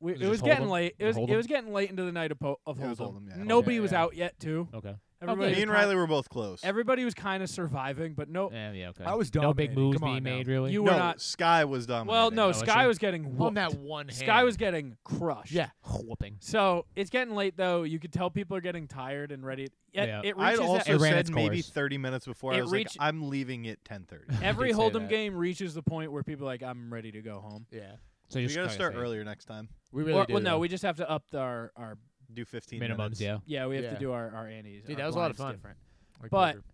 Speaker 3: we,
Speaker 2: Was
Speaker 3: it
Speaker 2: it
Speaker 3: was
Speaker 2: just hold
Speaker 3: getting
Speaker 2: 'em?
Speaker 3: late. It
Speaker 2: Just
Speaker 3: was
Speaker 2: hold
Speaker 3: it
Speaker 2: 'em?
Speaker 3: was getting late into the night of po- of
Speaker 1: It was
Speaker 3: Hold'em.
Speaker 1: hold 'em, yeah.
Speaker 3: Nobody
Speaker 4: Yeah,
Speaker 3: was
Speaker 4: yeah.
Speaker 3: out yet too.
Speaker 2: Okay.
Speaker 3: Everybody
Speaker 1: Me
Speaker 3: was
Speaker 1: and
Speaker 3: kin-
Speaker 1: Riley were both close.
Speaker 3: Everybody was kind of surviving, but no.
Speaker 2: Yeah, yeah, okay.
Speaker 4: I was
Speaker 2: no big
Speaker 4: dominating.
Speaker 2: moves
Speaker 4: Come on
Speaker 2: being
Speaker 4: now.
Speaker 2: made really.
Speaker 3: You
Speaker 1: no,
Speaker 3: were not.
Speaker 1: Sky was dominating.
Speaker 3: Well, no.
Speaker 2: was
Speaker 3: Sky
Speaker 2: she?
Speaker 3: was getting
Speaker 4: on
Speaker 3: whooped.
Speaker 4: that one hand.
Speaker 3: Sky was getting crushed.
Speaker 4: Yeah.
Speaker 2: whooping.
Speaker 3: So it's getting late though. You could tell people are getting tired and ready. It,
Speaker 2: Yeah.
Speaker 3: it
Speaker 1: I
Speaker 3: reaches that-
Speaker 1: also
Speaker 2: It ran
Speaker 1: said
Speaker 2: its
Speaker 1: maybe
Speaker 2: course.
Speaker 1: 30 minutes before.
Speaker 3: It
Speaker 1: I was
Speaker 3: reached-
Speaker 1: like, I'm leaving at 10:30.
Speaker 3: every
Speaker 4: did say
Speaker 3: hold'em
Speaker 4: that.
Speaker 3: game reaches the point where people are like, I'm ready to go home.
Speaker 4: Yeah.
Speaker 2: So you
Speaker 1: we
Speaker 2: just
Speaker 1: gotta
Speaker 2: kinda
Speaker 1: start
Speaker 2: say
Speaker 1: earlier next time.
Speaker 4: We really
Speaker 3: Or-
Speaker 4: did.
Speaker 3: well, no,
Speaker 4: though.
Speaker 3: we just have to up the, our our
Speaker 1: Do 15
Speaker 2: Minimums,
Speaker 1: minutes.
Speaker 2: yeah.
Speaker 3: yeah. We have
Speaker 4: Yeah.
Speaker 3: to do our our antes.
Speaker 4: Dude,
Speaker 3: Our
Speaker 4: that was a lot of
Speaker 3: blinds
Speaker 4: fun.
Speaker 3: Different.
Speaker 4: Like
Speaker 3: but-
Speaker 4: poker.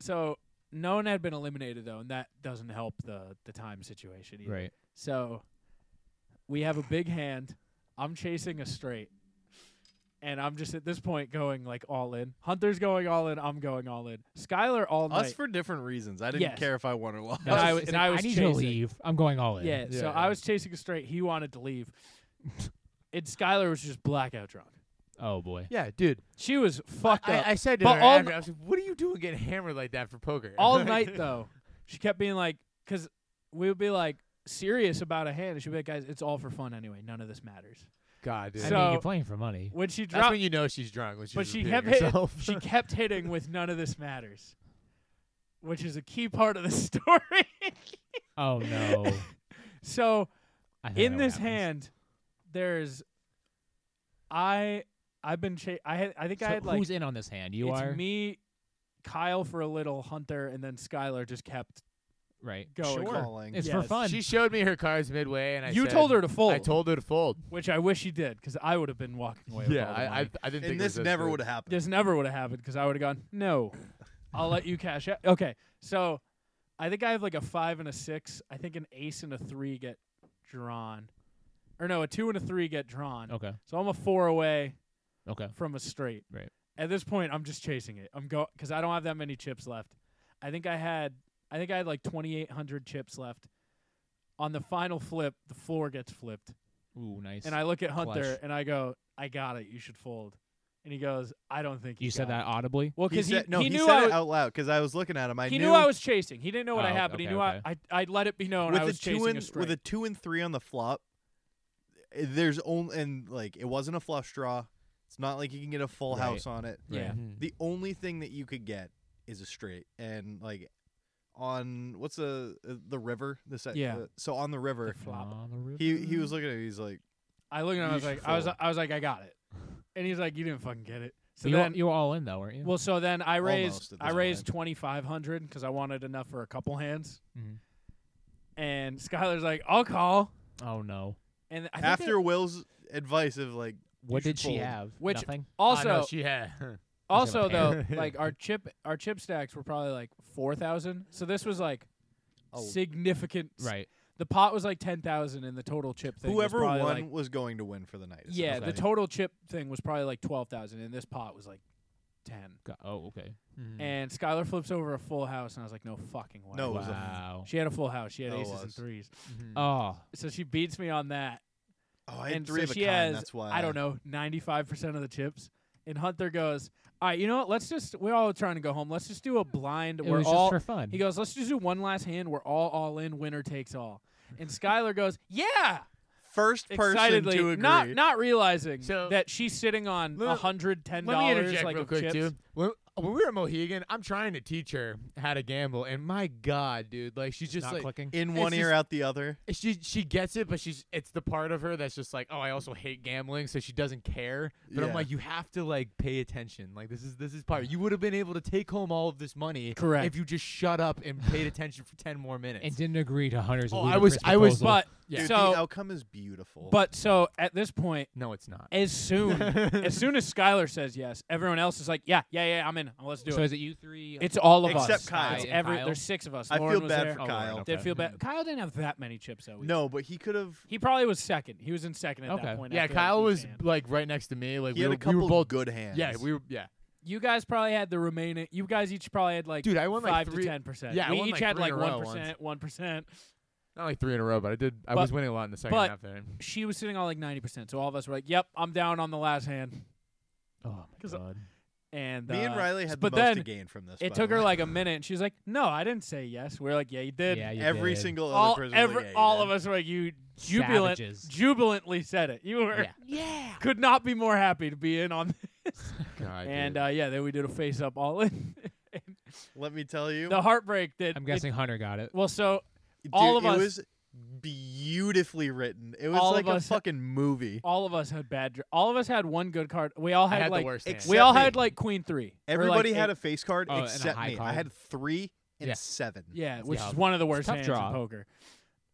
Speaker 3: So no one had been eliminated though, and that doesn't help the the time situation either.
Speaker 2: Right.
Speaker 3: So we have a big hand. I'm chasing a straight. And I'm just at this point going like all in. Hunter's going all in. I'm going all in. Skylar all
Speaker 1: Us
Speaker 3: night.
Speaker 1: for different reasons. I didn't
Speaker 3: Yes.
Speaker 1: care if I won or lost.
Speaker 3: No, I was-
Speaker 2: It's
Speaker 3: and
Speaker 2: like,
Speaker 3: I was
Speaker 2: need
Speaker 3: chasing.
Speaker 2: to leave. I'm going all in.
Speaker 3: Yeah,
Speaker 4: Yeah,
Speaker 3: so
Speaker 4: yeah.
Speaker 3: I was chasing a straight. He wanted to leave. and Skylar was just blackout drunk.
Speaker 2: Oh boy.
Speaker 4: Yeah, dude.
Speaker 3: She was fucked
Speaker 4: I,
Speaker 3: up.
Speaker 4: I said to
Speaker 3: But
Speaker 4: her
Speaker 3: all
Speaker 4: after, I was like, "What are you doing getting hammered like that for poker?"
Speaker 3: all night, though, she kept being like, because we would be like serious about a hand. And she'd be like, guys, it's all for fun anyway. None of this matters.
Speaker 4: God, dude.
Speaker 2: I
Speaker 3: So-
Speaker 2: mean, you're playing for money.
Speaker 3: When she
Speaker 4: That's
Speaker 3: dropped,
Speaker 4: when you know she's drunk. When she's
Speaker 3: but she
Speaker 4: repeating
Speaker 3: kept, hit,
Speaker 4: herself.
Speaker 3: she kept hitting with none of this matters, which is a key part of the story.
Speaker 2: Oh no.
Speaker 3: so
Speaker 2: I think I know
Speaker 3: in
Speaker 2: what
Speaker 3: this
Speaker 2: happens.
Speaker 3: hand, there's I I've been cha- I had I think I
Speaker 2: So
Speaker 3: had like
Speaker 2: who's in on this hand? You
Speaker 3: it's
Speaker 2: are
Speaker 3: me, Kyle for a little, Hunter, and then Skylar just kept
Speaker 2: right.
Speaker 3: going.
Speaker 1: Calling.
Speaker 2: It's for
Speaker 3: Yes.
Speaker 2: fun.
Speaker 4: She showed me her cards midway, and I
Speaker 3: you
Speaker 4: said-
Speaker 3: told her to fold,
Speaker 4: I told her to fold.
Speaker 3: which I wish you did, because I would have been walking away. with
Speaker 4: yeah,
Speaker 3: all the
Speaker 4: I, I,
Speaker 3: money.
Speaker 4: I didn't think
Speaker 1: and this never would have happened.
Speaker 3: this never would have happened, because I would have gone, no, I'll let you cash out. Okay, so I think I have like a five and a six. I think an ace and a three get drawn, or no, a two and a three get drawn.
Speaker 4: Oh.
Speaker 2: okay.
Speaker 3: So I'm a four away
Speaker 2: Okay.
Speaker 3: from a straight.
Speaker 2: Right.
Speaker 3: At this point, I'm just chasing it. I'm go because I don't have that many chips left. I think I had I think I had like 2,800 chips left. On the final flip, the floor gets flipped,
Speaker 2: Ooh, nice.
Speaker 3: and I look at Hunter
Speaker 2: Clutch.
Speaker 3: and I go, "I got it. You should fold." And he goes, "I don't think
Speaker 2: you
Speaker 3: you
Speaker 2: said
Speaker 3: got
Speaker 2: that
Speaker 3: It.
Speaker 2: audibly.
Speaker 3: Well,
Speaker 1: He
Speaker 3: because he,
Speaker 1: said- no,
Speaker 3: he,
Speaker 1: he
Speaker 3: knew
Speaker 1: said
Speaker 3: I
Speaker 1: it
Speaker 3: was,
Speaker 1: out loud because I was looking at him. I
Speaker 3: he
Speaker 1: knew,
Speaker 3: knew I was chasing. He didn't know what
Speaker 2: Oh,
Speaker 3: had happened. he
Speaker 2: okay,
Speaker 3: knew
Speaker 2: okay.
Speaker 3: I, I I let it be known
Speaker 1: with
Speaker 3: I
Speaker 1: a
Speaker 3: was
Speaker 1: two
Speaker 3: chasing
Speaker 1: and
Speaker 3: a straight.
Speaker 1: with a two and three on the flop. eh, There's only and like it wasn't a flush draw. It's not like you can get a full
Speaker 2: Right.
Speaker 1: house on it.
Speaker 3: yeah. Hmm.
Speaker 1: The only thing that you could get is a straight, and like on what's the uh, the river? The se-
Speaker 3: Yeah.
Speaker 1: the- so on the river,
Speaker 3: flop.
Speaker 2: On the river.
Speaker 1: he he was looking at it. He's like,
Speaker 3: I looked at him. I
Speaker 1: You
Speaker 3: was
Speaker 1: should
Speaker 3: like, I was
Speaker 1: fold.
Speaker 3: I was like, I got it. And he's like, "You didn't fucking get it." So
Speaker 2: you, were-
Speaker 3: then
Speaker 2: you were all in though, weren't you?
Speaker 3: Well, so then I raised
Speaker 1: Almost at
Speaker 3: I
Speaker 1: this
Speaker 3: raised twenty five hundred because I wanted enough for a couple hands,
Speaker 2: Mhm.
Speaker 3: and Skylar's like, "I'll call."
Speaker 2: oh no.
Speaker 3: And I think
Speaker 1: after
Speaker 3: that-
Speaker 1: Will's advice of like,
Speaker 2: What
Speaker 1: should
Speaker 2: did she
Speaker 1: fold.
Speaker 2: have?
Speaker 3: Which-
Speaker 2: Nothing.
Speaker 3: also
Speaker 4: I know she had.
Speaker 3: also
Speaker 2: She's
Speaker 3: though
Speaker 2: gonna
Speaker 3: like our chip our chip stacks were probably like four thousand, so this was like
Speaker 1: Oh.
Speaker 3: significant. s-
Speaker 2: Right.
Speaker 3: the pot was like ten thousand, and the total chip thing. was
Speaker 1: whoever
Speaker 3: probably,
Speaker 1: won
Speaker 3: like-
Speaker 1: was going to win for the night.
Speaker 3: yeah,
Speaker 1: essentially.
Speaker 3: the total chip thing was probably like twelve thousand, and this pot was like ten.
Speaker 2: Go- Oh, okay.
Speaker 3: And Skylar flips over a full house, and I was like, "No fucking way!"
Speaker 1: No, it was a-
Speaker 2: wow.
Speaker 3: she had a full house. She had
Speaker 1: No, it
Speaker 3: aces and
Speaker 1: was.
Speaker 3: threes,
Speaker 4: Mm-hmm.
Speaker 2: Oh,
Speaker 3: so she beats me on that.
Speaker 1: oh, I had
Speaker 3: and
Speaker 1: three
Speaker 3: so
Speaker 1: of a
Speaker 3: she
Speaker 1: kind.
Speaker 3: has,
Speaker 1: that's why
Speaker 3: I don't know, 95% of the chips. And Hunter goes, All right, you know what? Let's just, we're all trying to go home. Let's just do a blind.
Speaker 2: it
Speaker 3: we're
Speaker 2: was
Speaker 3: all,
Speaker 2: just for fun.
Speaker 3: he goes, Let's just do one last hand. We're all all in. Winner takes all. And Skylar goes, Yeah.
Speaker 1: First person
Speaker 3: Excitedly.
Speaker 1: to agree.
Speaker 3: Not, not realizing
Speaker 4: So-
Speaker 3: that she's sitting on
Speaker 4: Let-
Speaker 3: $110.
Speaker 4: Let me interject
Speaker 3: like,
Speaker 4: real
Speaker 3: of
Speaker 4: quick
Speaker 3: chips.
Speaker 4: too. Well, when we were at Mohegan, I'm trying to teach her how to gamble, and my God, dude, like she's just
Speaker 2: Not
Speaker 4: like
Speaker 2: clicking.
Speaker 1: In one ear,
Speaker 4: just-
Speaker 1: out the other.
Speaker 4: she she gets it, but she's it's the part of her that's just like, oh, I also hate gambling, so she doesn't care. But
Speaker 1: Yeah.
Speaker 4: I'm like, you have to like pay attention. Like this is this is part. You would have been able to take home all of this money,
Speaker 3: Correct.
Speaker 4: if you just shut up and paid attention for ten more minutes.
Speaker 2: and didn't agree to Hunter's.
Speaker 4: Oh, I was-
Speaker 2: ludicrous
Speaker 4: I was-
Speaker 2: proposal.
Speaker 3: But
Speaker 4: Yeah.
Speaker 1: Dude, the
Speaker 3: so
Speaker 1: outcome is beautiful.
Speaker 3: but so at this point,
Speaker 4: no, it's not.
Speaker 3: as soon as soon as Skylar says yes, everyone else is like, yeah, yeah, yeah, I'm in. Let's do
Speaker 2: so
Speaker 3: it.
Speaker 2: is it you three?
Speaker 3: It's all of us.
Speaker 1: Except Kyle.
Speaker 3: It's
Speaker 2: And
Speaker 3: every
Speaker 2: Kyle?
Speaker 3: there's six of us.
Speaker 1: I
Speaker 3: Lauren
Speaker 1: feel
Speaker 3: was
Speaker 1: bad
Speaker 3: there.
Speaker 1: for
Speaker 2: Oh, right,
Speaker 1: Kyle.
Speaker 2: okay.
Speaker 3: Did feel bad. Kyle didn't have that many chips though. either.
Speaker 1: No, but he could have.
Speaker 3: He probably was second. He was in second at
Speaker 2: Okay.
Speaker 3: that point.
Speaker 4: yeah,
Speaker 3: after
Speaker 4: Kyle
Speaker 3: he
Speaker 4: was
Speaker 3: fanned.
Speaker 4: like right next to me. Like
Speaker 1: He
Speaker 4: we,
Speaker 1: had
Speaker 4: were,
Speaker 1: a couple
Speaker 4: we were both.
Speaker 1: good hands.
Speaker 4: Yeah, we were. Yeah.
Speaker 3: You guys probably had the remaining. You guys each probably had like
Speaker 4: Dude, I won, like,
Speaker 3: five
Speaker 4: three-
Speaker 3: to ten percent.
Speaker 4: Yeah, I
Speaker 3: we
Speaker 4: won,
Speaker 3: each
Speaker 4: like,
Speaker 3: had
Speaker 4: three in
Speaker 3: like
Speaker 4: a row
Speaker 3: one
Speaker 4: once.
Speaker 3: percent, one percent.
Speaker 4: Not like three in a row, but I did. I
Speaker 3: But-
Speaker 4: was winning a lot in the second
Speaker 3: but-
Speaker 4: half there.
Speaker 3: She was sitting on like ninety percent, so all of us were like, "Yep, I'm down on the last hand."
Speaker 2: oh my
Speaker 3: 'Cause, uh,
Speaker 2: god.
Speaker 3: And
Speaker 1: Me and
Speaker 3: uh,
Speaker 1: Riley had
Speaker 3: but
Speaker 1: the most to
Speaker 3: then
Speaker 1: gain from this.
Speaker 3: It
Speaker 1: by
Speaker 3: took
Speaker 1: the
Speaker 3: her
Speaker 1: way.
Speaker 3: like a minute, and she was like, "No, I didn't say yes." We are like, "Yeah, you did."
Speaker 2: Yeah, you
Speaker 1: every
Speaker 2: did.
Speaker 1: single other
Speaker 3: all
Speaker 1: person. was
Speaker 3: every,
Speaker 1: like, yeah, you
Speaker 3: all
Speaker 1: did.
Speaker 3: of us were like, "You jubilant,
Speaker 2: Savages.
Speaker 3: jubilantly said it." You were,
Speaker 4: Yeah.
Speaker 3: could not be more happy to be in on.
Speaker 4: God,
Speaker 3: and
Speaker 4: dude.
Speaker 3: uh, yeah, then we did a face up all in.
Speaker 1: Let me tell you,
Speaker 3: the heartbreak that
Speaker 2: I'm
Speaker 3: it-
Speaker 2: guessing Hunter got it.
Speaker 3: well, so
Speaker 1: dude,
Speaker 3: all of
Speaker 1: it
Speaker 3: us-
Speaker 1: was beautifully written. It was
Speaker 3: All
Speaker 1: like
Speaker 3: of
Speaker 1: a
Speaker 3: us-
Speaker 1: fucking movie.
Speaker 3: all of us had bad. dr- All of us had one good card. We all
Speaker 4: I
Speaker 3: had,
Speaker 4: had
Speaker 3: like
Speaker 4: the worst. hand.
Speaker 1: ex-
Speaker 3: we all
Speaker 1: Except
Speaker 3: had
Speaker 1: me.
Speaker 3: like queen three. or, like,
Speaker 1: Everybody had
Speaker 3: eight-
Speaker 1: a face card
Speaker 2: Oh, and a
Speaker 1: except
Speaker 2: high
Speaker 1: me. I
Speaker 2: card.
Speaker 1: had three and
Speaker 2: Yeah.
Speaker 1: seven.
Speaker 3: yeah, which
Speaker 2: Yeah.
Speaker 3: is one of the worst
Speaker 2: tough
Speaker 3: hands
Speaker 2: draw.
Speaker 3: in poker.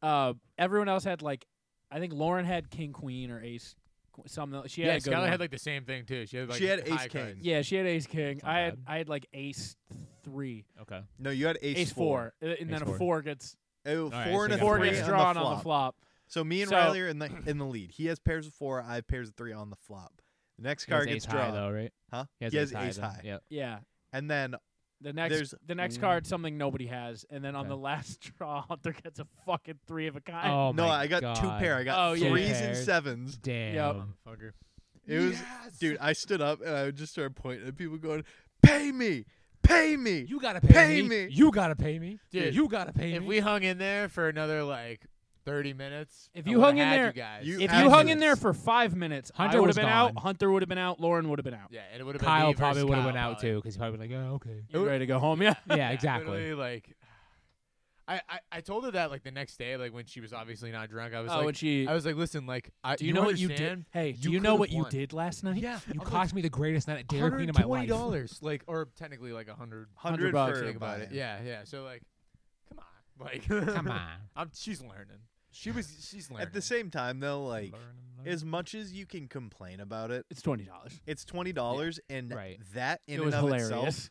Speaker 3: Uh, everyone else had like, I think Lauren had king queen or ace. qu- Some she
Speaker 4: yeah,
Speaker 3: had a good
Speaker 4: Skylar
Speaker 3: one.
Speaker 4: had like the same thing too. She had like
Speaker 1: She had
Speaker 4: high
Speaker 1: ace
Speaker 4: cards.
Speaker 1: king.
Speaker 3: yeah, she had ace king.
Speaker 2: That's not
Speaker 3: I had
Speaker 2: bad.
Speaker 3: I had like ace three,
Speaker 2: Okay.
Speaker 1: No, you had ace,
Speaker 3: ace, four, uh, and
Speaker 2: Ace
Speaker 3: then
Speaker 2: four.
Speaker 3: a four gets
Speaker 1: Oh,
Speaker 2: right,
Speaker 1: four
Speaker 2: so
Speaker 1: and
Speaker 2: you
Speaker 1: a
Speaker 2: got
Speaker 3: four
Speaker 1: three
Speaker 3: gets
Speaker 1: on
Speaker 3: drawn
Speaker 1: the
Speaker 3: on the
Speaker 1: flop.
Speaker 3: flop.
Speaker 1: So me and
Speaker 3: So-
Speaker 1: Riley are in the in the lead. He has pairs of four. I have pairs of three on the flop. The next
Speaker 2: He has
Speaker 1: card gets
Speaker 2: ace high,
Speaker 1: drawn.
Speaker 2: though, right?
Speaker 1: Huh?
Speaker 2: He has, ace, high. then. Yep.
Speaker 3: Yeah,
Speaker 1: And then
Speaker 3: The next,
Speaker 1: There's-
Speaker 3: the next card, something nobody has, and then on
Speaker 2: Okay.
Speaker 3: the last draw, Hunter gets a fucking three of a kind.
Speaker 2: Oh
Speaker 1: no,
Speaker 2: my
Speaker 1: I got two
Speaker 2: God.
Speaker 1: pair. I got
Speaker 3: Oh, yeah.
Speaker 1: threes
Speaker 2: Two
Speaker 1: and
Speaker 2: pairs.
Speaker 1: sevens.
Speaker 2: Damn.
Speaker 4: Motherfucker.
Speaker 1: It was dude. I stood up and I just started pointing at people, going, "Pay me, pay me."
Speaker 2: You gotta
Speaker 1: pay Pay me. me.
Speaker 2: You gotta pay me.
Speaker 4: Dude,
Speaker 2: you gotta pay
Speaker 4: If
Speaker 2: me.
Speaker 4: we hung in there for another like 30 minutes,
Speaker 3: If
Speaker 4: I
Speaker 3: you
Speaker 4: would've
Speaker 3: hung in
Speaker 4: had
Speaker 3: there-
Speaker 4: you guys.
Speaker 1: You-
Speaker 3: if you
Speaker 1: Absolutely.
Speaker 3: hung in there for five minutes,
Speaker 2: Hunter
Speaker 3: I would
Speaker 2: was
Speaker 3: have been out.
Speaker 2: gone.
Speaker 3: Hunter would have been out. Lauren would have been out.
Speaker 4: yeah, and it would have been
Speaker 2: Kyle
Speaker 4: me versus
Speaker 2: probably would have
Speaker 4: Kyle
Speaker 2: went out
Speaker 4: probably.
Speaker 2: too because he probably been like, oh, okay.
Speaker 3: You ready to go home? Yeah.
Speaker 2: Yeah, exactly.
Speaker 4: literally, Like, I, I I told her that like the next day, like when she was obviously not drunk. I was
Speaker 3: oh,
Speaker 4: like,
Speaker 3: and she.
Speaker 4: I was like, listen, like, I,
Speaker 3: do you, know what you did?
Speaker 4: understand?
Speaker 3: Hey, do
Speaker 4: You
Speaker 3: you, know
Speaker 4: could've
Speaker 3: what you
Speaker 4: won."
Speaker 3: did last night?
Speaker 4: Yeah,
Speaker 2: You
Speaker 4: I'm
Speaker 2: cost me the greatest night at
Speaker 4: like,
Speaker 2: Dairy Queen of my
Speaker 4: Twenty
Speaker 2: life.
Speaker 4: dollars, like, or technically like a hundred.
Speaker 1: Hundred
Speaker 3: bucks,
Speaker 1: for
Speaker 4: Think about it.
Speaker 1: buy-in.
Speaker 4: Yeah, yeah. So like, come on, like, come
Speaker 2: Come on.
Speaker 4: I'm, she's learning. She was. She's learning.
Speaker 1: At the same time, though, like
Speaker 4: Learning, learning.
Speaker 1: as much as you can complain about it,
Speaker 3: It's twenty dollars.
Speaker 1: it's twenty dollars, and
Speaker 2: Right.
Speaker 1: that in
Speaker 3: It
Speaker 1: and
Speaker 3: was
Speaker 1: of
Speaker 3: hilarious.
Speaker 1: itself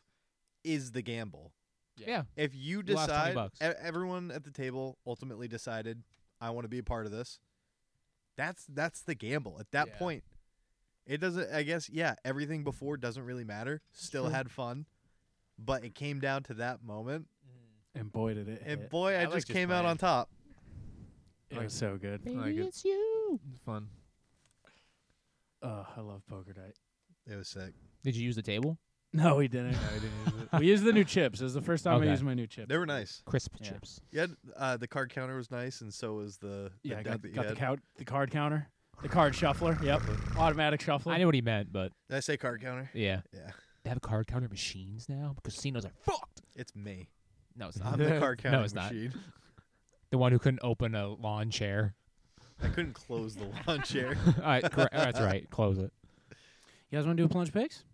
Speaker 1: is the gamble.
Speaker 2: Yeah.
Speaker 1: If you
Speaker 2: You lost 20
Speaker 1: decide,
Speaker 2: bucks.
Speaker 1: e- everyone at the table ultimately decided, I want to be a part of this. That's that's the gamble. At that
Speaker 4: Yeah.
Speaker 1: point, it doesn't. I guess yeah, everything before doesn't really matter. Still had fun, but it came down to that moment,
Speaker 3: And boy, did it!
Speaker 1: and
Speaker 3: hit.
Speaker 1: boy, I,
Speaker 4: I like
Speaker 1: just
Speaker 4: just
Speaker 1: came out
Speaker 4: playing.
Speaker 1: on top.
Speaker 3: it was so good.
Speaker 4: I like it.
Speaker 2: it's you.
Speaker 4: fun.
Speaker 3: Oh, I love poker night.
Speaker 1: It was sick.
Speaker 2: Did you use the table?
Speaker 3: No, we didn't. we used the new chips. It was the first time
Speaker 2: Okay.
Speaker 3: I used my new chips.
Speaker 1: They were nice.
Speaker 2: Crisp
Speaker 3: Yeah.
Speaker 2: chips.
Speaker 1: Yeah, uh, the card counter was nice, and so was the, the
Speaker 3: yeah, I
Speaker 1: deck
Speaker 3: got,
Speaker 1: that you
Speaker 3: got the
Speaker 1: had.
Speaker 3: count, the card counter, the card shuffler. Yep, automatic shuffler.
Speaker 2: I knew what he meant, but
Speaker 1: Did I say card counter?
Speaker 2: yeah.
Speaker 1: Yeah,
Speaker 2: They have card counter machines now. Casinos are fucked.
Speaker 1: it's me.
Speaker 2: No, it's not.
Speaker 1: I'm the card counter
Speaker 2: it's not.
Speaker 1: machine.
Speaker 2: The one who couldn't open a lawn chair.
Speaker 1: I couldn't close the lawn chair.
Speaker 2: All right, correct. that's right. Close it.
Speaker 3: You guys want to do a plunge picks?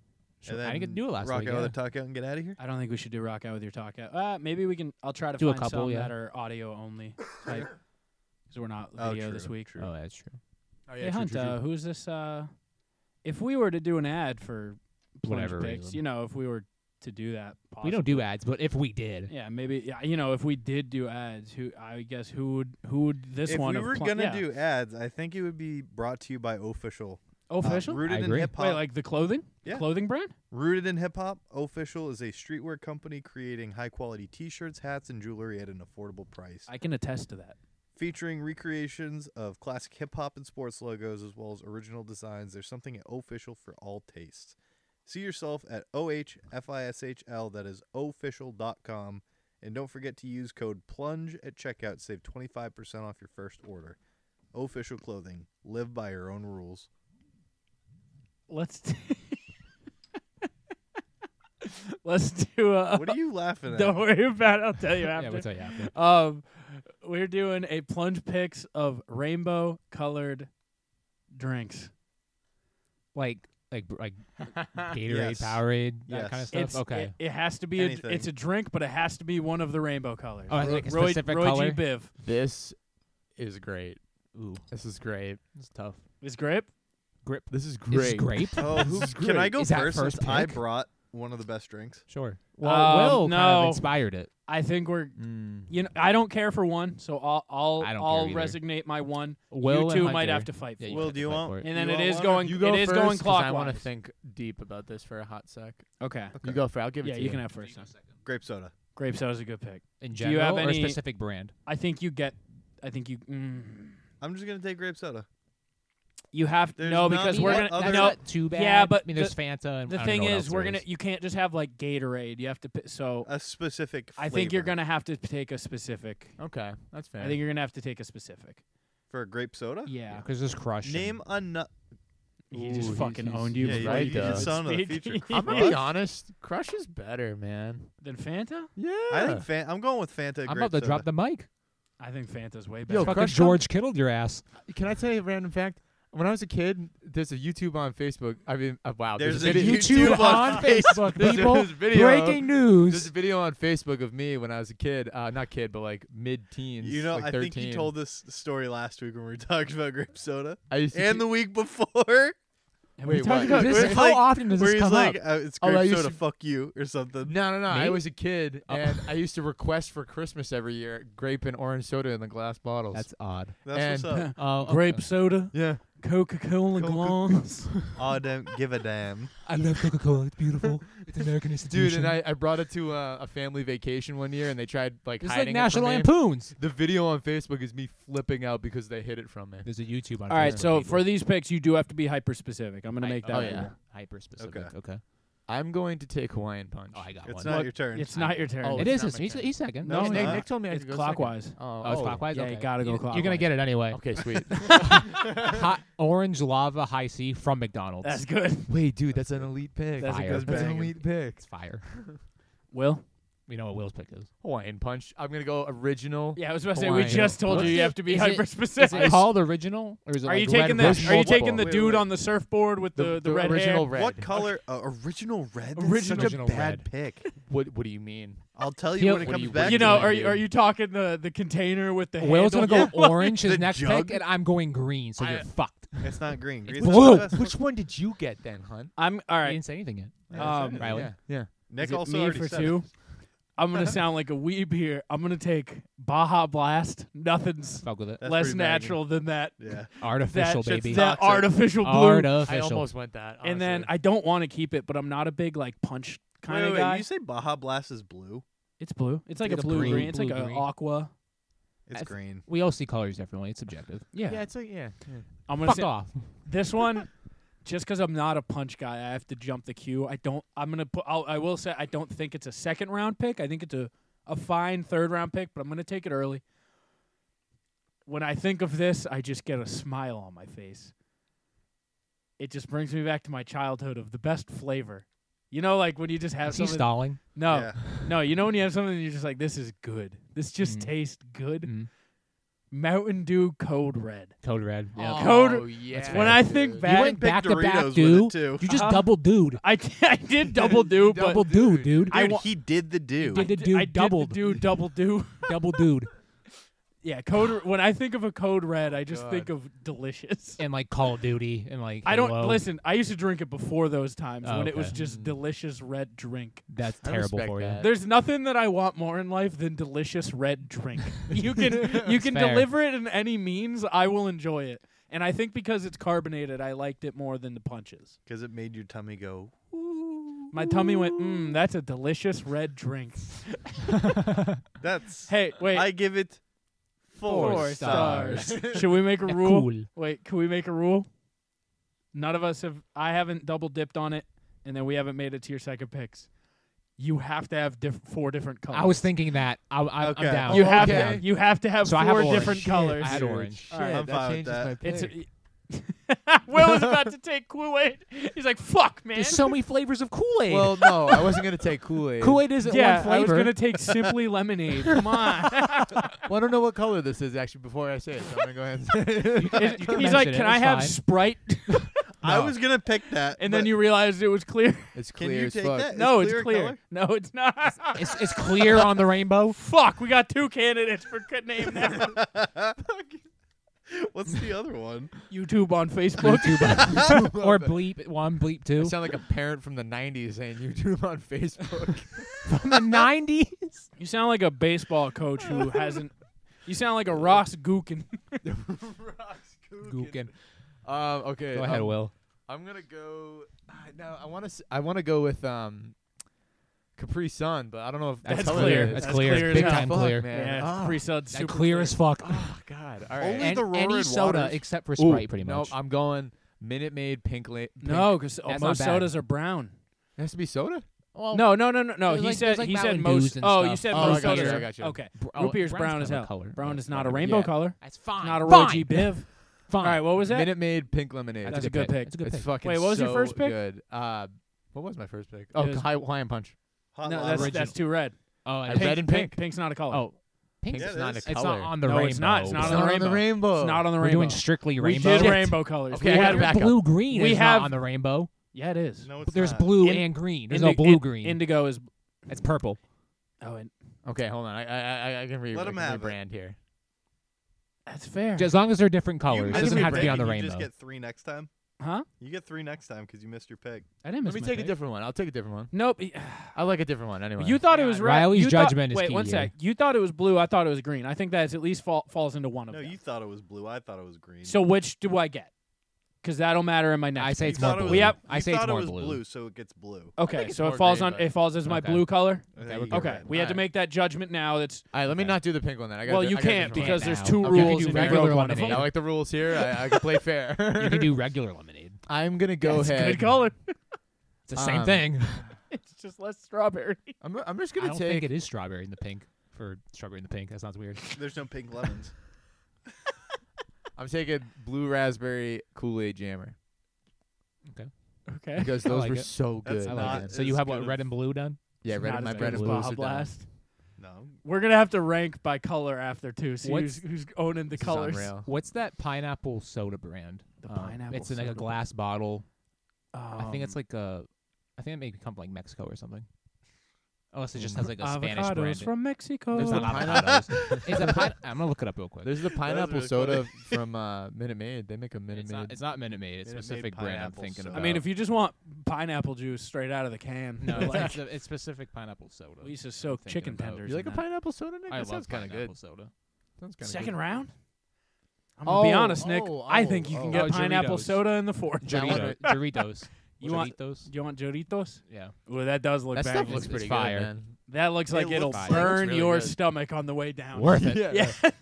Speaker 2: Sure, I didn't get to do it last
Speaker 1: rock
Speaker 2: week.
Speaker 1: out
Speaker 2: yeah.
Speaker 1: with the talk out and get out of here.
Speaker 3: I don't think we should do rock out with your talk out. Uh, maybe we can. I'll try to
Speaker 2: Do a
Speaker 3: find
Speaker 2: couple,
Speaker 3: some
Speaker 2: yeah.
Speaker 3: that are audio only, because we're not
Speaker 1: Oh,
Speaker 3: video
Speaker 1: true,
Speaker 3: this week.
Speaker 1: True.
Speaker 2: Oh, that's true.
Speaker 4: Oh
Speaker 3: hey Hunt, Uh, who's this? Uh, if we were to do an ad for plunge
Speaker 2: Whatever
Speaker 3: picks,
Speaker 2: reason.
Speaker 3: you know, if we were to do that,
Speaker 2: We don't do
Speaker 3: possibly.
Speaker 2: ads, but if we did,
Speaker 3: Yeah, maybe. Yeah, you know, if we did do ads, who I guess who would who would this
Speaker 1: if
Speaker 3: one?
Speaker 1: we
Speaker 3: of
Speaker 1: were
Speaker 3: plun-
Speaker 1: gonna
Speaker 3: yeah.
Speaker 1: do ads, I think it would be brought to you by Official. Uh,
Speaker 3: official.
Speaker 1: rooted
Speaker 2: I
Speaker 1: in
Speaker 2: agree.
Speaker 1: hip
Speaker 3: Wait,
Speaker 1: hop.
Speaker 3: like the clothing,
Speaker 1: Yeah.
Speaker 3: clothing brand.
Speaker 1: rooted in hip hop, Official is a streetwear company creating high quality T-shirts, hats, and jewelry at an affordable price,
Speaker 3: I can attest to that.
Speaker 1: featuring recreations of classic hip hop and sports logos as well as original designs. There's something at Official for all tastes. See yourself at OHFISHL, that is official.com. And don't forget to use code PLUNGE at checkout. Save 25% off your first order. Official clothing. Live by your own rules.
Speaker 3: Let's. T- Let's do a.
Speaker 1: What are you laughing at?
Speaker 3: Don't worry about it. I'll tell you after.
Speaker 2: yeah, we'll tell you after.
Speaker 3: Um, we're doing a plunge picks of rainbow colored drinks.
Speaker 2: Like like like Gatorade,
Speaker 1: Yes.
Speaker 2: Powerade, that kind of
Speaker 1: Yes.
Speaker 2: stuff.
Speaker 3: It's,
Speaker 2: okay.
Speaker 3: It, it has to be a,
Speaker 1: Anything.
Speaker 3: it's a drink, but it has to be one of the rainbow colors.
Speaker 2: Oh, like a
Speaker 3: Roy,
Speaker 2: specific
Speaker 3: Roy
Speaker 2: color?
Speaker 3: G. Biv
Speaker 4: This is great.
Speaker 2: Ooh,
Speaker 4: This is great.
Speaker 2: it's tough.
Speaker 3: is grape.
Speaker 2: Grip.
Speaker 4: This is
Speaker 2: Is this grape?
Speaker 1: Oh, who,
Speaker 4: This is
Speaker 1: can I
Speaker 4: great.
Speaker 1: go
Speaker 2: Is that
Speaker 1: first?
Speaker 2: first
Speaker 1: since I
Speaker 2: pick?
Speaker 1: brought one of the best drinks.
Speaker 2: Sure. Well,
Speaker 3: Um,
Speaker 2: Will kind
Speaker 3: no.
Speaker 2: of inspired it.
Speaker 3: I think we're
Speaker 1: Mm.
Speaker 3: you know I don't care for one, so I'll I'll
Speaker 2: I don't care
Speaker 3: I'll
Speaker 2: either.
Speaker 3: resignate my one.
Speaker 2: Will
Speaker 3: you
Speaker 2: and
Speaker 3: two might
Speaker 2: Hunter.
Speaker 3: have to fight for.
Speaker 2: Yeah,
Speaker 3: it.
Speaker 2: you
Speaker 1: Will,
Speaker 2: have
Speaker 1: do
Speaker 2: to
Speaker 1: you
Speaker 2: fight
Speaker 1: want-
Speaker 2: for it.
Speaker 3: and then
Speaker 4: You
Speaker 3: it
Speaker 4: want
Speaker 3: is
Speaker 4: one?
Speaker 3: going.
Speaker 4: You go
Speaker 3: it is
Speaker 4: first,
Speaker 3: going
Speaker 4: 'cause I
Speaker 3: clockwise.
Speaker 4: want to think deep about this for a hot sec.
Speaker 3: Okay.
Speaker 4: You go for. I'll give it
Speaker 3: Yeah,
Speaker 4: to
Speaker 3: you can have first. Then.
Speaker 1: Grape soda.
Speaker 3: Grape soda's a good pick.
Speaker 2: in
Speaker 3: Do you
Speaker 2: general
Speaker 3: have
Speaker 2: or
Speaker 3: any-
Speaker 2: a specific brand?
Speaker 3: I think you get. I think you. Mm,
Speaker 1: I'm just gonna take grape soda.
Speaker 3: you have
Speaker 1: There's
Speaker 3: no
Speaker 1: none
Speaker 3: because
Speaker 1: That's
Speaker 3: we're
Speaker 1: what
Speaker 3: gonna
Speaker 1: other-
Speaker 2: That's
Speaker 3: no.
Speaker 2: not too bad.
Speaker 3: Yeah, but
Speaker 2: I mean,
Speaker 3: the-
Speaker 2: there's Fanta. And,
Speaker 3: the
Speaker 2: I don't
Speaker 3: thing
Speaker 2: know what
Speaker 3: is,
Speaker 2: else
Speaker 3: we're
Speaker 2: there
Speaker 3: gonna.
Speaker 2: is.
Speaker 3: You can't just have like Gatorade. You have to. pi- So
Speaker 1: A specific.
Speaker 3: I think you're
Speaker 1: flavor
Speaker 3: gonna have to take a specific.
Speaker 4: Okay, that's fair.
Speaker 3: I think you're gonna have to take a specific.
Speaker 1: for a grape soda.
Speaker 3: Yeah.
Speaker 2: because there's crush.
Speaker 1: Name a nut.
Speaker 3: He just
Speaker 4: Ooh,
Speaker 3: fucking
Speaker 4: he's-
Speaker 3: owned you.
Speaker 1: yeah,
Speaker 4: was
Speaker 1: you-
Speaker 3: before
Speaker 4: right,
Speaker 1: you
Speaker 4: though.
Speaker 1: just sound of the
Speaker 3: Speak.
Speaker 1: future.
Speaker 4: I'm gonna
Speaker 1: Crush.
Speaker 4: be honest. Crush is better, man.
Speaker 3: Then Fanta?
Speaker 4: Yeah.
Speaker 1: I think fan- I'm going with Fanta.
Speaker 2: I'm
Speaker 1: grape
Speaker 2: about to
Speaker 1: soda.
Speaker 2: drop the mic.
Speaker 3: I think Fanta's way better.
Speaker 4: Yo,
Speaker 2: Fucking
Speaker 4: Crush
Speaker 2: George Kittled your ass.
Speaker 4: Can I tell you a random fact? When I was a kid, there's a YouTube on Facebook. I mean, uh, wow.
Speaker 1: There's a
Speaker 4: video.
Speaker 1: YouTube
Speaker 2: YouTube
Speaker 1: on
Speaker 2: on Facebook,
Speaker 4: There's a-
Speaker 2: people.
Speaker 4: there's a video.
Speaker 2: Breaking
Speaker 4: There's
Speaker 2: news.
Speaker 4: a video on Facebook of me when I was a kid. Uh, not kid, but like mid-teens.
Speaker 1: You know,
Speaker 4: like
Speaker 1: I
Speaker 4: 13.
Speaker 1: think you told this story last week when we were talking about grape soda,
Speaker 4: I used to
Speaker 1: and
Speaker 4: keep-
Speaker 1: the week before,
Speaker 3: Have
Speaker 4: Wait,
Speaker 3: we talked
Speaker 4: what?
Speaker 3: about
Speaker 1: Wait,
Speaker 2: This,
Speaker 1: wait,
Speaker 2: how
Speaker 1: like,
Speaker 2: often does
Speaker 1: where
Speaker 2: this
Speaker 1: he's
Speaker 2: come
Speaker 1: like,
Speaker 2: up?
Speaker 1: uh, "It's
Speaker 4: Oh,
Speaker 1: grape
Speaker 4: I used
Speaker 1: soda,
Speaker 4: to-
Speaker 1: fuck you" or something.
Speaker 4: No, no, no.
Speaker 2: Me?
Speaker 4: I was a kid,
Speaker 2: Oh.
Speaker 4: and I used to request for Christmas every year grape and orange soda in the glass bottles.
Speaker 2: That's odd.
Speaker 1: That's what's up.
Speaker 2: Uh,
Speaker 3: grape soda,
Speaker 4: yeah.
Speaker 3: Coca Cola
Speaker 1: Coca-
Speaker 3: glass.
Speaker 1: I don't give a damn.
Speaker 2: I love Coca-Cola. It's beautiful. It's an American institution.
Speaker 4: Dude, and I, I brought it to uh, a family vacation one year, and they tried like
Speaker 2: It's like
Speaker 4: hiding
Speaker 2: National
Speaker 4: it from me.
Speaker 2: Lampoons.
Speaker 4: The video on Facebook is me flipping out because they hid it from me.
Speaker 2: There's a YouTube on.
Speaker 3: All right,
Speaker 2: Facebook,
Speaker 3: so
Speaker 2: people.
Speaker 3: for these picks, you do have to be hyper specific. I'm gonna make that.
Speaker 4: oh,
Speaker 3: a
Speaker 4: yeah.
Speaker 3: rule.
Speaker 2: hyper specific.
Speaker 1: Okay.
Speaker 2: Okay.
Speaker 4: I'm going to take Hawaiian Punch.
Speaker 2: Oh, I got
Speaker 1: It's
Speaker 2: one.
Speaker 1: not
Speaker 3: Look,
Speaker 1: your turn.
Speaker 3: It's not your turn.
Speaker 4: Oh,
Speaker 2: it is.
Speaker 4: it's not
Speaker 2: his-
Speaker 4: my
Speaker 2: He's,
Speaker 4: turn.
Speaker 2: he's second.
Speaker 1: No,
Speaker 4: Oh, Nick,
Speaker 1: it's not.
Speaker 4: Nick told me I
Speaker 3: It's
Speaker 4: could go
Speaker 3: clockwise.
Speaker 4: second. Oh,
Speaker 2: Oh, it's
Speaker 4: oh.
Speaker 2: clockwise.
Speaker 3: Yeah, you
Speaker 2: okay.
Speaker 3: gotta go
Speaker 2: You- You're gonna
Speaker 3: clockwise.
Speaker 2: get it anyway.
Speaker 4: Okay, sweet.
Speaker 2: Hot orange lava high C from McDonald's.
Speaker 3: That's good.
Speaker 4: Wait, dude, that's an elite pick.
Speaker 3: That's a
Speaker 2: Fire.
Speaker 3: good
Speaker 2: That's
Speaker 1: banging.
Speaker 4: pick.
Speaker 2: It's fire.
Speaker 3: Will?
Speaker 2: We know what Will's pick is.
Speaker 4: Hawaiian Punch. I'm gonna go original.
Speaker 3: Yeah, I was about to say we
Speaker 2: Hawaiian.
Speaker 3: just told
Speaker 2: What's
Speaker 3: you you
Speaker 2: it-
Speaker 3: have to be
Speaker 2: is it-
Speaker 3: hyper
Speaker 2: Is
Speaker 3: specific.
Speaker 2: it called original or is it
Speaker 3: Are
Speaker 2: like
Speaker 3: you
Speaker 2: red
Speaker 3: taking
Speaker 2: Red
Speaker 3: this? Are
Speaker 2: Bull?
Speaker 3: you taking the
Speaker 1: Wait,
Speaker 3: dude
Speaker 1: wait.
Speaker 3: on the surfboard with the the red hair?
Speaker 4: original red.
Speaker 1: What color? Uh, original red. That's such a
Speaker 2: Original
Speaker 1: bad
Speaker 2: red.
Speaker 1: pick.
Speaker 4: What What do you mean?
Speaker 1: I'll tell you
Speaker 2: He'll-
Speaker 1: when it
Speaker 4: What do
Speaker 1: comes
Speaker 4: you-
Speaker 1: back.
Speaker 4: what
Speaker 3: You
Speaker 1: to
Speaker 3: know,
Speaker 1: me.
Speaker 3: are you, are you talking the the container with the
Speaker 2: Will's gonna
Speaker 3: handle?
Speaker 2: go
Speaker 1: Yeah.
Speaker 2: orange his
Speaker 1: The
Speaker 2: next
Speaker 1: jug?
Speaker 2: pick, and I'm going green, so you're
Speaker 4: I-
Speaker 2: fucked.
Speaker 1: It's not green. Green's
Speaker 2: blue.
Speaker 1: not the best.
Speaker 4: Which one did you get then, hun?
Speaker 3: I'm all
Speaker 2: He
Speaker 3: right.
Speaker 2: didn't say anything yet.
Speaker 1: Yeah,
Speaker 3: Um,
Speaker 1: it's
Speaker 2: Riley,
Speaker 4: Yeah. Yeah.
Speaker 1: Nick
Speaker 3: Is it
Speaker 1: also
Speaker 3: me
Speaker 1: already
Speaker 3: for
Speaker 1: said it.
Speaker 3: two? I'm gonna sound like a weeb here. I'm gonna take Baja Blast. Nothing's
Speaker 2: fuck with it.
Speaker 1: That's
Speaker 3: less
Speaker 1: pretty banging.
Speaker 3: natural than that.
Speaker 1: Yeah.
Speaker 2: Artificial
Speaker 1: shit's
Speaker 2: baby.
Speaker 1: tough.
Speaker 3: That artificial blue.
Speaker 4: I
Speaker 2: Artificial.
Speaker 4: almost went that.
Speaker 3: and then I don't want to keep it, but I'm not a big like punch kind
Speaker 1: Wait,
Speaker 3: of
Speaker 1: wait,
Speaker 3: guy.
Speaker 1: you say Baja Blast is blue?
Speaker 3: it's blue. It's like
Speaker 2: It's
Speaker 3: a blue green.
Speaker 2: green,
Speaker 3: It's like
Speaker 2: blue
Speaker 3: an
Speaker 2: green.
Speaker 3: aqua.
Speaker 1: It's
Speaker 2: I th-
Speaker 1: green.
Speaker 2: we all see colors differently. It's subjective.
Speaker 3: Yeah.
Speaker 4: Yeah, it's like yeah.
Speaker 3: I'm gonna
Speaker 2: Fuck
Speaker 3: say
Speaker 2: off.
Speaker 3: this one. Just because I'm not a punch guy, I have to jump the queue. I don't. I'm gonna put. I'll, I will say I don't think it's a second round pick. I think it's a a fine third round pick, but I'm gonna take it early. When I think of this, I just get a smile on my face. It just brings me back to my childhood of the best flavor. You know, like when you just have
Speaker 2: Is he
Speaker 3: something.
Speaker 2: stalling?
Speaker 3: No,
Speaker 1: Yeah.
Speaker 3: No, you know when you have something and you're just like, this is good. This just
Speaker 2: Mm.
Speaker 3: tastes good.
Speaker 2: Mm.
Speaker 3: Mountain Dew Code Red.
Speaker 2: Code red.
Speaker 3: Oh,
Speaker 2: Yeah.
Speaker 3: Code-
Speaker 4: yeah.
Speaker 2: That's
Speaker 3: When I think
Speaker 2: You
Speaker 3: back,
Speaker 2: went back
Speaker 1: Pick
Speaker 2: to
Speaker 1: Doritos
Speaker 2: back,
Speaker 1: with
Speaker 2: dude.
Speaker 1: it too.
Speaker 2: You just
Speaker 3: Uh-huh.
Speaker 2: double dude.
Speaker 3: I, d- I did double do, but
Speaker 2: Double dude, dude.
Speaker 3: I
Speaker 1: Dude,
Speaker 3: wa-
Speaker 1: he did the do.
Speaker 3: I
Speaker 2: did the
Speaker 3: d-
Speaker 2: do
Speaker 3: I did the
Speaker 2: doubled.
Speaker 3: do double do.
Speaker 2: Double dude.
Speaker 3: Yeah, Code. When I think of a Code Red, I just
Speaker 4: God.
Speaker 3: think of delicious.
Speaker 2: And like Call of Duty and like.
Speaker 3: I don't
Speaker 2: Halo.
Speaker 3: listen. I used to drink it before those times
Speaker 2: Oh,
Speaker 3: when it was
Speaker 2: okay.
Speaker 3: just
Speaker 4: Mm.
Speaker 3: delicious red drink.
Speaker 2: That's
Speaker 4: I
Speaker 2: terrible
Speaker 4: respect
Speaker 2: for
Speaker 4: that.
Speaker 2: you.
Speaker 3: There's nothing that I want more in life than delicious red drink. You can you can
Speaker 2: fair.
Speaker 3: deliver it in any means. I will enjoy it, and I think because it's carbonated, I liked it more than the punches.
Speaker 1: Because it made your tummy go.
Speaker 3: My tummy went, mm, that's a delicious red drink.
Speaker 1: That's.
Speaker 3: Hey, wait,
Speaker 1: I give it four,
Speaker 3: four
Speaker 1: stars.
Speaker 3: stars. should we make a
Speaker 2: Yeah,
Speaker 3: rule?
Speaker 2: cool.
Speaker 3: Wait, can we make a rule? None of us have. I haven't double dipped on it, and then we haven't made it to your second picks. You have to have diff- four different colors.
Speaker 2: I was thinking that. I, I,
Speaker 1: Okay.
Speaker 2: I'm down.
Speaker 3: You
Speaker 4: Oh,
Speaker 3: have
Speaker 4: okay.
Speaker 3: to. You have to have
Speaker 2: So I have
Speaker 3: four
Speaker 2: orange.
Speaker 3: different
Speaker 2: I
Speaker 3: colors.
Speaker 2: had orange.
Speaker 4: Shit,
Speaker 1: I'm
Speaker 4: that
Speaker 1: fine with
Speaker 4: changes
Speaker 1: that.
Speaker 4: my
Speaker 3: It's
Speaker 4: pick.
Speaker 3: Will was about to take Kool Aid. He's like, "Fuck, man."
Speaker 2: There's so many flavors of Kool Aid.
Speaker 4: Well, no, I wasn't gonna take Kool Aid.
Speaker 2: Kool Aid isn't
Speaker 3: yeah,
Speaker 2: one
Speaker 3: I was
Speaker 2: flavor.
Speaker 3: gonna take simply lemonade. Come on.
Speaker 4: Well, I don't know what color this is actually. Before I say it, so I'm gonna go ahead. And say it.
Speaker 2: You can
Speaker 3: He's like,
Speaker 2: mention it,
Speaker 3: "Can I
Speaker 2: it's
Speaker 3: have
Speaker 2: fine."
Speaker 3: Sprite?"
Speaker 1: I
Speaker 4: No.
Speaker 1: was gonna pick that,
Speaker 3: And then
Speaker 1: but
Speaker 3: you realized it was clear.
Speaker 4: It's
Speaker 1: Can
Speaker 4: clear
Speaker 1: you
Speaker 4: as
Speaker 1: take
Speaker 4: fuck.
Speaker 1: that? It's
Speaker 3: no, it's
Speaker 1: clear
Speaker 3: clear.
Speaker 1: color?
Speaker 3: No, it's not.
Speaker 2: it's, it's clear on the rainbow.
Speaker 3: Fuck, we got two candidates for could name now.
Speaker 1: What's the other one?
Speaker 3: YouTube on Facebook.
Speaker 2: or bleep one, bleep
Speaker 4: I
Speaker 2: two.
Speaker 4: sound like a parent from the '90s saying YouTube on Facebook.
Speaker 2: From the nineties.
Speaker 3: You sound like a baseball coach who hasn't. You sound like a Ross Gookin.
Speaker 2: Gookin.
Speaker 4: Um, okay.
Speaker 2: Go ahead,
Speaker 4: um,
Speaker 2: Will.
Speaker 4: I'm gonna go. Uh, no, I want to. I want to go with um, Capri Sun, but I don't know if
Speaker 2: That's
Speaker 4: that's
Speaker 3: clear.
Speaker 2: That's,
Speaker 3: That's
Speaker 2: clear.
Speaker 3: clear as
Speaker 2: Big
Speaker 3: hell.
Speaker 2: time
Speaker 4: Fuck,
Speaker 2: clear.
Speaker 4: man.
Speaker 3: Yeah,
Speaker 4: Ah.
Speaker 3: Free sud,
Speaker 2: That
Speaker 3: super
Speaker 2: clear as fuck.
Speaker 3: Ah,
Speaker 4: Oh God! All right.
Speaker 1: Only
Speaker 2: And,
Speaker 1: the roaring
Speaker 2: any soda
Speaker 1: waters.
Speaker 2: except for Sprite, pretty
Speaker 4: nope,
Speaker 2: much.
Speaker 4: I'm going Minute Maid Pink La- Pink-
Speaker 3: No, because
Speaker 2: That's not
Speaker 3: most
Speaker 2: bad.
Speaker 3: sodas are brown.
Speaker 4: it has to be soda.
Speaker 2: Well,
Speaker 3: No, no, no, no, no.
Speaker 2: There's
Speaker 3: He
Speaker 2: like-
Speaker 3: said
Speaker 2: there's like
Speaker 3: he said
Speaker 2: Mountain
Speaker 3: most.
Speaker 2: Dews and
Speaker 3: Oh,
Speaker 2: stuff.
Speaker 3: you said
Speaker 4: Oh, I
Speaker 3: most
Speaker 4: got
Speaker 3: sodas.
Speaker 4: you, I
Speaker 3: are-
Speaker 4: got you.
Speaker 3: Okay,
Speaker 2: Br- oh,
Speaker 3: root beer's
Speaker 2: brown's
Speaker 3: brown
Speaker 2: kind
Speaker 3: as
Speaker 2: of a
Speaker 3: hell.
Speaker 2: color.
Speaker 3: Brown
Speaker 2: That's
Speaker 3: is not a
Speaker 2: fine.
Speaker 3: rainbow
Speaker 4: Yeah.
Speaker 3: color.
Speaker 2: That's fine.
Speaker 3: Not a
Speaker 2: Fine.
Speaker 3: rosy biv.
Speaker 2: Fine.
Speaker 3: All right, what was that?
Speaker 4: Minute Maid Pink Lemonade.
Speaker 3: That's a
Speaker 4: It's
Speaker 3: good pick.
Speaker 2: That's a good
Speaker 4: It's
Speaker 2: pick.
Speaker 4: fucking
Speaker 3: Wait, what was your
Speaker 4: so
Speaker 3: first pick?
Speaker 4: Good. Uh, what was my first pick?
Speaker 3: It
Speaker 4: Oh,
Speaker 3: was-
Speaker 4: Hi- Hawaiian Punch.
Speaker 1: Hot
Speaker 3: no,
Speaker 1: lava.
Speaker 3: that's
Speaker 2: Original.
Speaker 3: that's too red.
Speaker 2: Oh,
Speaker 4: I Red read- and pink.
Speaker 3: Pink's not a color.
Speaker 2: Oh, pink.
Speaker 1: Yeah,
Speaker 2: is
Speaker 1: it
Speaker 4: not
Speaker 1: is.
Speaker 4: a
Speaker 2: It's not
Speaker 4: color.
Speaker 2: on the
Speaker 3: No,
Speaker 2: rainbow.
Speaker 3: it's not. It's not
Speaker 4: It's
Speaker 3: on the
Speaker 4: not
Speaker 3: rainbow.
Speaker 4: on the rainbow.
Speaker 3: It's not on the
Speaker 2: We're
Speaker 3: rainbow.
Speaker 2: doing strictly
Speaker 3: We
Speaker 2: rainbow.
Speaker 3: did
Speaker 2: Shit.
Speaker 3: rainbow colors.
Speaker 4: Okay,
Speaker 3: we
Speaker 4: I
Speaker 3: had
Speaker 4: gotta back up.
Speaker 2: blue green.
Speaker 3: We
Speaker 2: is
Speaker 3: have-
Speaker 2: not on the rainbow.
Speaker 3: Yeah, it is.
Speaker 1: No, it's
Speaker 2: But there's
Speaker 1: not.
Speaker 2: blue
Speaker 3: In-
Speaker 2: and green. There's
Speaker 3: Indi-
Speaker 2: no blue
Speaker 3: in-
Speaker 2: green.
Speaker 3: Indigo is.
Speaker 2: it's purple.
Speaker 3: Oh, and
Speaker 4: Okay, hold on. I I, I- I can re-
Speaker 1: Let
Speaker 4: I
Speaker 1: 'em
Speaker 4: can
Speaker 1: have it.
Speaker 4: rebrand here.
Speaker 3: that's fair.
Speaker 2: As long as they're different
Speaker 1: You
Speaker 2: colors, it
Speaker 1: missed
Speaker 2: doesn't
Speaker 1: your
Speaker 2: have to be
Speaker 1: pick
Speaker 2: on the
Speaker 1: and You
Speaker 2: rainbow.
Speaker 1: just get three next time.
Speaker 3: huh?
Speaker 1: You get three next time because you missed your pick.
Speaker 3: I didn't miss
Speaker 4: Let me
Speaker 3: my
Speaker 4: take
Speaker 3: pick.
Speaker 4: a different one. I'll take a different one.
Speaker 3: Nope. y-
Speaker 4: I like a different one anyway.
Speaker 3: You thought it was
Speaker 2: God,
Speaker 3: red.
Speaker 2: Riley's
Speaker 3: you thought-
Speaker 2: judgment is
Speaker 3: wait,
Speaker 2: key
Speaker 3: one
Speaker 2: here.
Speaker 3: sec. You thought it was blue. I thought it was green. I think that's at least fall, falls into one of
Speaker 1: No,
Speaker 3: them.
Speaker 1: you thought it was blue. I thought it was green.
Speaker 3: so which do I get? Because that'll matter in my next.
Speaker 2: I say
Speaker 1: You
Speaker 2: it's more
Speaker 1: thought it
Speaker 2: blue.
Speaker 1: was-
Speaker 3: We have-
Speaker 1: you
Speaker 2: I say it's
Speaker 1: thought it
Speaker 2: more
Speaker 1: was
Speaker 2: blue.
Speaker 1: so it gets blue.
Speaker 3: Okay,
Speaker 4: it's
Speaker 3: so it
Speaker 4: more
Speaker 3: falls
Speaker 4: green,
Speaker 3: on.
Speaker 4: but-
Speaker 3: It falls as my
Speaker 2: Okay.
Speaker 3: blue color.
Speaker 1: Okay,
Speaker 2: that would
Speaker 1: you
Speaker 2: be
Speaker 1: got
Speaker 3: Okay,
Speaker 1: red.
Speaker 3: we had to
Speaker 4: Alright.
Speaker 3: make that judgment now. That's
Speaker 4: All right, let me
Speaker 2: Okay.
Speaker 4: not do the pink one then. I got
Speaker 3: well,
Speaker 4: di-
Speaker 3: you
Speaker 4: I got a
Speaker 3: can't
Speaker 4: different
Speaker 3: because
Speaker 4: one.
Speaker 2: one.
Speaker 3: there's two
Speaker 2: Okay, you
Speaker 3: rules
Speaker 2: do
Speaker 3: and you
Speaker 2: regular
Speaker 3: broke one of
Speaker 2: lemonade.
Speaker 3: them.
Speaker 4: I like the rules here. I, I can play fair.
Speaker 2: You can do regular lemonade.
Speaker 4: I'm gonna go
Speaker 3: That's
Speaker 4: ahead.
Speaker 3: good color.
Speaker 2: It's the same
Speaker 4: Um,
Speaker 2: thing.
Speaker 3: it's just less strawberry.
Speaker 4: I'm, I'm just
Speaker 2: I
Speaker 4: gonna
Speaker 2: don't
Speaker 4: take.
Speaker 2: think it is strawberry in the pink. For strawberry in the pink, that sounds weird.
Speaker 1: There's no pink lemons.
Speaker 4: I'm taking blue raspberry Kool Aid jammer
Speaker 3: Okay.
Speaker 4: because
Speaker 2: I
Speaker 4: those
Speaker 2: like
Speaker 4: were
Speaker 2: it.
Speaker 4: so
Speaker 1: That's
Speaker 4: good.
Speaker 2: I
Speaker 1: It's
Speaker 2: like
Speaker 1: not
Speaker 2: it. So you
Speaker 1: as
Speaker 2: have
Speaker 1: good
Speaker 2: what
Speaker 1: of-
Speaker 2: red and blue done?
Speaker 4: Yeah,
Speaker 3: It's
Speaker 4: red
Speaker 3: not
Speaker 4: and my
Speaker 3: as
Speaker 4: bread
Speaker 3: good
Speaker 4: and
Speaker 3: as
Speaker 4: blues
Speaker 3: Baja
Speaker 4: are done.
Speaker 3: Blast.
Speaker 1: No.
Speaker 3: We're gonna have to rank by color after too. See who's,
Speaker 2: What's-
Speaker 3: who's owning the
Speaker 4: This is
Speaker 3: colors.
Speaker 1: Uh-huh.
Speaker 4: unreal.
Speaker 2: What's that pineapple soda brand? Um,
Speaker 3: The pineapple
Speaker 2: It's in like a
Speaker 3: soda
Speaker 2: glass bottle. I think
Speaker 3: Um,
Speaker 2: it's like a. I think it may come from like Mexico or something. Unless it just has like a Spanish
Speaker 3: Avocados
Speaker 2: brand.
Speaker 3: from Mexico.
Speaker 2: It's not avocados. it's a pine- I'm gonna look it up real quick.
Speaker 4: There's the pineapple
Speaker 1: really
Speaker 4: soda from uh, Minute Maid. They make a Minute
Speaker 2: It's
Speaker 4: Maid.
Speaker 2: not, it's not Minute Maid. It's
Speaker 1: Minute Maid
Speaker 2: specific brand I'm
Speaker 1: pineapple
Speaker 2: thinking
Speaker 1: soda.
Speaker 2: about.
Speaker 3: I mean, if you just want pineapple juice straight out of the can,
Speaker 2: no, it's,
Speaker 3: like
Speaker 2: it's, a- it's specific pineapple soda.
Speaker 3: we used to
Speaker 2: I'm
Speaker 3: soak
Speaker 2: thinking
Speaker 3: chicken
Speaker 2: about.
Speaker 3: tenders.
Speaker 4: you like a
Speaker 3: in that.
Speaker 4: pineapple soda, Nick?
Speaker 2: I
Speaker 4: that sounds
Speaker 2: love
Speaker 4: kind of
Speaker 2: pineapple
Speaker 4: good.
Speaker 2: soda.
Speaker 4: Sounds kinda
Speaker 3: Second
Speaker 4: good.
Speaker 3: round. I'm gonna be
Speaker 4: Oh,
Speaker 3: honest, Nick.
Speaker 4: oh,
Speaker 3: I
Speaker 4: oh,
Speaker 3: think you can
Speaker 4: oh.
Speaker 3: get
Speaker 2: Oh,
Speaker 3: pineapple
Speaker 2: Doritos.
Speaker 3: soda in the fourth.
Speaker 4: That one
Speaker 2: Dorito,
Speaker 4: right-
Speaker 2: Doritos.
Speaker 3: You want-
Speaker 2: Doritos?
Speaker 3: Do you want Doritos?
Speaker 2: Yeah.
Speaker 3: Ooh, that does look
Speaker 4: That
Speaker 3: banging.
Speaker 4: stuff looks
Speaker 2: It's
Speaker 4: pretty good,
Speaker 2: fire.
Speaker 4: man.
Speaker 3: That looks
Speaker 1: It
Speaker 3: like
Speaker 1: looks
Speaker 3: it'll
Speaker 1: fine.
Speaker 3: burn
Speaker 4: Looks really
Speaker 3: your
Speaker 4: good.
Speaker 3: stomach on the way down.
Speaker 2: Worth it.
Speaker 4: Yeah.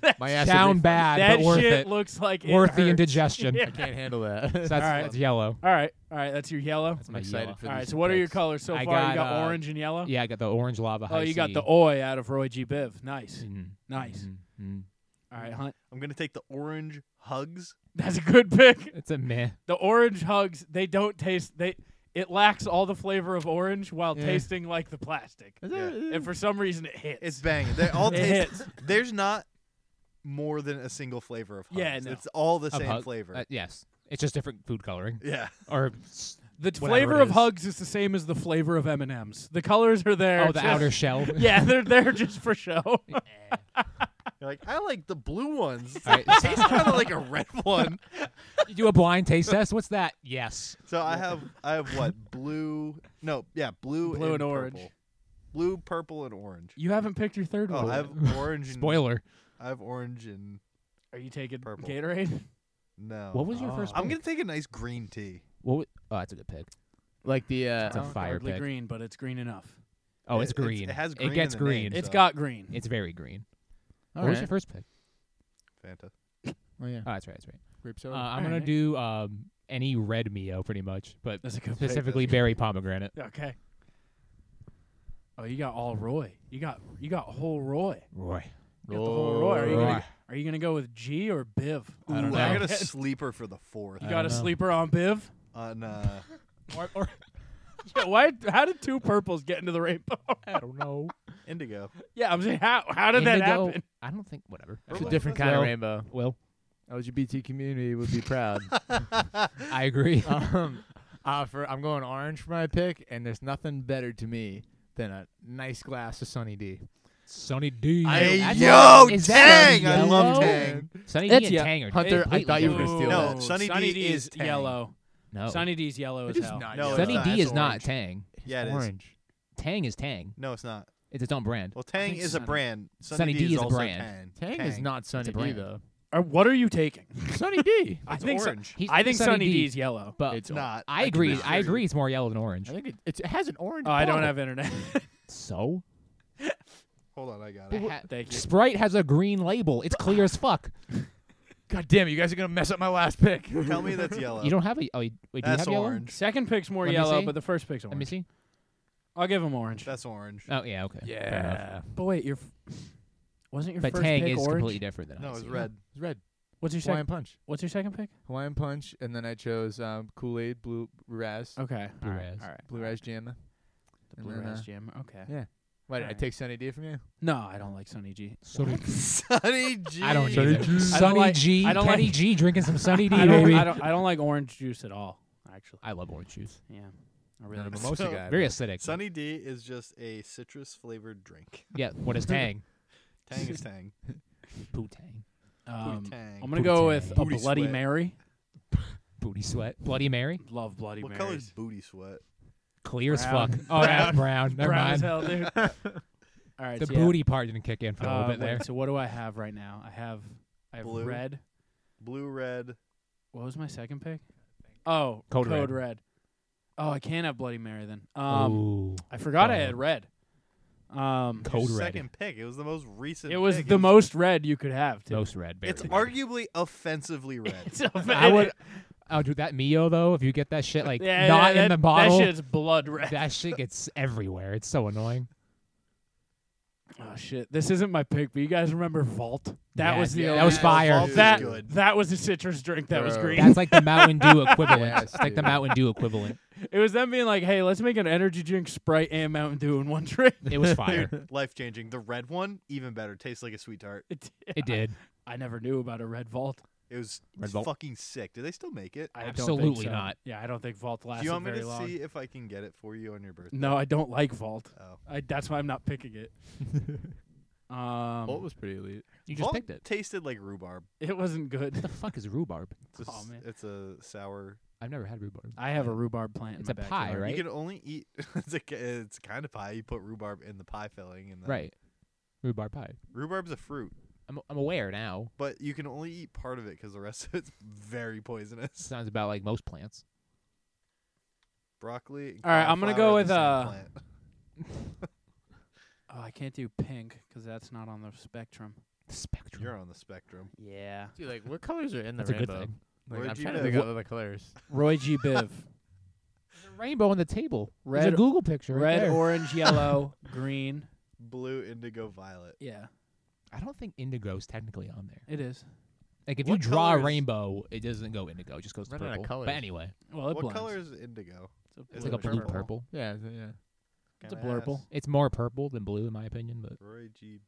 Speaker 3: Yeah,
Speaker 4: My ass
Speaker 2: Down bad,
Speaker 3: that
Speaker 2: but worth
Speaker 3: shit
Speaker 2: it.
Speaker 3: looks like it
Speaker 2: worth the
Speaker 3: hurts.
Speaker 2: indigestion.
Speaker 3: Yeah.
Speaker 4: Can't handle that.
Speaker 2: So that's,
Speaker 3: Alright.
Speaker 2: that's yellow.
Speaker 3: All right, all right. That's your yellow.
Speaker 2: That's
Speaker 4: I'm
Speaker 2: my
Speaker 4: excited
Speaker 2: yellow.
Speaker 4: for
Speaker 3: all right.
Speaker 4: these
Speaker 3: So what are your
Speaker 4: picks.
Speaker 3: colors so
Speaker 2: I
Speaker 3: far? you
Speaker 2: got,
Speaker 3: got
Speaker 2: uh,
Speaker 3: orange and yellow.
Speaker 2: Yeah, I got the orange lava.
Speaker 3: Oh,
Speaker 2: high
Speaker 3: you got
Speaker 2: C.
Speaker 3: the oi out of Roy G. Biv. Nice,
Speaker 2: Mhm,
Speaker 3: nice.
Speaker 2: mhm, mhm.
Speaker 3: All right, Hunt.
Speaker 1: I'm gonna take the orange hugs.
Speaker 3: That's a good pick.
Speaker 2: It's a meh.
Speaker 3: The orange hugs. They don't taste. They it lacks all the flavor of orange while
Speaker 4: Yeah.
Speaker 3: tasting like the plastic. And for some reason, it hits.
Speaker 1: It's banging. They all
Speaker 3: It
Speaker 1: taste.
Speaker 3: hits.
Speaker 1: There's not more than a single flavor of hugs.
Speaker 3: Yeah, no.
Speaker 1: It's all the
Speaker 2: Of
Speaker 1: same
Speaker 2: hug-
Speaker 1: flavor.
Speaker 2: uh, yes. It's just different food coloring.
Speaker 1: yeah.
Speaker 2: Or s-
Speaker 3: the
Speaker 2: whatever
Speaker 3: flavor
Speaker 2: it
Speaker 3: of
Speaker 2: is.
Speaker 3: hugs is the same as the flavor of M and M's. The colors are there.
Speaker 2: Oh, the
Speaker 3: just-
Speaker 2: outer shell.
Speaker 3: Yeah, they're there just for show.
Speaker 1: You're like, I like the blue ones.
Speaker 2: All right,
Speaker 1: It's kind of like a red one.
Speaker 2: You do a blind taste test. What's that? Yes.
Speaker 1: So I have, I have what blue? No, yeah, blue,
Speaker 3: Blue and orange.
Speaker 1: purple. blue, purple, and orange.
Speaker 3: You haven't picked your third
Speaker 1: Oh,
Speaker 3: one.
Speaker 1: I have orange. And,
Speaker 2: Spoiler.
Speaker 1: I have orange and
Speaker 3: Are you taking
Speaker 1: Purple.
Speaker 3: Gatorade?
Speaker 1: no.
Speaker 2: What was your first?
Speaker 1: I'm
Speaker 2: pick?
Speaker 1: gonna take a nice green tea.
Speaker 2: What wa- oh, that's a good pick.
Speaker 4: Like the uh,
Speaker 2: That's a
Speaker 3: Well,
Speaker 2: fire
Speaker 3: hardly
Speaker 2: pick.
Speaker 3: green, but it's green enough.
Speaker 2: Oh,
Speaker 1: It- it's-
Speaker 2: it's
Speaker 1: it
Speaker 2: green.
Speaker 1: has green
Speaker 2: It
Speaker 1: in
Speaker 2: gets
Speaker 1: the
Speaker 2: green.
Speaker 1: name.
Speaker 3: It's
Speaker 1: So-
Speaker 3: got green.
Speaker 2: It's very green.
Speaker 4: all
Speaker 2: what was
Speaker 4: right.
Speaker 2: your first pick?
Speaker 1: Fanta.
Speaker 4: Oh yeah,
Speaker 2: Oh, that's right. That's right.
Speaker 4: grape
Speaker 2: Uh,
Speaker 4: soda.
Speaker 2: I'm gonna
Speaker 3: Alright.
Speaker 2: do um, any red Mio, pretty much, but
Speaker 3: That's a good pick.
Speaker 2: specifically berry pomegranate.
Speaker 3: Okay. Oh, you got all Roy. You got you got whole Roy.
Speaker 2: Roy.
Speaker 3: You got the whole Roy. Are you,
Speaker 2: Roy.
Speaker 3: gonna, are you gonna go with G or Biv?
Speaker 1: I don't
Speaker 2: Ooh,
Speaker 1: know.
Speaker 2: I
Speaker 1: I got a
Speaker 3: gotta
Speaker 1: sleeper for the fourth.
Speaker 3: You
Speaker 2: I
Speaker 3: got a
Speaker 2: don't know.
Speaker 3: sleeper on Biv?
Speaker 1: On uh,
Speaker 3: Or, or yeah, why? How did two purples get into the rainbow?
Speaker 2: I don't know.
Speaker 1: Indigo.
Speaker 3: yeah, I'm saying how? How did that
Speaker 2: Indigo-
Speaker 3: happen?
Speaker 2: I don't think. Whatever.
Speaker 4: It's
Speaker 1: Well,
Speaker 4: a different
Speaker 1: that's
Speaker 4: kind
Speaker 2: well-
Speaker 4: of rainbow.
Speaker 2: Well,
Speaker 4: LGBT community would be proud.
Speaker 2: I agree.
Speaker 4: um, uh, for I'm going orange for my pick, and there's nothing better to me than a nice glass of Sunny D.
Speaker 2: Sonny D.
Speaker 4: I-
Speaker 2: That's-
Speaker 1: yo,
Speaker 2: is that
Speaker 1: Tang! I love
Speaker 2: yellow?
Speaker 1: Tang.
Speaker 2: Sonny D
Speaker 4: That's
Speaker 2: and
Speaker 4: yeah.
Speaker 2: Tang are
Speaker 4: Hunter, I
Speaker 2: completely
Speaker 4: thought you were
Speaker 2: different.
Speaker 4: gonna steal
Speaker 1: No,
Speaker 4: that.
Speaker 1: Sunny
Speaker 3: Sunny
Speaker 1: D
Speaker 3: D
Speaker 1: is
Speaker 3: is
Speaker 1: Tang.
Speaker 3: yellow.
Speaker 2: No.
Speaker 3: Sunny D's yellow
Speaker 4: It
Speaker 3: as
Speaker 4: is
Speaker 3: hell.
Speaker 4: not
Speaker 1: No,
Speaker 4: yellow.
Speaker 1: it's
Speaker 2: Sunny
Speaker 1: not.
Speaker 2: D
Speaker 1: It's
Speaker 2: is not
Speaker 1: orange.
Speaker 2: Tang.
Speaker 1: Yeah, it is.
Speaker 4: orange.
Speaker 2: Tang is Tang.
Speaker 1: No, it's not.
Speaker 2: It's its own brand.
Speaker 1: Well, Tang
Speaker 3: think
Speaker 1: is a
Speaker 3: Sunny-
Speaker 1: brand. Sunny,
Speaker 2: Sunny D is a
Speaker 1: also
Speaker 2: brand.
Speaker 1: Tang.
Speaker 4: Tang, is not Sunny D
Speaker 2: brand.
Speaker 4: though.
Speaker 3: Or Uh, what are you taking?
Speaker 4: Sunny D.
Speaker 3: I
Speaker 1: It's
Speaker 3: think so-
Speaker 1: orange.
Speaker 2: He's-
Speaker 3: I think
Speaker 2: Sunny
Speaker 3: Sunny
Speaker 2: D.
Speaker 3: D's yellow.
Speaker 2: But
Speaker 4: It's
Speaker 1: not.
Speaker 2: uh, I
Speaker 1: can
Speaker 2: agree.
Speaker 1: assure
Speaker 2: I
Speaker 1: you.
Speaker 2: agree. It's more yellow than orange.
Speaker 4: I think it, it's, it has an orange.
Speaker 3: Oh, I don't
Speaker 4: bottle.
Speaker 3: have internet.
Speaker 2: So
Speaker 1: Hold on, I got
Speaker 2: It
Speaker 1: it.
Speaker 2: ha-
Speaker 3: Thank you.
Speaker 2: Sprite has a green label. It's clear as fuck.
Speaker 4: God damn, it, you guys are gonna mess up my last pick.
Speaker 1: Tell me that's yellow.
Speaker 2: You don't have a. Oh, you, wait, do you
Speaker 1: That's
Speaker 2: have yellow?
Speaker 1: orange.
Speaker 3: Second pick's more
Speaker 2: Let me
Speaker 3: yellow,
Speaker 2: see.
Speaker 3: but the first pick's
Speaker 2: Let me
Speaker 3: orange.
Speaker 2: see.
Speaker 3: I'll give him orange.
Speaker 1: That's orange.
Speaker 2: Oh yeah, okay. Fair enough.
Speaker 4: yeah,
Speaker 3: but wait, your f- wasn't your
Speaker 2: But
Speaker 3: first
Speaker 2: Tang
Speaker 3: pick
Speaker 2: is
Speaker 3: orange?
Speaker 2: completely different than
Speaker 1: no,
Speaker 2: I
Speaker 1: it's
Speaker 2: see.
Speaker 1: red.
Speaker 4: it's red.
Speaker 3: What's your
Speaker 4: Hawaiian
Speaker 3: second?
Speaker 4: punch.
Speaker 3: What's your second pick?
Speaker 4: Hawaiian punch, and then I chose um, Kool Aid, Blue Raz,
Speaker 3: Okay,
Speaker 2: Blue
Speaker 3: all right,
Speaker 2: Raz.
Speaker 3: all right.
Speaker 4: Blue Raz Jam.
Speaker 3: The Blue Raz Jam. Okay.
Speaker 4: yeah. Why did I
Speaker 3: Alright.
Speaker 4: take Sunny D from you?
Speaker 3: No, I don't like Sunny G.
Speaker 2: Sunny,
Speaker 1: Sunny G.
Speaker 2: I don't
Speaker 1: Sunny
Speaker 2: either.
Speaker 1: G.
Speaker 3: I don't
Speaker 2: Sunny
Speaker 3: like-
Speaker 2: G.
Speaker 3: I don't
Speaker 2: Kenny
Speaker 3: like-
Speaker 2: G drinking some Sunny D,
Speaker 3: I don't,
Speaker 2: baby.
Speaker 3: I don't. I don't like orange juice at all. Actually,
Speaker 2: I love orange juice.
Speaker 3: yeah. I really.
Speaker 4: Not a
Speaker 3: don't.
Speaker 4: mimosa
Speaker 1: So-
Speaker 4: guy.
Speaker 2: Very
Speaker 4: but-
Speaker 2: acidic.
Speaker 1: Sunny D is just a citrus flavored drink.
Speaker 2: Yeah. What is Tang?
Speaker 1: Tang is Tang.
Speaker 2: Poo Tang.
Speaker 3: Um,
Speaker 1: Tang.
Speaker 3: I'm gonna go
Speaker 2: Booty
Speaker 3: with a
Speaker 1: Booty
Speaker 3: Bloody
Speaker 1: sweat.
Speaker 3: Mary.
Speaker 2: Booty sweat. Bloody Mary.
Speaker 3: Love Bloody
Speaker 1: what
Speaker 3: Marys.
Speaker 1: color is booty sweat?
Speaker 2: Clear as fuck.
Speaker 3: Brown.
Speaker 2: Oh, yeah, brown. Never
Speaker 3: Brown
Speaker 2: mind.
Speaker 3: as hell, dude. All right,
Speaker 2: The
Speaker 3: so yeah.
Speaker 2: booty part didn't kick in for a
Speaker 3: Uh,
Speaker 2: little bit
Speaker 3: wait,
Speaker 2: there.
Speaker 3: So what do I have right now? I have I have
Speaker 1: Blue.
Speaker 3: red.
Speaker 1: Blue, red.
Speaker 3: What was my second pick? Oh,
Speaker 2: Code
Speaker 3: Code
Speaker 2: Red.
Speaker 3: Red. Oh, I can't have Bloody Mary then. Um,
Speaker 2: Ooh.
Speaker 3: I forgot I
Speaker 2: Damn.
Speaker 3: had red. Um,
Speaker 1: Your
Speaker 2: Code red.
Speaker 1: second pick. It was the most recent.
Speaker 3: it was
Speaker 1: pick.
Speaker 3: the most red you could have. Too.
Speaker 2: Most red. Very
Speaker 1: It's
Speaker 2: red.
Speaker 1: arguably offensively red.
Speaker 3: So
Speaker 2: I would. Oh, dude, that Mio though. If you get that shit like
Speaker 3: Yeah,
Speaker 2: not
Speaker 3: yeah,
Speaker 2: in
Speaker 3: that-
Speaker 2: the bottle,
Speaker 3: That shit's blood red.
Speaker 2: that shit gets everywhere. It's so annoying.
Speaker 3: Oh shit! This isn't my pick, but you guys remember Vault? That
Speaker 2: Yeah,
Speaker 3: was the
Speaker 2: yeah,
Speaker 3: only-
Speaker 2: that was fire.
Speaker 1: Vault is
Speaker 3: That
Speaker 1: good.
Speaker 3: that was the citrus drink that was
Speaker 4: Bro.
Speaker 3: green.
Speaker 2: That's like the Mountain Dew equivalent.
Speaker 4: Yes,
Speaker 2: it's like the
Speaker 4: dude.
Speaker 2: Mountain Dew equivalent.
Speaker 3: it was them being like, "Hey, let's make an energy drink, Sprite, and Mountain Dew in one drink."
Speaker 2: It was fire.
Speaker 1: Life changing. The red one, even better. Tastes like a sweet tart.
Speaker 3: It-
Speaker 2: It did.
Speaker 3: I never knew about a Red Vault.
Speaker 1: It was
Speaker 2: Red Vault.
Speaker 1: fucking sick. Do they still make it?
Speaker 3: I don't think
Speaker 2: Absolutely
Speaker 3: so.
Speaker 2: not.
Speaker 3: Yeah, I don't think Vault
Speaker 1: Do
Speaker 3: lasted
Speaker 1: you want me
Speaker 3: very
Speaker 1: to
Speaker 3: long.
Speaker 1: see if I can get it for you on your birthday?
Speaker 3: No, I don't like Vault.
Speaker 1: Oh.
Speaker 3: I, that's why I'm not picking it. um,
Speaker 4: Bolt was pretty elite.
Speaker 2: You just
Speaker 1: Vault
Speaker 2: picked it.
Speaker 1: Tasted like rhubarb.
Speaker 3: it wasn't
Speaker 2: What
Speaker 3: good.
Speaker 2: the fuck is rhubarb?
Speaker 1: It's a,
Speaker 3: Aw,
Speaker 1: s-
Speaker 3: man.
Speaker 1: it's a sour.
Speaker 2: I've never had rhubarb.
Speaker 3: I have a rhubarb plant.
Speaker 2: It's
Speaker 3: in
Speaker 2: a
Speaker 3: my
Speaker 2: pie,
Speaker 3: backyard.
Speaker 2: Right?
Speaker 1: You can only eat. It's a. It's kind of pie. You put rhubarb in the pie filling, and then
Speaker 2: Right. Rhubarb pie.
Speaker 1: Rhubarb's a fruit,
Speaker 2: I'm, I'm aware now.
Speaker 1: but you can only eat part of it because the rest of it's very poisonous.
Speaker 2: Sounds about like most plants.
Speaker 1: Broccoli. and
Speaker 3: All right, I'm gonna go
Speaker 1: cauliflower are
Speaker 3: with, uh,
Speaker 1: the same plant.
Speaker 3: Oh, I can't do pink because that's not on the spectrum.
Speaker 2: Spectrum.
Speaker 1: You're on the spectrum.
Speaker 3: Yeah.
Speaker 4: Dude, like what colors are in the
Speaker 2: That's a good
Speaker 4: rainbow?
Speaker 2: thing.
Speaker 4: Like,
Speaker 1: Where'd
Speaker 4: I'm
Speaker 1: you
Speaker 4: trying to
Speaker 1: know?
Speaker 4: think of other colors.
Speaker 3: Roy G. Biv.
Speaker 2: There's a rainbow on the table. There's
Speaker 3: Red-
Speaker 2: a Google picture right
Speaker 3: Red,
Speaker 2: there.
Speaker 3: orange, yellow, green.
Speaker 1: Blue, indigo, violet.
Speaker 3: Yeah,
Speaker 2: I don't think indigo's technically on there.
Speaker 3: it is.
Speaker 2: Like if you
Speaker 1: What
Speaker 2: draw
Speaker 1: colors-
Speaker 2: a rainbow, it doesn't go indigo. It just goes to
Speaker 4: Running out of
Speaker 2: purple.
Speaker 4: colors.
Speaker 2: But anyway,
Speaker 3: Well, it
Speaker 1: what
Speaker 3: blends.
Speaker 1: color is indigo?
Speaker 3: It's,
Speaker 2: it's
Speaker 1: Blue
Speaker 2: like a
Speaker 1: or
Speaker 2: blue
Speaker 1: purple.
Speaker 2: purple.
Speaker 4: Yeah, th- yeah.
Speaker 3: It's a
Speaker 1: Can I ask?
Speaker 3: blurple.
Speaker 2: It's more purple than blue in my opinion. But
Speaker 1: Roy G.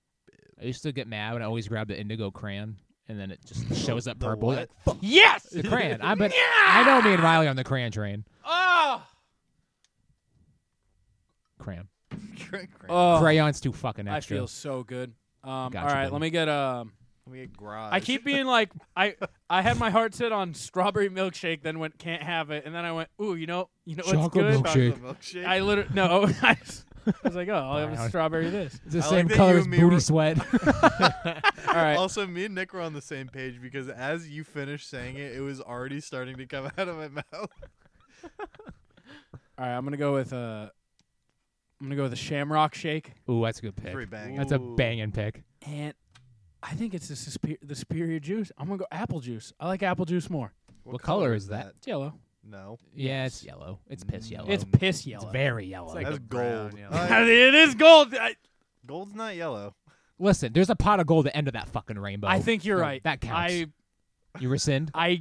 Speaker 2: I used to get mad when I always grabbed the indigo crayon, and then it just shows up purple.
Speaker 1: The
Speaker 2: Like,
Speaker 1: what?
Speaker 3: Yes.
Speaker 2: The crayon. I bet I know me and Riley on the crayon train.
Speaker 3: Oh.
Speaker 2: Crayon.
Speaker 1: Crank, crank.
Speaker 3: Oh.
Speaker 2: Crayon's too fucking
Speaker 3: I
Speaker 2: extra.
Speaker 3: feel so good. Um,
Speaker 2: Gotcha,
Speaker 3: all right,
Speaker 2: baby.
Speaker 3: let me get
Speaker 1: Uh,
Speaker 3: um.
Speaker 1: Let me get garage.
Speaker 3: I keep being like, I I had my heart set on strawberry milkshake, then went can't have it, and then I went, ooh, you know, you know what's
Speaker 2: Chocolate
Speaker 3: good?
Speaker 2: milkshake.
Speaker 1: chocolate milkshake.
Speaker 3: I literally no, I was- I was like, oh, I'll have
Speaker 2: Brown.
Speaker 3: a strawberry this.
Speaker 2: It's the
Speaker 1: I like
Speaker 2: same
Speaker 1: that
Speaker 2: color
Speaker 1: you
Speaker 2: as
Speaker 1: and me
Speaker 2: booty
Speaker 1: were-
Speaker 2: sweat.
Speaker 3: All right,
Speaker 1: Also, me and Nick were on the same page because as you finished saying it, it was already starting to come out of my mouth.
Speaker 3: all right, I'm gonna go with uh, I'm gonna go with a shamrock shake,
Speaker 2: Ooh, that's a good pick.
Speaker 1: Pretty bang.
Speaker 2: That's a
Speaker 3: Ooh.
Speaker 2: banging pick.
Speaker 3: and I think it's the superior, the superior juice. I'm gonna go apple juice. I like apple juice more.
Speaker 2: What color is that?
Speaker 3: It's yellow.
Speaker 1: No,
Speaker 2: Yeah, it's yellow. It's piss yellow.
Speaker 3: It's
Speaker 2: It's
Speaker 3: piss yellow.
Speaker 2: very yellow.
Speaker 4: like-
Speaker 1: that's
Speaker 4: a brown
Speaker 1: gold.
Speaker 4: yellow.
Speaker 1: Uh,
Speaker 3: it is gold. I,
Speaker 1: gold's not yellow.
Speaker 2: Listen, there's a pot of gold at the end of that fucking rainbow.
Speaker 3: I think you're
Speaker 2: So
Speaker 3: right.
Speaker 2: That counts.
Speaker 3: I
Speaker 2: you rescind?
Speaker 3: I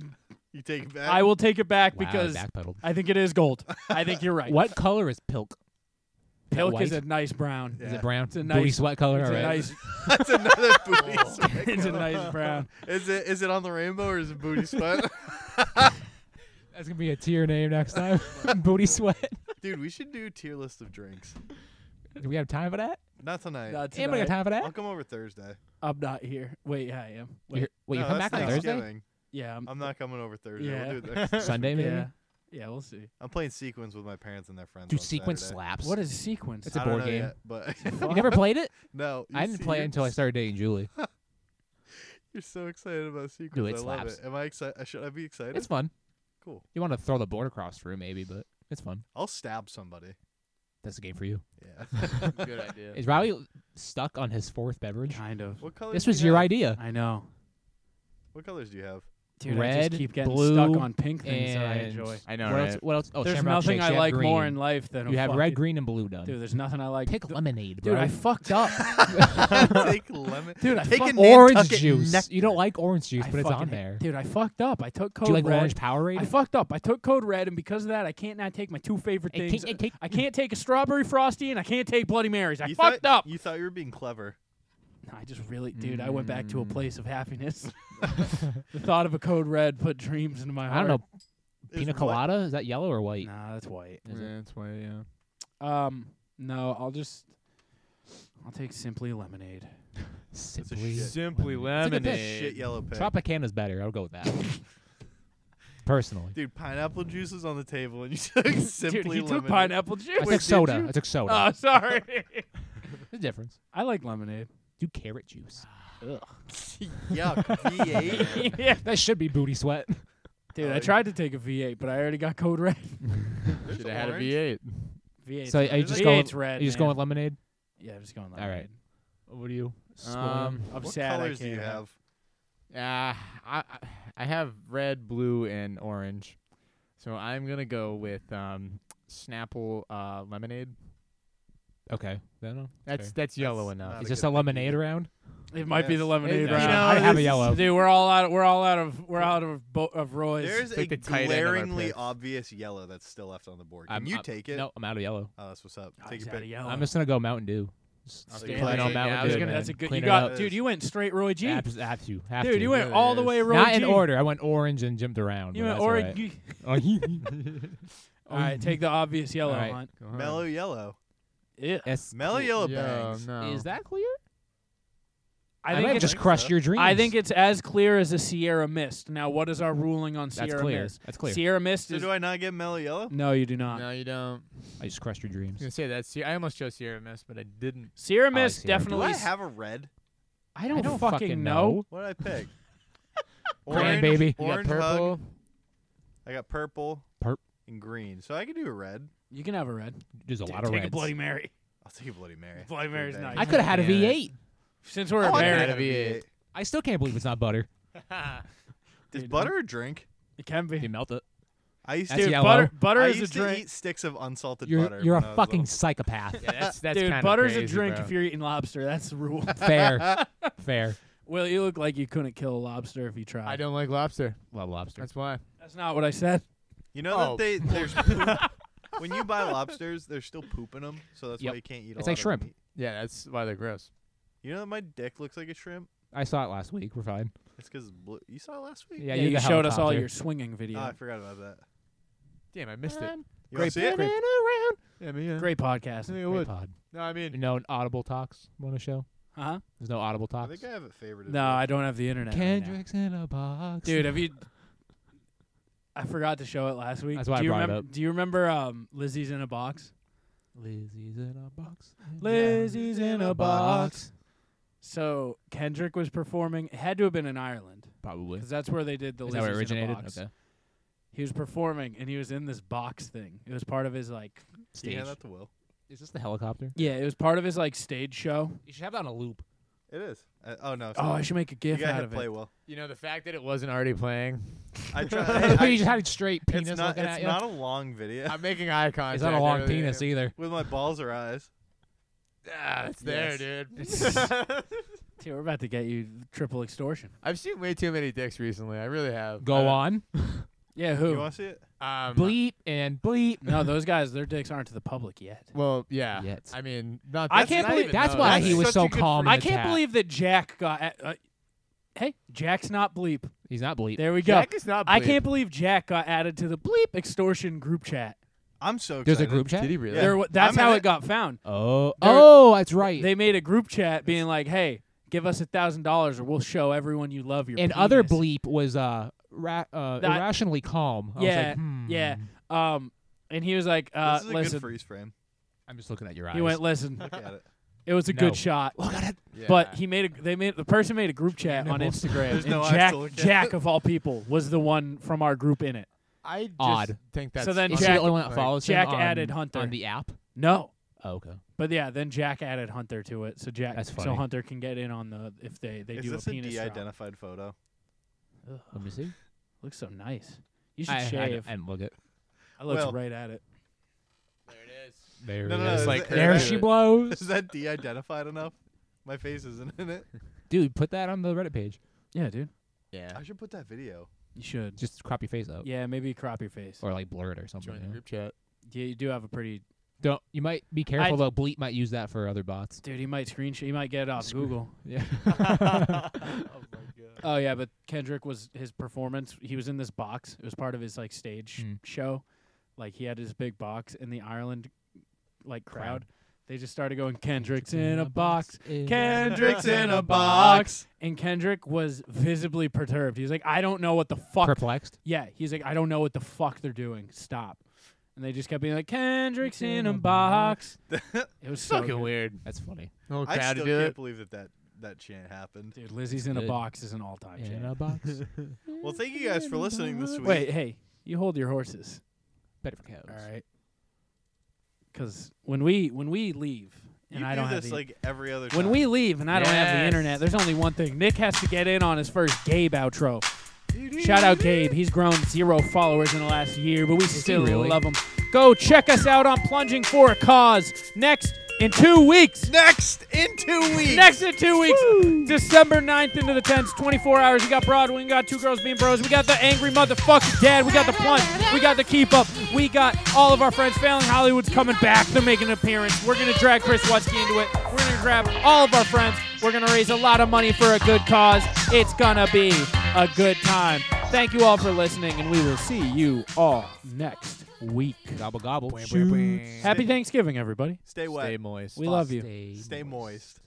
Speaker 1: You take it back.
Speaker 3: I will take it back
Speaker 2: Wow, I
Speaker 3: because
Speaker 2: backpedaled.
Speaker 3: I think it is gold. I think you're right.
Speaker 2: What color is pilk? Is that
Speaker 3: Pilk is
Speaker 2: white?
Speaker 3: a nice brown.
Speaker 2: Is
Speaker 1: Yeah.
Speaker 2: it brown?
Speaker 3: It's a
Speaker 2: Booty
Speaker 3: nice-
Speaker 2: sweat color.
Speaker 3: It's
Speaker 2: All
Speaker 3: a
Speaker 2: right.
Speaker 3: nice
Speaker 1: That's another booty sweat.
Speaker 3: Oh. it's a nice brown.
Speaker 1: Is it is it on the rainbow or is it booty sweat?
Speaker 2: That's gonna be a tier name next time. Booty sweat.
Speaker 1: Dude, we should do tier list of drinks.
Speaker 2: Do we have time for that?
Speaker 1: Not tonight.
Speaker 3: Not
Speaker 2: Anybody got
Speaker 3: tonight.
Speaker 2: time for
Speaker 1: I'll
Speaker 2: that?
Speaker 1: come over Thursday.
Speaker 3: I'm not here. Wait, yeah, I am. Wait,
Speaker 2: You're- Wait, you
Speaker 1: No,
Speaker 2: come
Speaker 1: that's
Speaker 2: back on Thursday?
Speaker 1: Thanksgiving.
Speaker 3: yeah, I'm,
Speaker 1: I'm not coming over Thursday.
Speaker 3: Yeah.
Speaker 1: We'll do it next
Speaker 2: Sunday, maybe?
Speaker 3: yeah, yeah. We'll see.
Speaker 1: I'm playing sequins with my parents and their friends.
Speaker 2: Dude,
Speaker 1: on
Speaker 2: sequence
Speaker 1: Saturday.
Speaker 2: slaps.
Speaker 3: What is sequence?
Speaker 2: It's a
Speaker 1: I don't
Speaker 2: board
Speaker 1: know
Speaker 2: game.
Speaker 1: yet, but
Speaker 2: You never played it?
Speaker 1: no, you
Speaker 2: I didn't
Speaker 1: see,
Speaker 2: play it
Speaker 1: you're-
Speaker 2: until I started dating Julie.
Speaker 1: You're so excited about sequins.
Speaker 2: it
Speaker 1: I love
Speaker 2: slaps.
Speaker 1: it. Am I excited? Should I be excited?
Speaker 2: It's fun.
Speaker 1: cool.
Speaker 2: You want to throw the board across the room, maybe, but it's fun.
Speaker 1: I'll stab somebody.
Speaker 2: That's a game for you.
Speaker 1: Yeah.
Speaker 4: Good idea.
Speaker 2: Is Riley stuck on his fourth beverage?
Speaker 3: Kind of.
Speaker 1: what colors?
Speaker 2: This
Speaker 1: do
Speaker 2: was
Speaker 1: you
Speaker 2: your
Speaker 1: have?
Speaker 2: idea.
Speaker 3: I know.
Speaker 1: What colors do you have?
Speaker 3: Dude, I
Speaker 2: Red,
Speaker 3: just keep getting
Speaker 2: blue,
Speaker 3: stuck on pink things that I
Speaker 2: And
Speaker 3: enjoy.
Speaker 4: I know,
Speaker 2: What else?
Speaker 4: right?
Speaker 2: What else? Oh,
Speaker 3: there's
Speaker 2: Shamrock
Speaker 3: nothing
Speaker 2: Shakes,
Speaker 3: I
Speaker 2: you have
Speaker 3: like more
Speaker 2: green.
Speaker 3: in life than a
Speaker 2: You have
Speaker 3: fucking-
Speaker 2: red, green, and blue done.
Speaker 3: Dude, there's nothing I like.
Speaker 2: Pick
Speaker 3: Th-
Speaker 2: lemonade,
Speaker 3: Dude,
Speaker 2: bro.
Speaker 3: I fucked up.
Speaker 1: Take lemon.
Speaker 3: Dude, I
Speaker 1: Take
Speaker 3: fuck-
Speaker 1: a
Speaker 2: orange
Speaker 1: Nantucket
Speaker 2: juice.
Speaker 1: nectar.
Speaker 2: You don't like orange juice,
Speaker 3: I
Speaker 2: but it's
Speaker 3: fucking
Speaker 2: on
Speaker 3: hate-
Speaker 2: there.
Speaker 3: Dude, I fucked up. I took code
Speaker 2: Do you like
Speaker 3: red.
Speaker 2: orange Powerade?
Speaker 3: I fucked up. I took code red, and because of that, I can't not take my two favorite
Speaker 2: I can't-
Speaker 3: things.
Speaker 2: I can't-
Speaker 3: I can't take a strawberry frosty, and I can't take Bloody Marys. I
Speaker 1: You
Speaker 3: fucked
Speaker 1: thought,
Speaker 3: up.
Speaker 1: You thought you were being clever.
Speaker 3: I just really, dude, I went back to a
Speaker 2: Mm.
Speaker 3: place of happiness. the thought of a code red put dreams into my
Speaker 2: I
Speaker 3: heart.
Speaker 2: don't know.
Speaker 1: Is
Speaker 2: Pina
Speaker 1: what-
Speaker 2: colada? Is that yellow or white?
Speaker 3: Nah, that's white.
Speaker 2: Is it?
Speaker 4: that's why, yeah.
Speaker 3: Um, no, I'll just, I'll take simply lemonade.
Speaker 2: Simply,
Speaker 1: shit.
Speaker 4: Simply
Speaker 2: It's a good
Speaker 4: lemonade.
Speaker 2: pick.
Speaker 1: Shit yellow pig.
Speaker 2: Tropicana's better. I'll go with that. Personally,
Speaker 1: Dude, pineapple juice is on the table and you took simply
Speaker 3: dude, you
Speaker 1: lemonade.
Speaker 3: took pineapple juice.
Speaker 2: I
Speaker 1: Wait, did
Speaker 2: took soda.
Speaker 1: you?
Speaker 2: I took soda.
Speaker 3: Oh, sorry.
Speaker 2: the difference. Ah,
Speaker 3: I like lemonade.
Speaker 2: Do carrot juice.
Speaker 1: Yuck. V8.
Speaker 3: yeah,
Speaker 2: That should be booty sweat.
Speaker 3: dude,
Speaker 1: I
Speaker 3: I
Speaker 1: like-
Speaker 3: tried to take a V8, but I already got code red.
Speaker 1: There's
Speaker 4: Should have had a
Speaker 1: orange.
Speaker 4: V8.
Speaker 3: V8.
Speaker 2: so are you
Speaker 1: there's
Speaker 2: just
Speaker 1: like-
Speaker 2: going?
Speaker 3: V8's red,
Speaker 2: you just
Speaker 3: man.
Speaker 2: going with lemonade?
Speaker 3: yeah, I'm just going
Speaker 2: All right.
Speaker 3: lemonade.
Speaker 2: What do you?
Speaker 4: Um,
Speaker 3: I'm
Speaker 1: What
Speaker 3: sad. I
Speaker 1: colors do you
Speaker 3: can't.
Speaker 1: have?
Speaker 4: uh, I I- I have red, blue, and orange. So I'm gonna go with um, Snapple uh, lemonade.
Speaker 2: okay. Then uh,
Speaker 4: That's
Speaker 2: fair.
Speaker 4: that's yellow
Speaker 1: That's
Speaker 4: enough.
Speaker 1: not
Speaker 2: is
Speaker 1: a
Speaker 2: this
Speaker 1: good
Speaker 2: a
Speaker 1: pick
Speaker 2: lemonade
Speaker 1: either.
Speaker 2: around?
Speaker 3: It might be
Speaker 1: Yes.
Speaker 3: the lemonade
Speaker 4: You
Speaker 3: round.
Speaker 4: know,
Speaker 2: I'd have a
Speaker 4: this is-
Speaker 2: yellow.
Speaker 3: Dude, we're all out. Of, we're all out of. We're out of bo- of Roy's.
Speaker 1: There's
Speaker 4: Take
Speaker 1: a
Speaker 4: the tight end of our
Speaker 1: glaringly
Speaker 4: picks.
Speaker 1: obvious yellow that's still left on the board. Can
Speaker 2: I'm-
Speaker 1: you
Speaker 2: I'm-
Speaker 1: take it?
Speaker 2: No, I'm out of yellow.
Speaker 1: Oh, that's what's up.
Speaker 3: Oh,
Speaker 1: take
Speaker 3: he's
Speaker 1: your
Speaker 3: outta
Speaker 1: pick.
Speaker 3: yellow.
Speaker 2: I'm just gonna go Mountain Dew. Just
Speaker 1: I'll
Speaker 2: plain
Speaker 1: take
Speaker 2: old
Speaker 1: it.
Speaker 2: Mountain
Speaker 4: Yeah, I
Speaker 2: Dew.
Speaker 4: was gonna-
Speaker 2: man.
Speaker 3: that's a good.
Speaker 2: Clean
Speaker 3: You
Speaker 2: it
Speaker 3: got,
Speaker 2: up.
Speaker 1: up.
Speaker 3: dude. You went straight Roy G.
Speaker 2: Abs- have to, have
Speaker 3: dude,
Speaker 2: to.
Speaker 3: you went
Speaker 4: Yeah,
Speaker 3: all
Speaker 4: it
Speaker 3: the way
Speaker 4: is.
Speaker 3: Roy
Speaker 2: Not
Speaker 3: G.
Speaker 2: in order. I went orange and jumped around.
Speaker 3: You
Speaker 2: but
Speaker 3: went
Speaker 2: that's all
Speaker 3: Roy.
Speaker 2: right.
Speaker 3: G.
Speaker 2: Oh,
Speaker 3: All right, take the obvious yellow,
Speaker 2: All right.
Speaker 3: Hunt.
Speaker 4: Go on.
Speaker 1: Mellow yellow.
Speaker 3: Yeah.
Speaker 2: It's-
Speaker 1: Mellow yellow
Speaker 4: Yeah,
Speaker 1: bangs.
Speaker 4: no.
Speaker 2: Is that clear?
Speaker 3: I
Speaker 2: might
Speaker 3: think
Speaker 2: have
Speaker 3: it's,
Speaker 2: just
Speaker 1: so.
Speaker 2: crushed your dreams.
Speaker 3: I think it's as clear as a Sierra Mist. Now, what is our ruling on
Speaker 2: that's
Speaker 3: Sierra
Speaker 2: clear.
Speaker 3: Mist?
Speaker 2: That's clear.
Speaker 3: Sierra Mist
Speaker 1: So
Speaker 3: is.
Speaker 1: do I not get mellow yellow?
Speaker 3: no, you do not.
Speaker 4: No, you don't.
Speaker 2: I
Speaker 4: I
Speaker 2: just crushed your
Speaker 4: was gonna
Speaker 2: dreams.
Speaker 4: say that. See, I almost chose Sierra Mist, but I didn't.
Speaker 3: Sierra
Speaker 2: like Sierra Mist.
Speaker 3: Mist
Speaker 1: Do
Speaker 3: definitely.
Speaker 1: I
Speaker 3: s-
Speaker 1: have a red?
Speaker 3: I don't,
Speaker 2: I don't
Speaker 3: fucking,
Speaker 2: fucking
Speaker 3: know.
Speaker 1: What did I pick?
Speaker 2: Grand baby.
Speaker 4: You
Speaker 1: Orange
Speaker 4: got
Speaker 1: hug.
Speaker 4: purple.
Speaker 1: I got purple.
Speaker 2: Perp.
Speaker 1: And green. So I could do a red.
Speaker 3: You can have a red.
Speaker 2: There's a
Speaker 3: Dude,
Speaker 2: lot of
Speaker 3: take
Speaker 2: reds.
Speaker 3: a Bloody Mary.
Speaker 1: I'll take a Bloody Mary.
Speaker 3: Bloody Mary's
Speaker 1: Bang.
Speaker 3: nice.
Speaker 2: I could have had a
Speaker 4: Yeah.
Speaker 2: V8.
Speaker 3: Since we're
Speaker 1: Oh, I
Speaker 4: Mary.
Speaker 1: could
Speaker 3: married,
Speaker 1: have a V8.
Speaker 2: I still can't believe it's not butter.
Speaker 1: Is
Speaker 3: Dude,
Speaker 1: butter a drink?
Speaker 3: it can be.
Speaker 2: You melt it.
Speaker 1: I used
Speaker 2: That's
Speaker 1: to
Speaker 3: Dude,
Speaker 2: yellow.
Speaker 3: butter butter
Speaker 1: I
Speaker 3: is a
Speaker 1: used to
Speaker 3: drink.
Speaker 1: eat sticks of unsalted
Speaker 2: You're
Speaker 1: butter.
Speaker 2: you're
Speaker 1: when I
Speaker 2: a
Speaker 1: was
Speaker 2: fucking
Speaker 1: little.
Speaker 2: psychopath.
Speaker 4: Yeah, that's that's
Speaker 3: Dude,
Speaker 4: kinda
Speaker 3: butter's a
Speaker 4: crazy,
Speaker 3: drink
Speaker 4: bro.
Speaker 3: if you're eating lobster. That's the rule.
Speaker 2: Fair, fair.
Speaker 3: Will, you look like you couldn't kill a lobster if you tried.
Speaker 4: I don't like lobster.
Speaker 2: Love lobster.
Speaker 4: That's why.
Speaker 3: That's not what I said.
Speaker 1: You know
Speaker 4: Oh.
Speaker 1: that they there's poop. when you buy lobsters, there's still poop in them, so that's
Speaker 2: Yep.
Speaker 1: why you can't eat. A
Speaker 2: It's
Speaker 1: lot
Speaker 2: like
Speaker 1: of
Speaker 2: shrimp.
Speaker 1: meat.
Speaker 4: Yeah, that's why they're gross.
Speaker 1: You know that my dick looks like a shrimp.
Speaker 2: I saw it last week. We're fine.
Speaker 1: It's because blue. You saw it last week.
Speaker 2: Yeah,
Speaker 3: you,
Speaker 2: the
Speaker 3: showed us all
Speaker 2: helicopter.
Speaker 3: your swinging video.
Speaker 1: Oh, I forgot about that.
Speaker 4: Damn, I missed it.
Speaker 1: You wanna see it?
Speaker 4: Great. around. Yeah, man. Yeah.
Speaker 3: Great podcast.
Speaker 4: Yeah, it
Speaker 2: Great
Speaker 4: would.
Speaker 2: pod.
Speaker 4: No, I mean,
Speaker 2: No audible talks on the show.
Speaker 3: Huh?
Speaker 2: There's no audible
Speaker 1: I
Speaker 2: talks.
Speaker 1: think I have it favorited.
Speaker 3: No, I don't have the internet. right now.
Speaker 2: Kendrick's in a box.
Speaker 3: Dude, have you? I forgot to show it last week.
Speaker 2: That's why I
Speaker 3: do you
Speaker 2: brought it
Speaker 3: remember?
Speaker 2: up.
Speaker 3: Do you remember um, Lizzie's in a box?
Speaker 2: Lizzie's in a box.
Speaker 3: Lizzie's in a box. So Kendrick was performing. It had to have been in Ireland
Speaker 2: Probably.
Speaker 3: because that's where they did the
Speaker 2: Is that
Speaker 3: Lizzie's
Speaker 2: where it
Speaker 3: in a
Speaker 2: originated?
Speaker 3: box.
Speaker 2: Okay.
Speaker 3: He was performing and he was in this box thing. It was part of his like.
Speaker 1: Yeah,
Speaker 2: Stage.
Speaker 1: you hand that to Will.
Speaker 2: Is this the helicopter?
Speaker 3: Yeah, it was part of his like stage show.
Speaker 2: You should have that on a loop.
Speaker 1: It is. Uh, oh no. it's
Speaker 3: Oh,
Speaker 1: not.
Speaker 3: I should make a
Speaker 1: You
Speaker 3: gif
Speaker 1: gotta
Speaker 3: out
Speaker 1: hit
Speaker 3: of
Speaker 1: play
Speaker 3: it.
Speaker 1: well.
Speaker 4: you know the fact that it wasn't already playing.
Speaker 1: I tried.
Speaker 2: you
Speaker 1: I,
Speaker 2: just had a straight penis
Speaker 1: it's not.
Speaker 2: looking at
Speaker 1: It's
Speaker 2: you.
Speaker 1: not a long video
Speaker 4: I'm making eye contact.
Speaker 2: it's not a long e-
Speaker 4: over there.
Speaker 2: penis either.
Speaker 1: with my balls or eyes.
Speaker 4: Ah, it's there, dude.
Speaker 3: Dude, we're about to get you triple extortion.
Speaker 4: I've seen way too many dicks recently. I really have.
Speaker 2: Go on.
Speaker 3: Yeah,
Speaker 1: You
Speaker 3: who?
Speaker 1: want to see it?
Speaker 4: on. Um,
Speaker 2: Bleep and bleep.
Speaker 3: No, those guys, their dicks aren't to the public yet.
Speaker 4: Well, yeah.
Speaker 2: Yet.
Speaker 4: I mean, not.
Speaker 3: I
Speaker 4: that's
Speaker 3: can't
Speaker 4: not
Speaker 3: believe-
Speaker 4: even
Speaker 2: That's
Speaker 4: known.
Speaker 2: why
Speaker 4: That's
Speaker 2: he was
Speaker 4: such
Speaker 2: so
Speaker 4: a good
Speaker 2: calm.
Speaker 4: freak.
Speaker 3: I
Speaker 2: the
Speaker 3: can't
Speaker 2: tap.
Speaker 3: believe that Jack got. at- Uh, hey, Jack's not bleep.
Speaker 2: He's not bleep.
Speaker 3: There we go.
Speaker 4: Jack is not.
Speaker 3: I
Speaker 4: bleep.
Speaker 3: can't believe Jack got added to the bleep extortion group chat.
Speaker 1: I'm so excited.
Speaker 2: There's a group chat.
Speaker 4: Did he really?
Speaker 1: Yeah.
Speaker 3: There, wa- that's
Speaker 1: I'm in
Speaker 3: how
Speaker 1: it.
Speaker 3: it got found.
Speaker 2: Oh,
Speaker 3: There-
Speaker 2: oh, that's right.
Speaker 3: They made a group chat being like, "Hey, give us a thousand dollars, or we'll show everyone you love your."
Speaker 2: and other
Speaker 3: penis."
Speaker 2: bleep was uh, ra- uh
Speaker 3: That-
Speaker 2: irrationally calm. I was
Speaker 3: Yeah,
Speaker 2: like, hmm.
Speaker 3: yeah. Um, and he was like, uh,
Speaker 1: Mm. this is a
Speaker 3: "Listen."
Speaker 1: good freeze frame.
Speaker 2: I'm just looking at your eyes.
Speaker 3: He went, "Listen,
Speaker 1: Look at it.
Speaker 3: it was a
Speaker 2: No.
Speaker 3: good shot."
Speaker 2: Look at it.
Speaker 3: But he made a they made the person made a group chat on
Speaker 2: Animals.
Speaker 3: Instagram,
Speaker 1: There's
Speaker 3: and
Speaker 1: no eyes to
Speaker 3: Jack
Speaker 1: look at.
Speaker 3: Jack of all people was the one from our group in it.
Speaker 4: I just
Speaker 2: Odd.
Speaker 4: think that's
Speaker 3: So then
Speaker 2: Is
Speaker 4: funny.
Speaker 2: he the
Speaker 3: Jack-
Speaker 2: only one that follows him
Speaker 3: Jack
Speaker 2: on-
Speaker 3: added Hunter.
Speaker 2: on the app?
Speaker 3: No,
Speaker 2: Oh, okay.
Speaker 3: but yeah, then Jack added Hunter to it, so Jack
Speaker 2: That's
Speaker 3: so
Speaker 2: funny.
Speaker 3: Hunter can get in on the if they they
Speaker 1: Is
Speaker 3: do
Speaker 1: this
Speaker 3: a
Speaker 1: a
Speaker 3: penis. drop.
Speaker 1: de-identified photo?
Speaker 3: Ugh,
Speaker 2: Let me see.
Speaker 3: looks so nice. You should
Speaker 2: I, I,
Speaker 3: shave.
Speaker 2: I, look at.
Speaker 3: I looked
Speaker 1: Well-
Speaker 3: right at it.
Speaker 4: There it is.
Speaker 2: There,
Speaker 1: No,
Speaker 2: it
Speaker 1: no, no,
Speaker 2: is.
Speaker 1: is
Speaker 4: like
Speaker 1: it-
Speaker 4: there
Speaker 2: there
Speaker 1: is
Speaker 2: she
Speaker 1: it-
Speaker 2: blows.
Speaker 1: Is that de-identified enough? My face isn't in it.
Speaker 2: Dude, put that on the Reddit page.
Speaker 3: Yeah, dude,
Speaker 4: Yeah.
Speaker 1: I should put that video.
Speaker 3: you should.
Speaker 2: Just crop your face out,
Speaker 3: Yeah, maybe crop your face.
Speaker 2: or like blur it or something.
Speaker 4: Join the
Speaker 2: yeah.
Speaker 4: group chat.
Speaker 3: Yeah, you do have a pretty
Speaker 2: Don't. You might be
Speaker 3: I-
Speaker 2: careful though. Bleep might use that for other bots.
Speaker 3: dude. He might screenshot. He might get it off
Speaker 2: Screen-
Speaker 3: Google.
Speaker 2: Yeah.
Speaker 3: Oh yeah, but Kendrick was his performance. He was in this box. It was part of his like stage
Speaker 2: Mm.
Speaker 3: show. Like he had his big box in the Ireland like crowd.
Speaker 2: Crowd.
Speaker 3: They just started going Kendrick's in a box.
Speaker 2: is-
Speaker 3: Kendrick's in a box. And Kendrick was visibly perturbed. He's like, I don't know what the fuck.
Speaker 2: Perplexed.
Speaker 3: yeah, he's like, I don't know what the fuck they're doing. Stop. And they just kept being like, Kendrick's in a box. It was so
Speaker 4: Fucking
Speaker 3: good.
Speaker 4: weird.
Speaker 2: That's funny.
Speaker 4: No
Speaker 1: I
Speaker 4: crowd
Speaker 1: still
Speaker 4: to do
Speaker 1: can't
Speaker 4: it.
Speaker 1: believe that that that chant happened.
Speaker 3: Dude, Lizzie's in a
Speaker 2: Good.
Speaker 3: box is an all-time
Speaker 2: In
Speaker 3: jam.
Speaker 2: a box.
Speaker 1: Well, thank you guys for listening this week.
Speaker 3: Wait, hey, you hold your horses.
Speaker 2: Better for cows.
Speaker 3: All right. Because when we when we leave
Speaker 1: you
Speaker 3: and I
Speaker 1: do
Speaker 3: don't have
Speaker 1: this
Speaker 3: the,
Speaker 1: like every other time.
Speaker 3: when we leave and I don't have the
Speaker 4: Yes.
Speaker 3: internet, there's only one thing. Nick has to get in on his first Gabe outro. Shout out Gabe. He's grown zero followers in the last year, but we still
Speaker 2: really?
Speaker 3: love him. Go check us out on Plunging for a Cause next in two weeks.
Speaker 1: next in two weeks.
Speaker 3: Next in two weeks, December 9th into the 10th, 24 hours. We got Broadway, we got Two Girls Being Bros, we got the Angry Motherfucking Dad, we got the Plunge, we got the Keep Up, we got all of our friends. Failing Hollywood's coming back. They're making an appearance. We're going to drag Chris Watsky into it. We're going to grab all of our friends. We're going to raise a lot of money for a good cause. It's going to be a good time. Thank you all for listening, and we will see you all next week.
Speaker 2: Gobble gobble.
Speaker 4: Bwah, bwah, bwah.
Speaker 3: Happy Thanksgiving, everybody.
Speaker 1: Stay wet.
Speaker 4: Stay moist.
Speaker 3: We love you.
Speaker 1: Stay moist.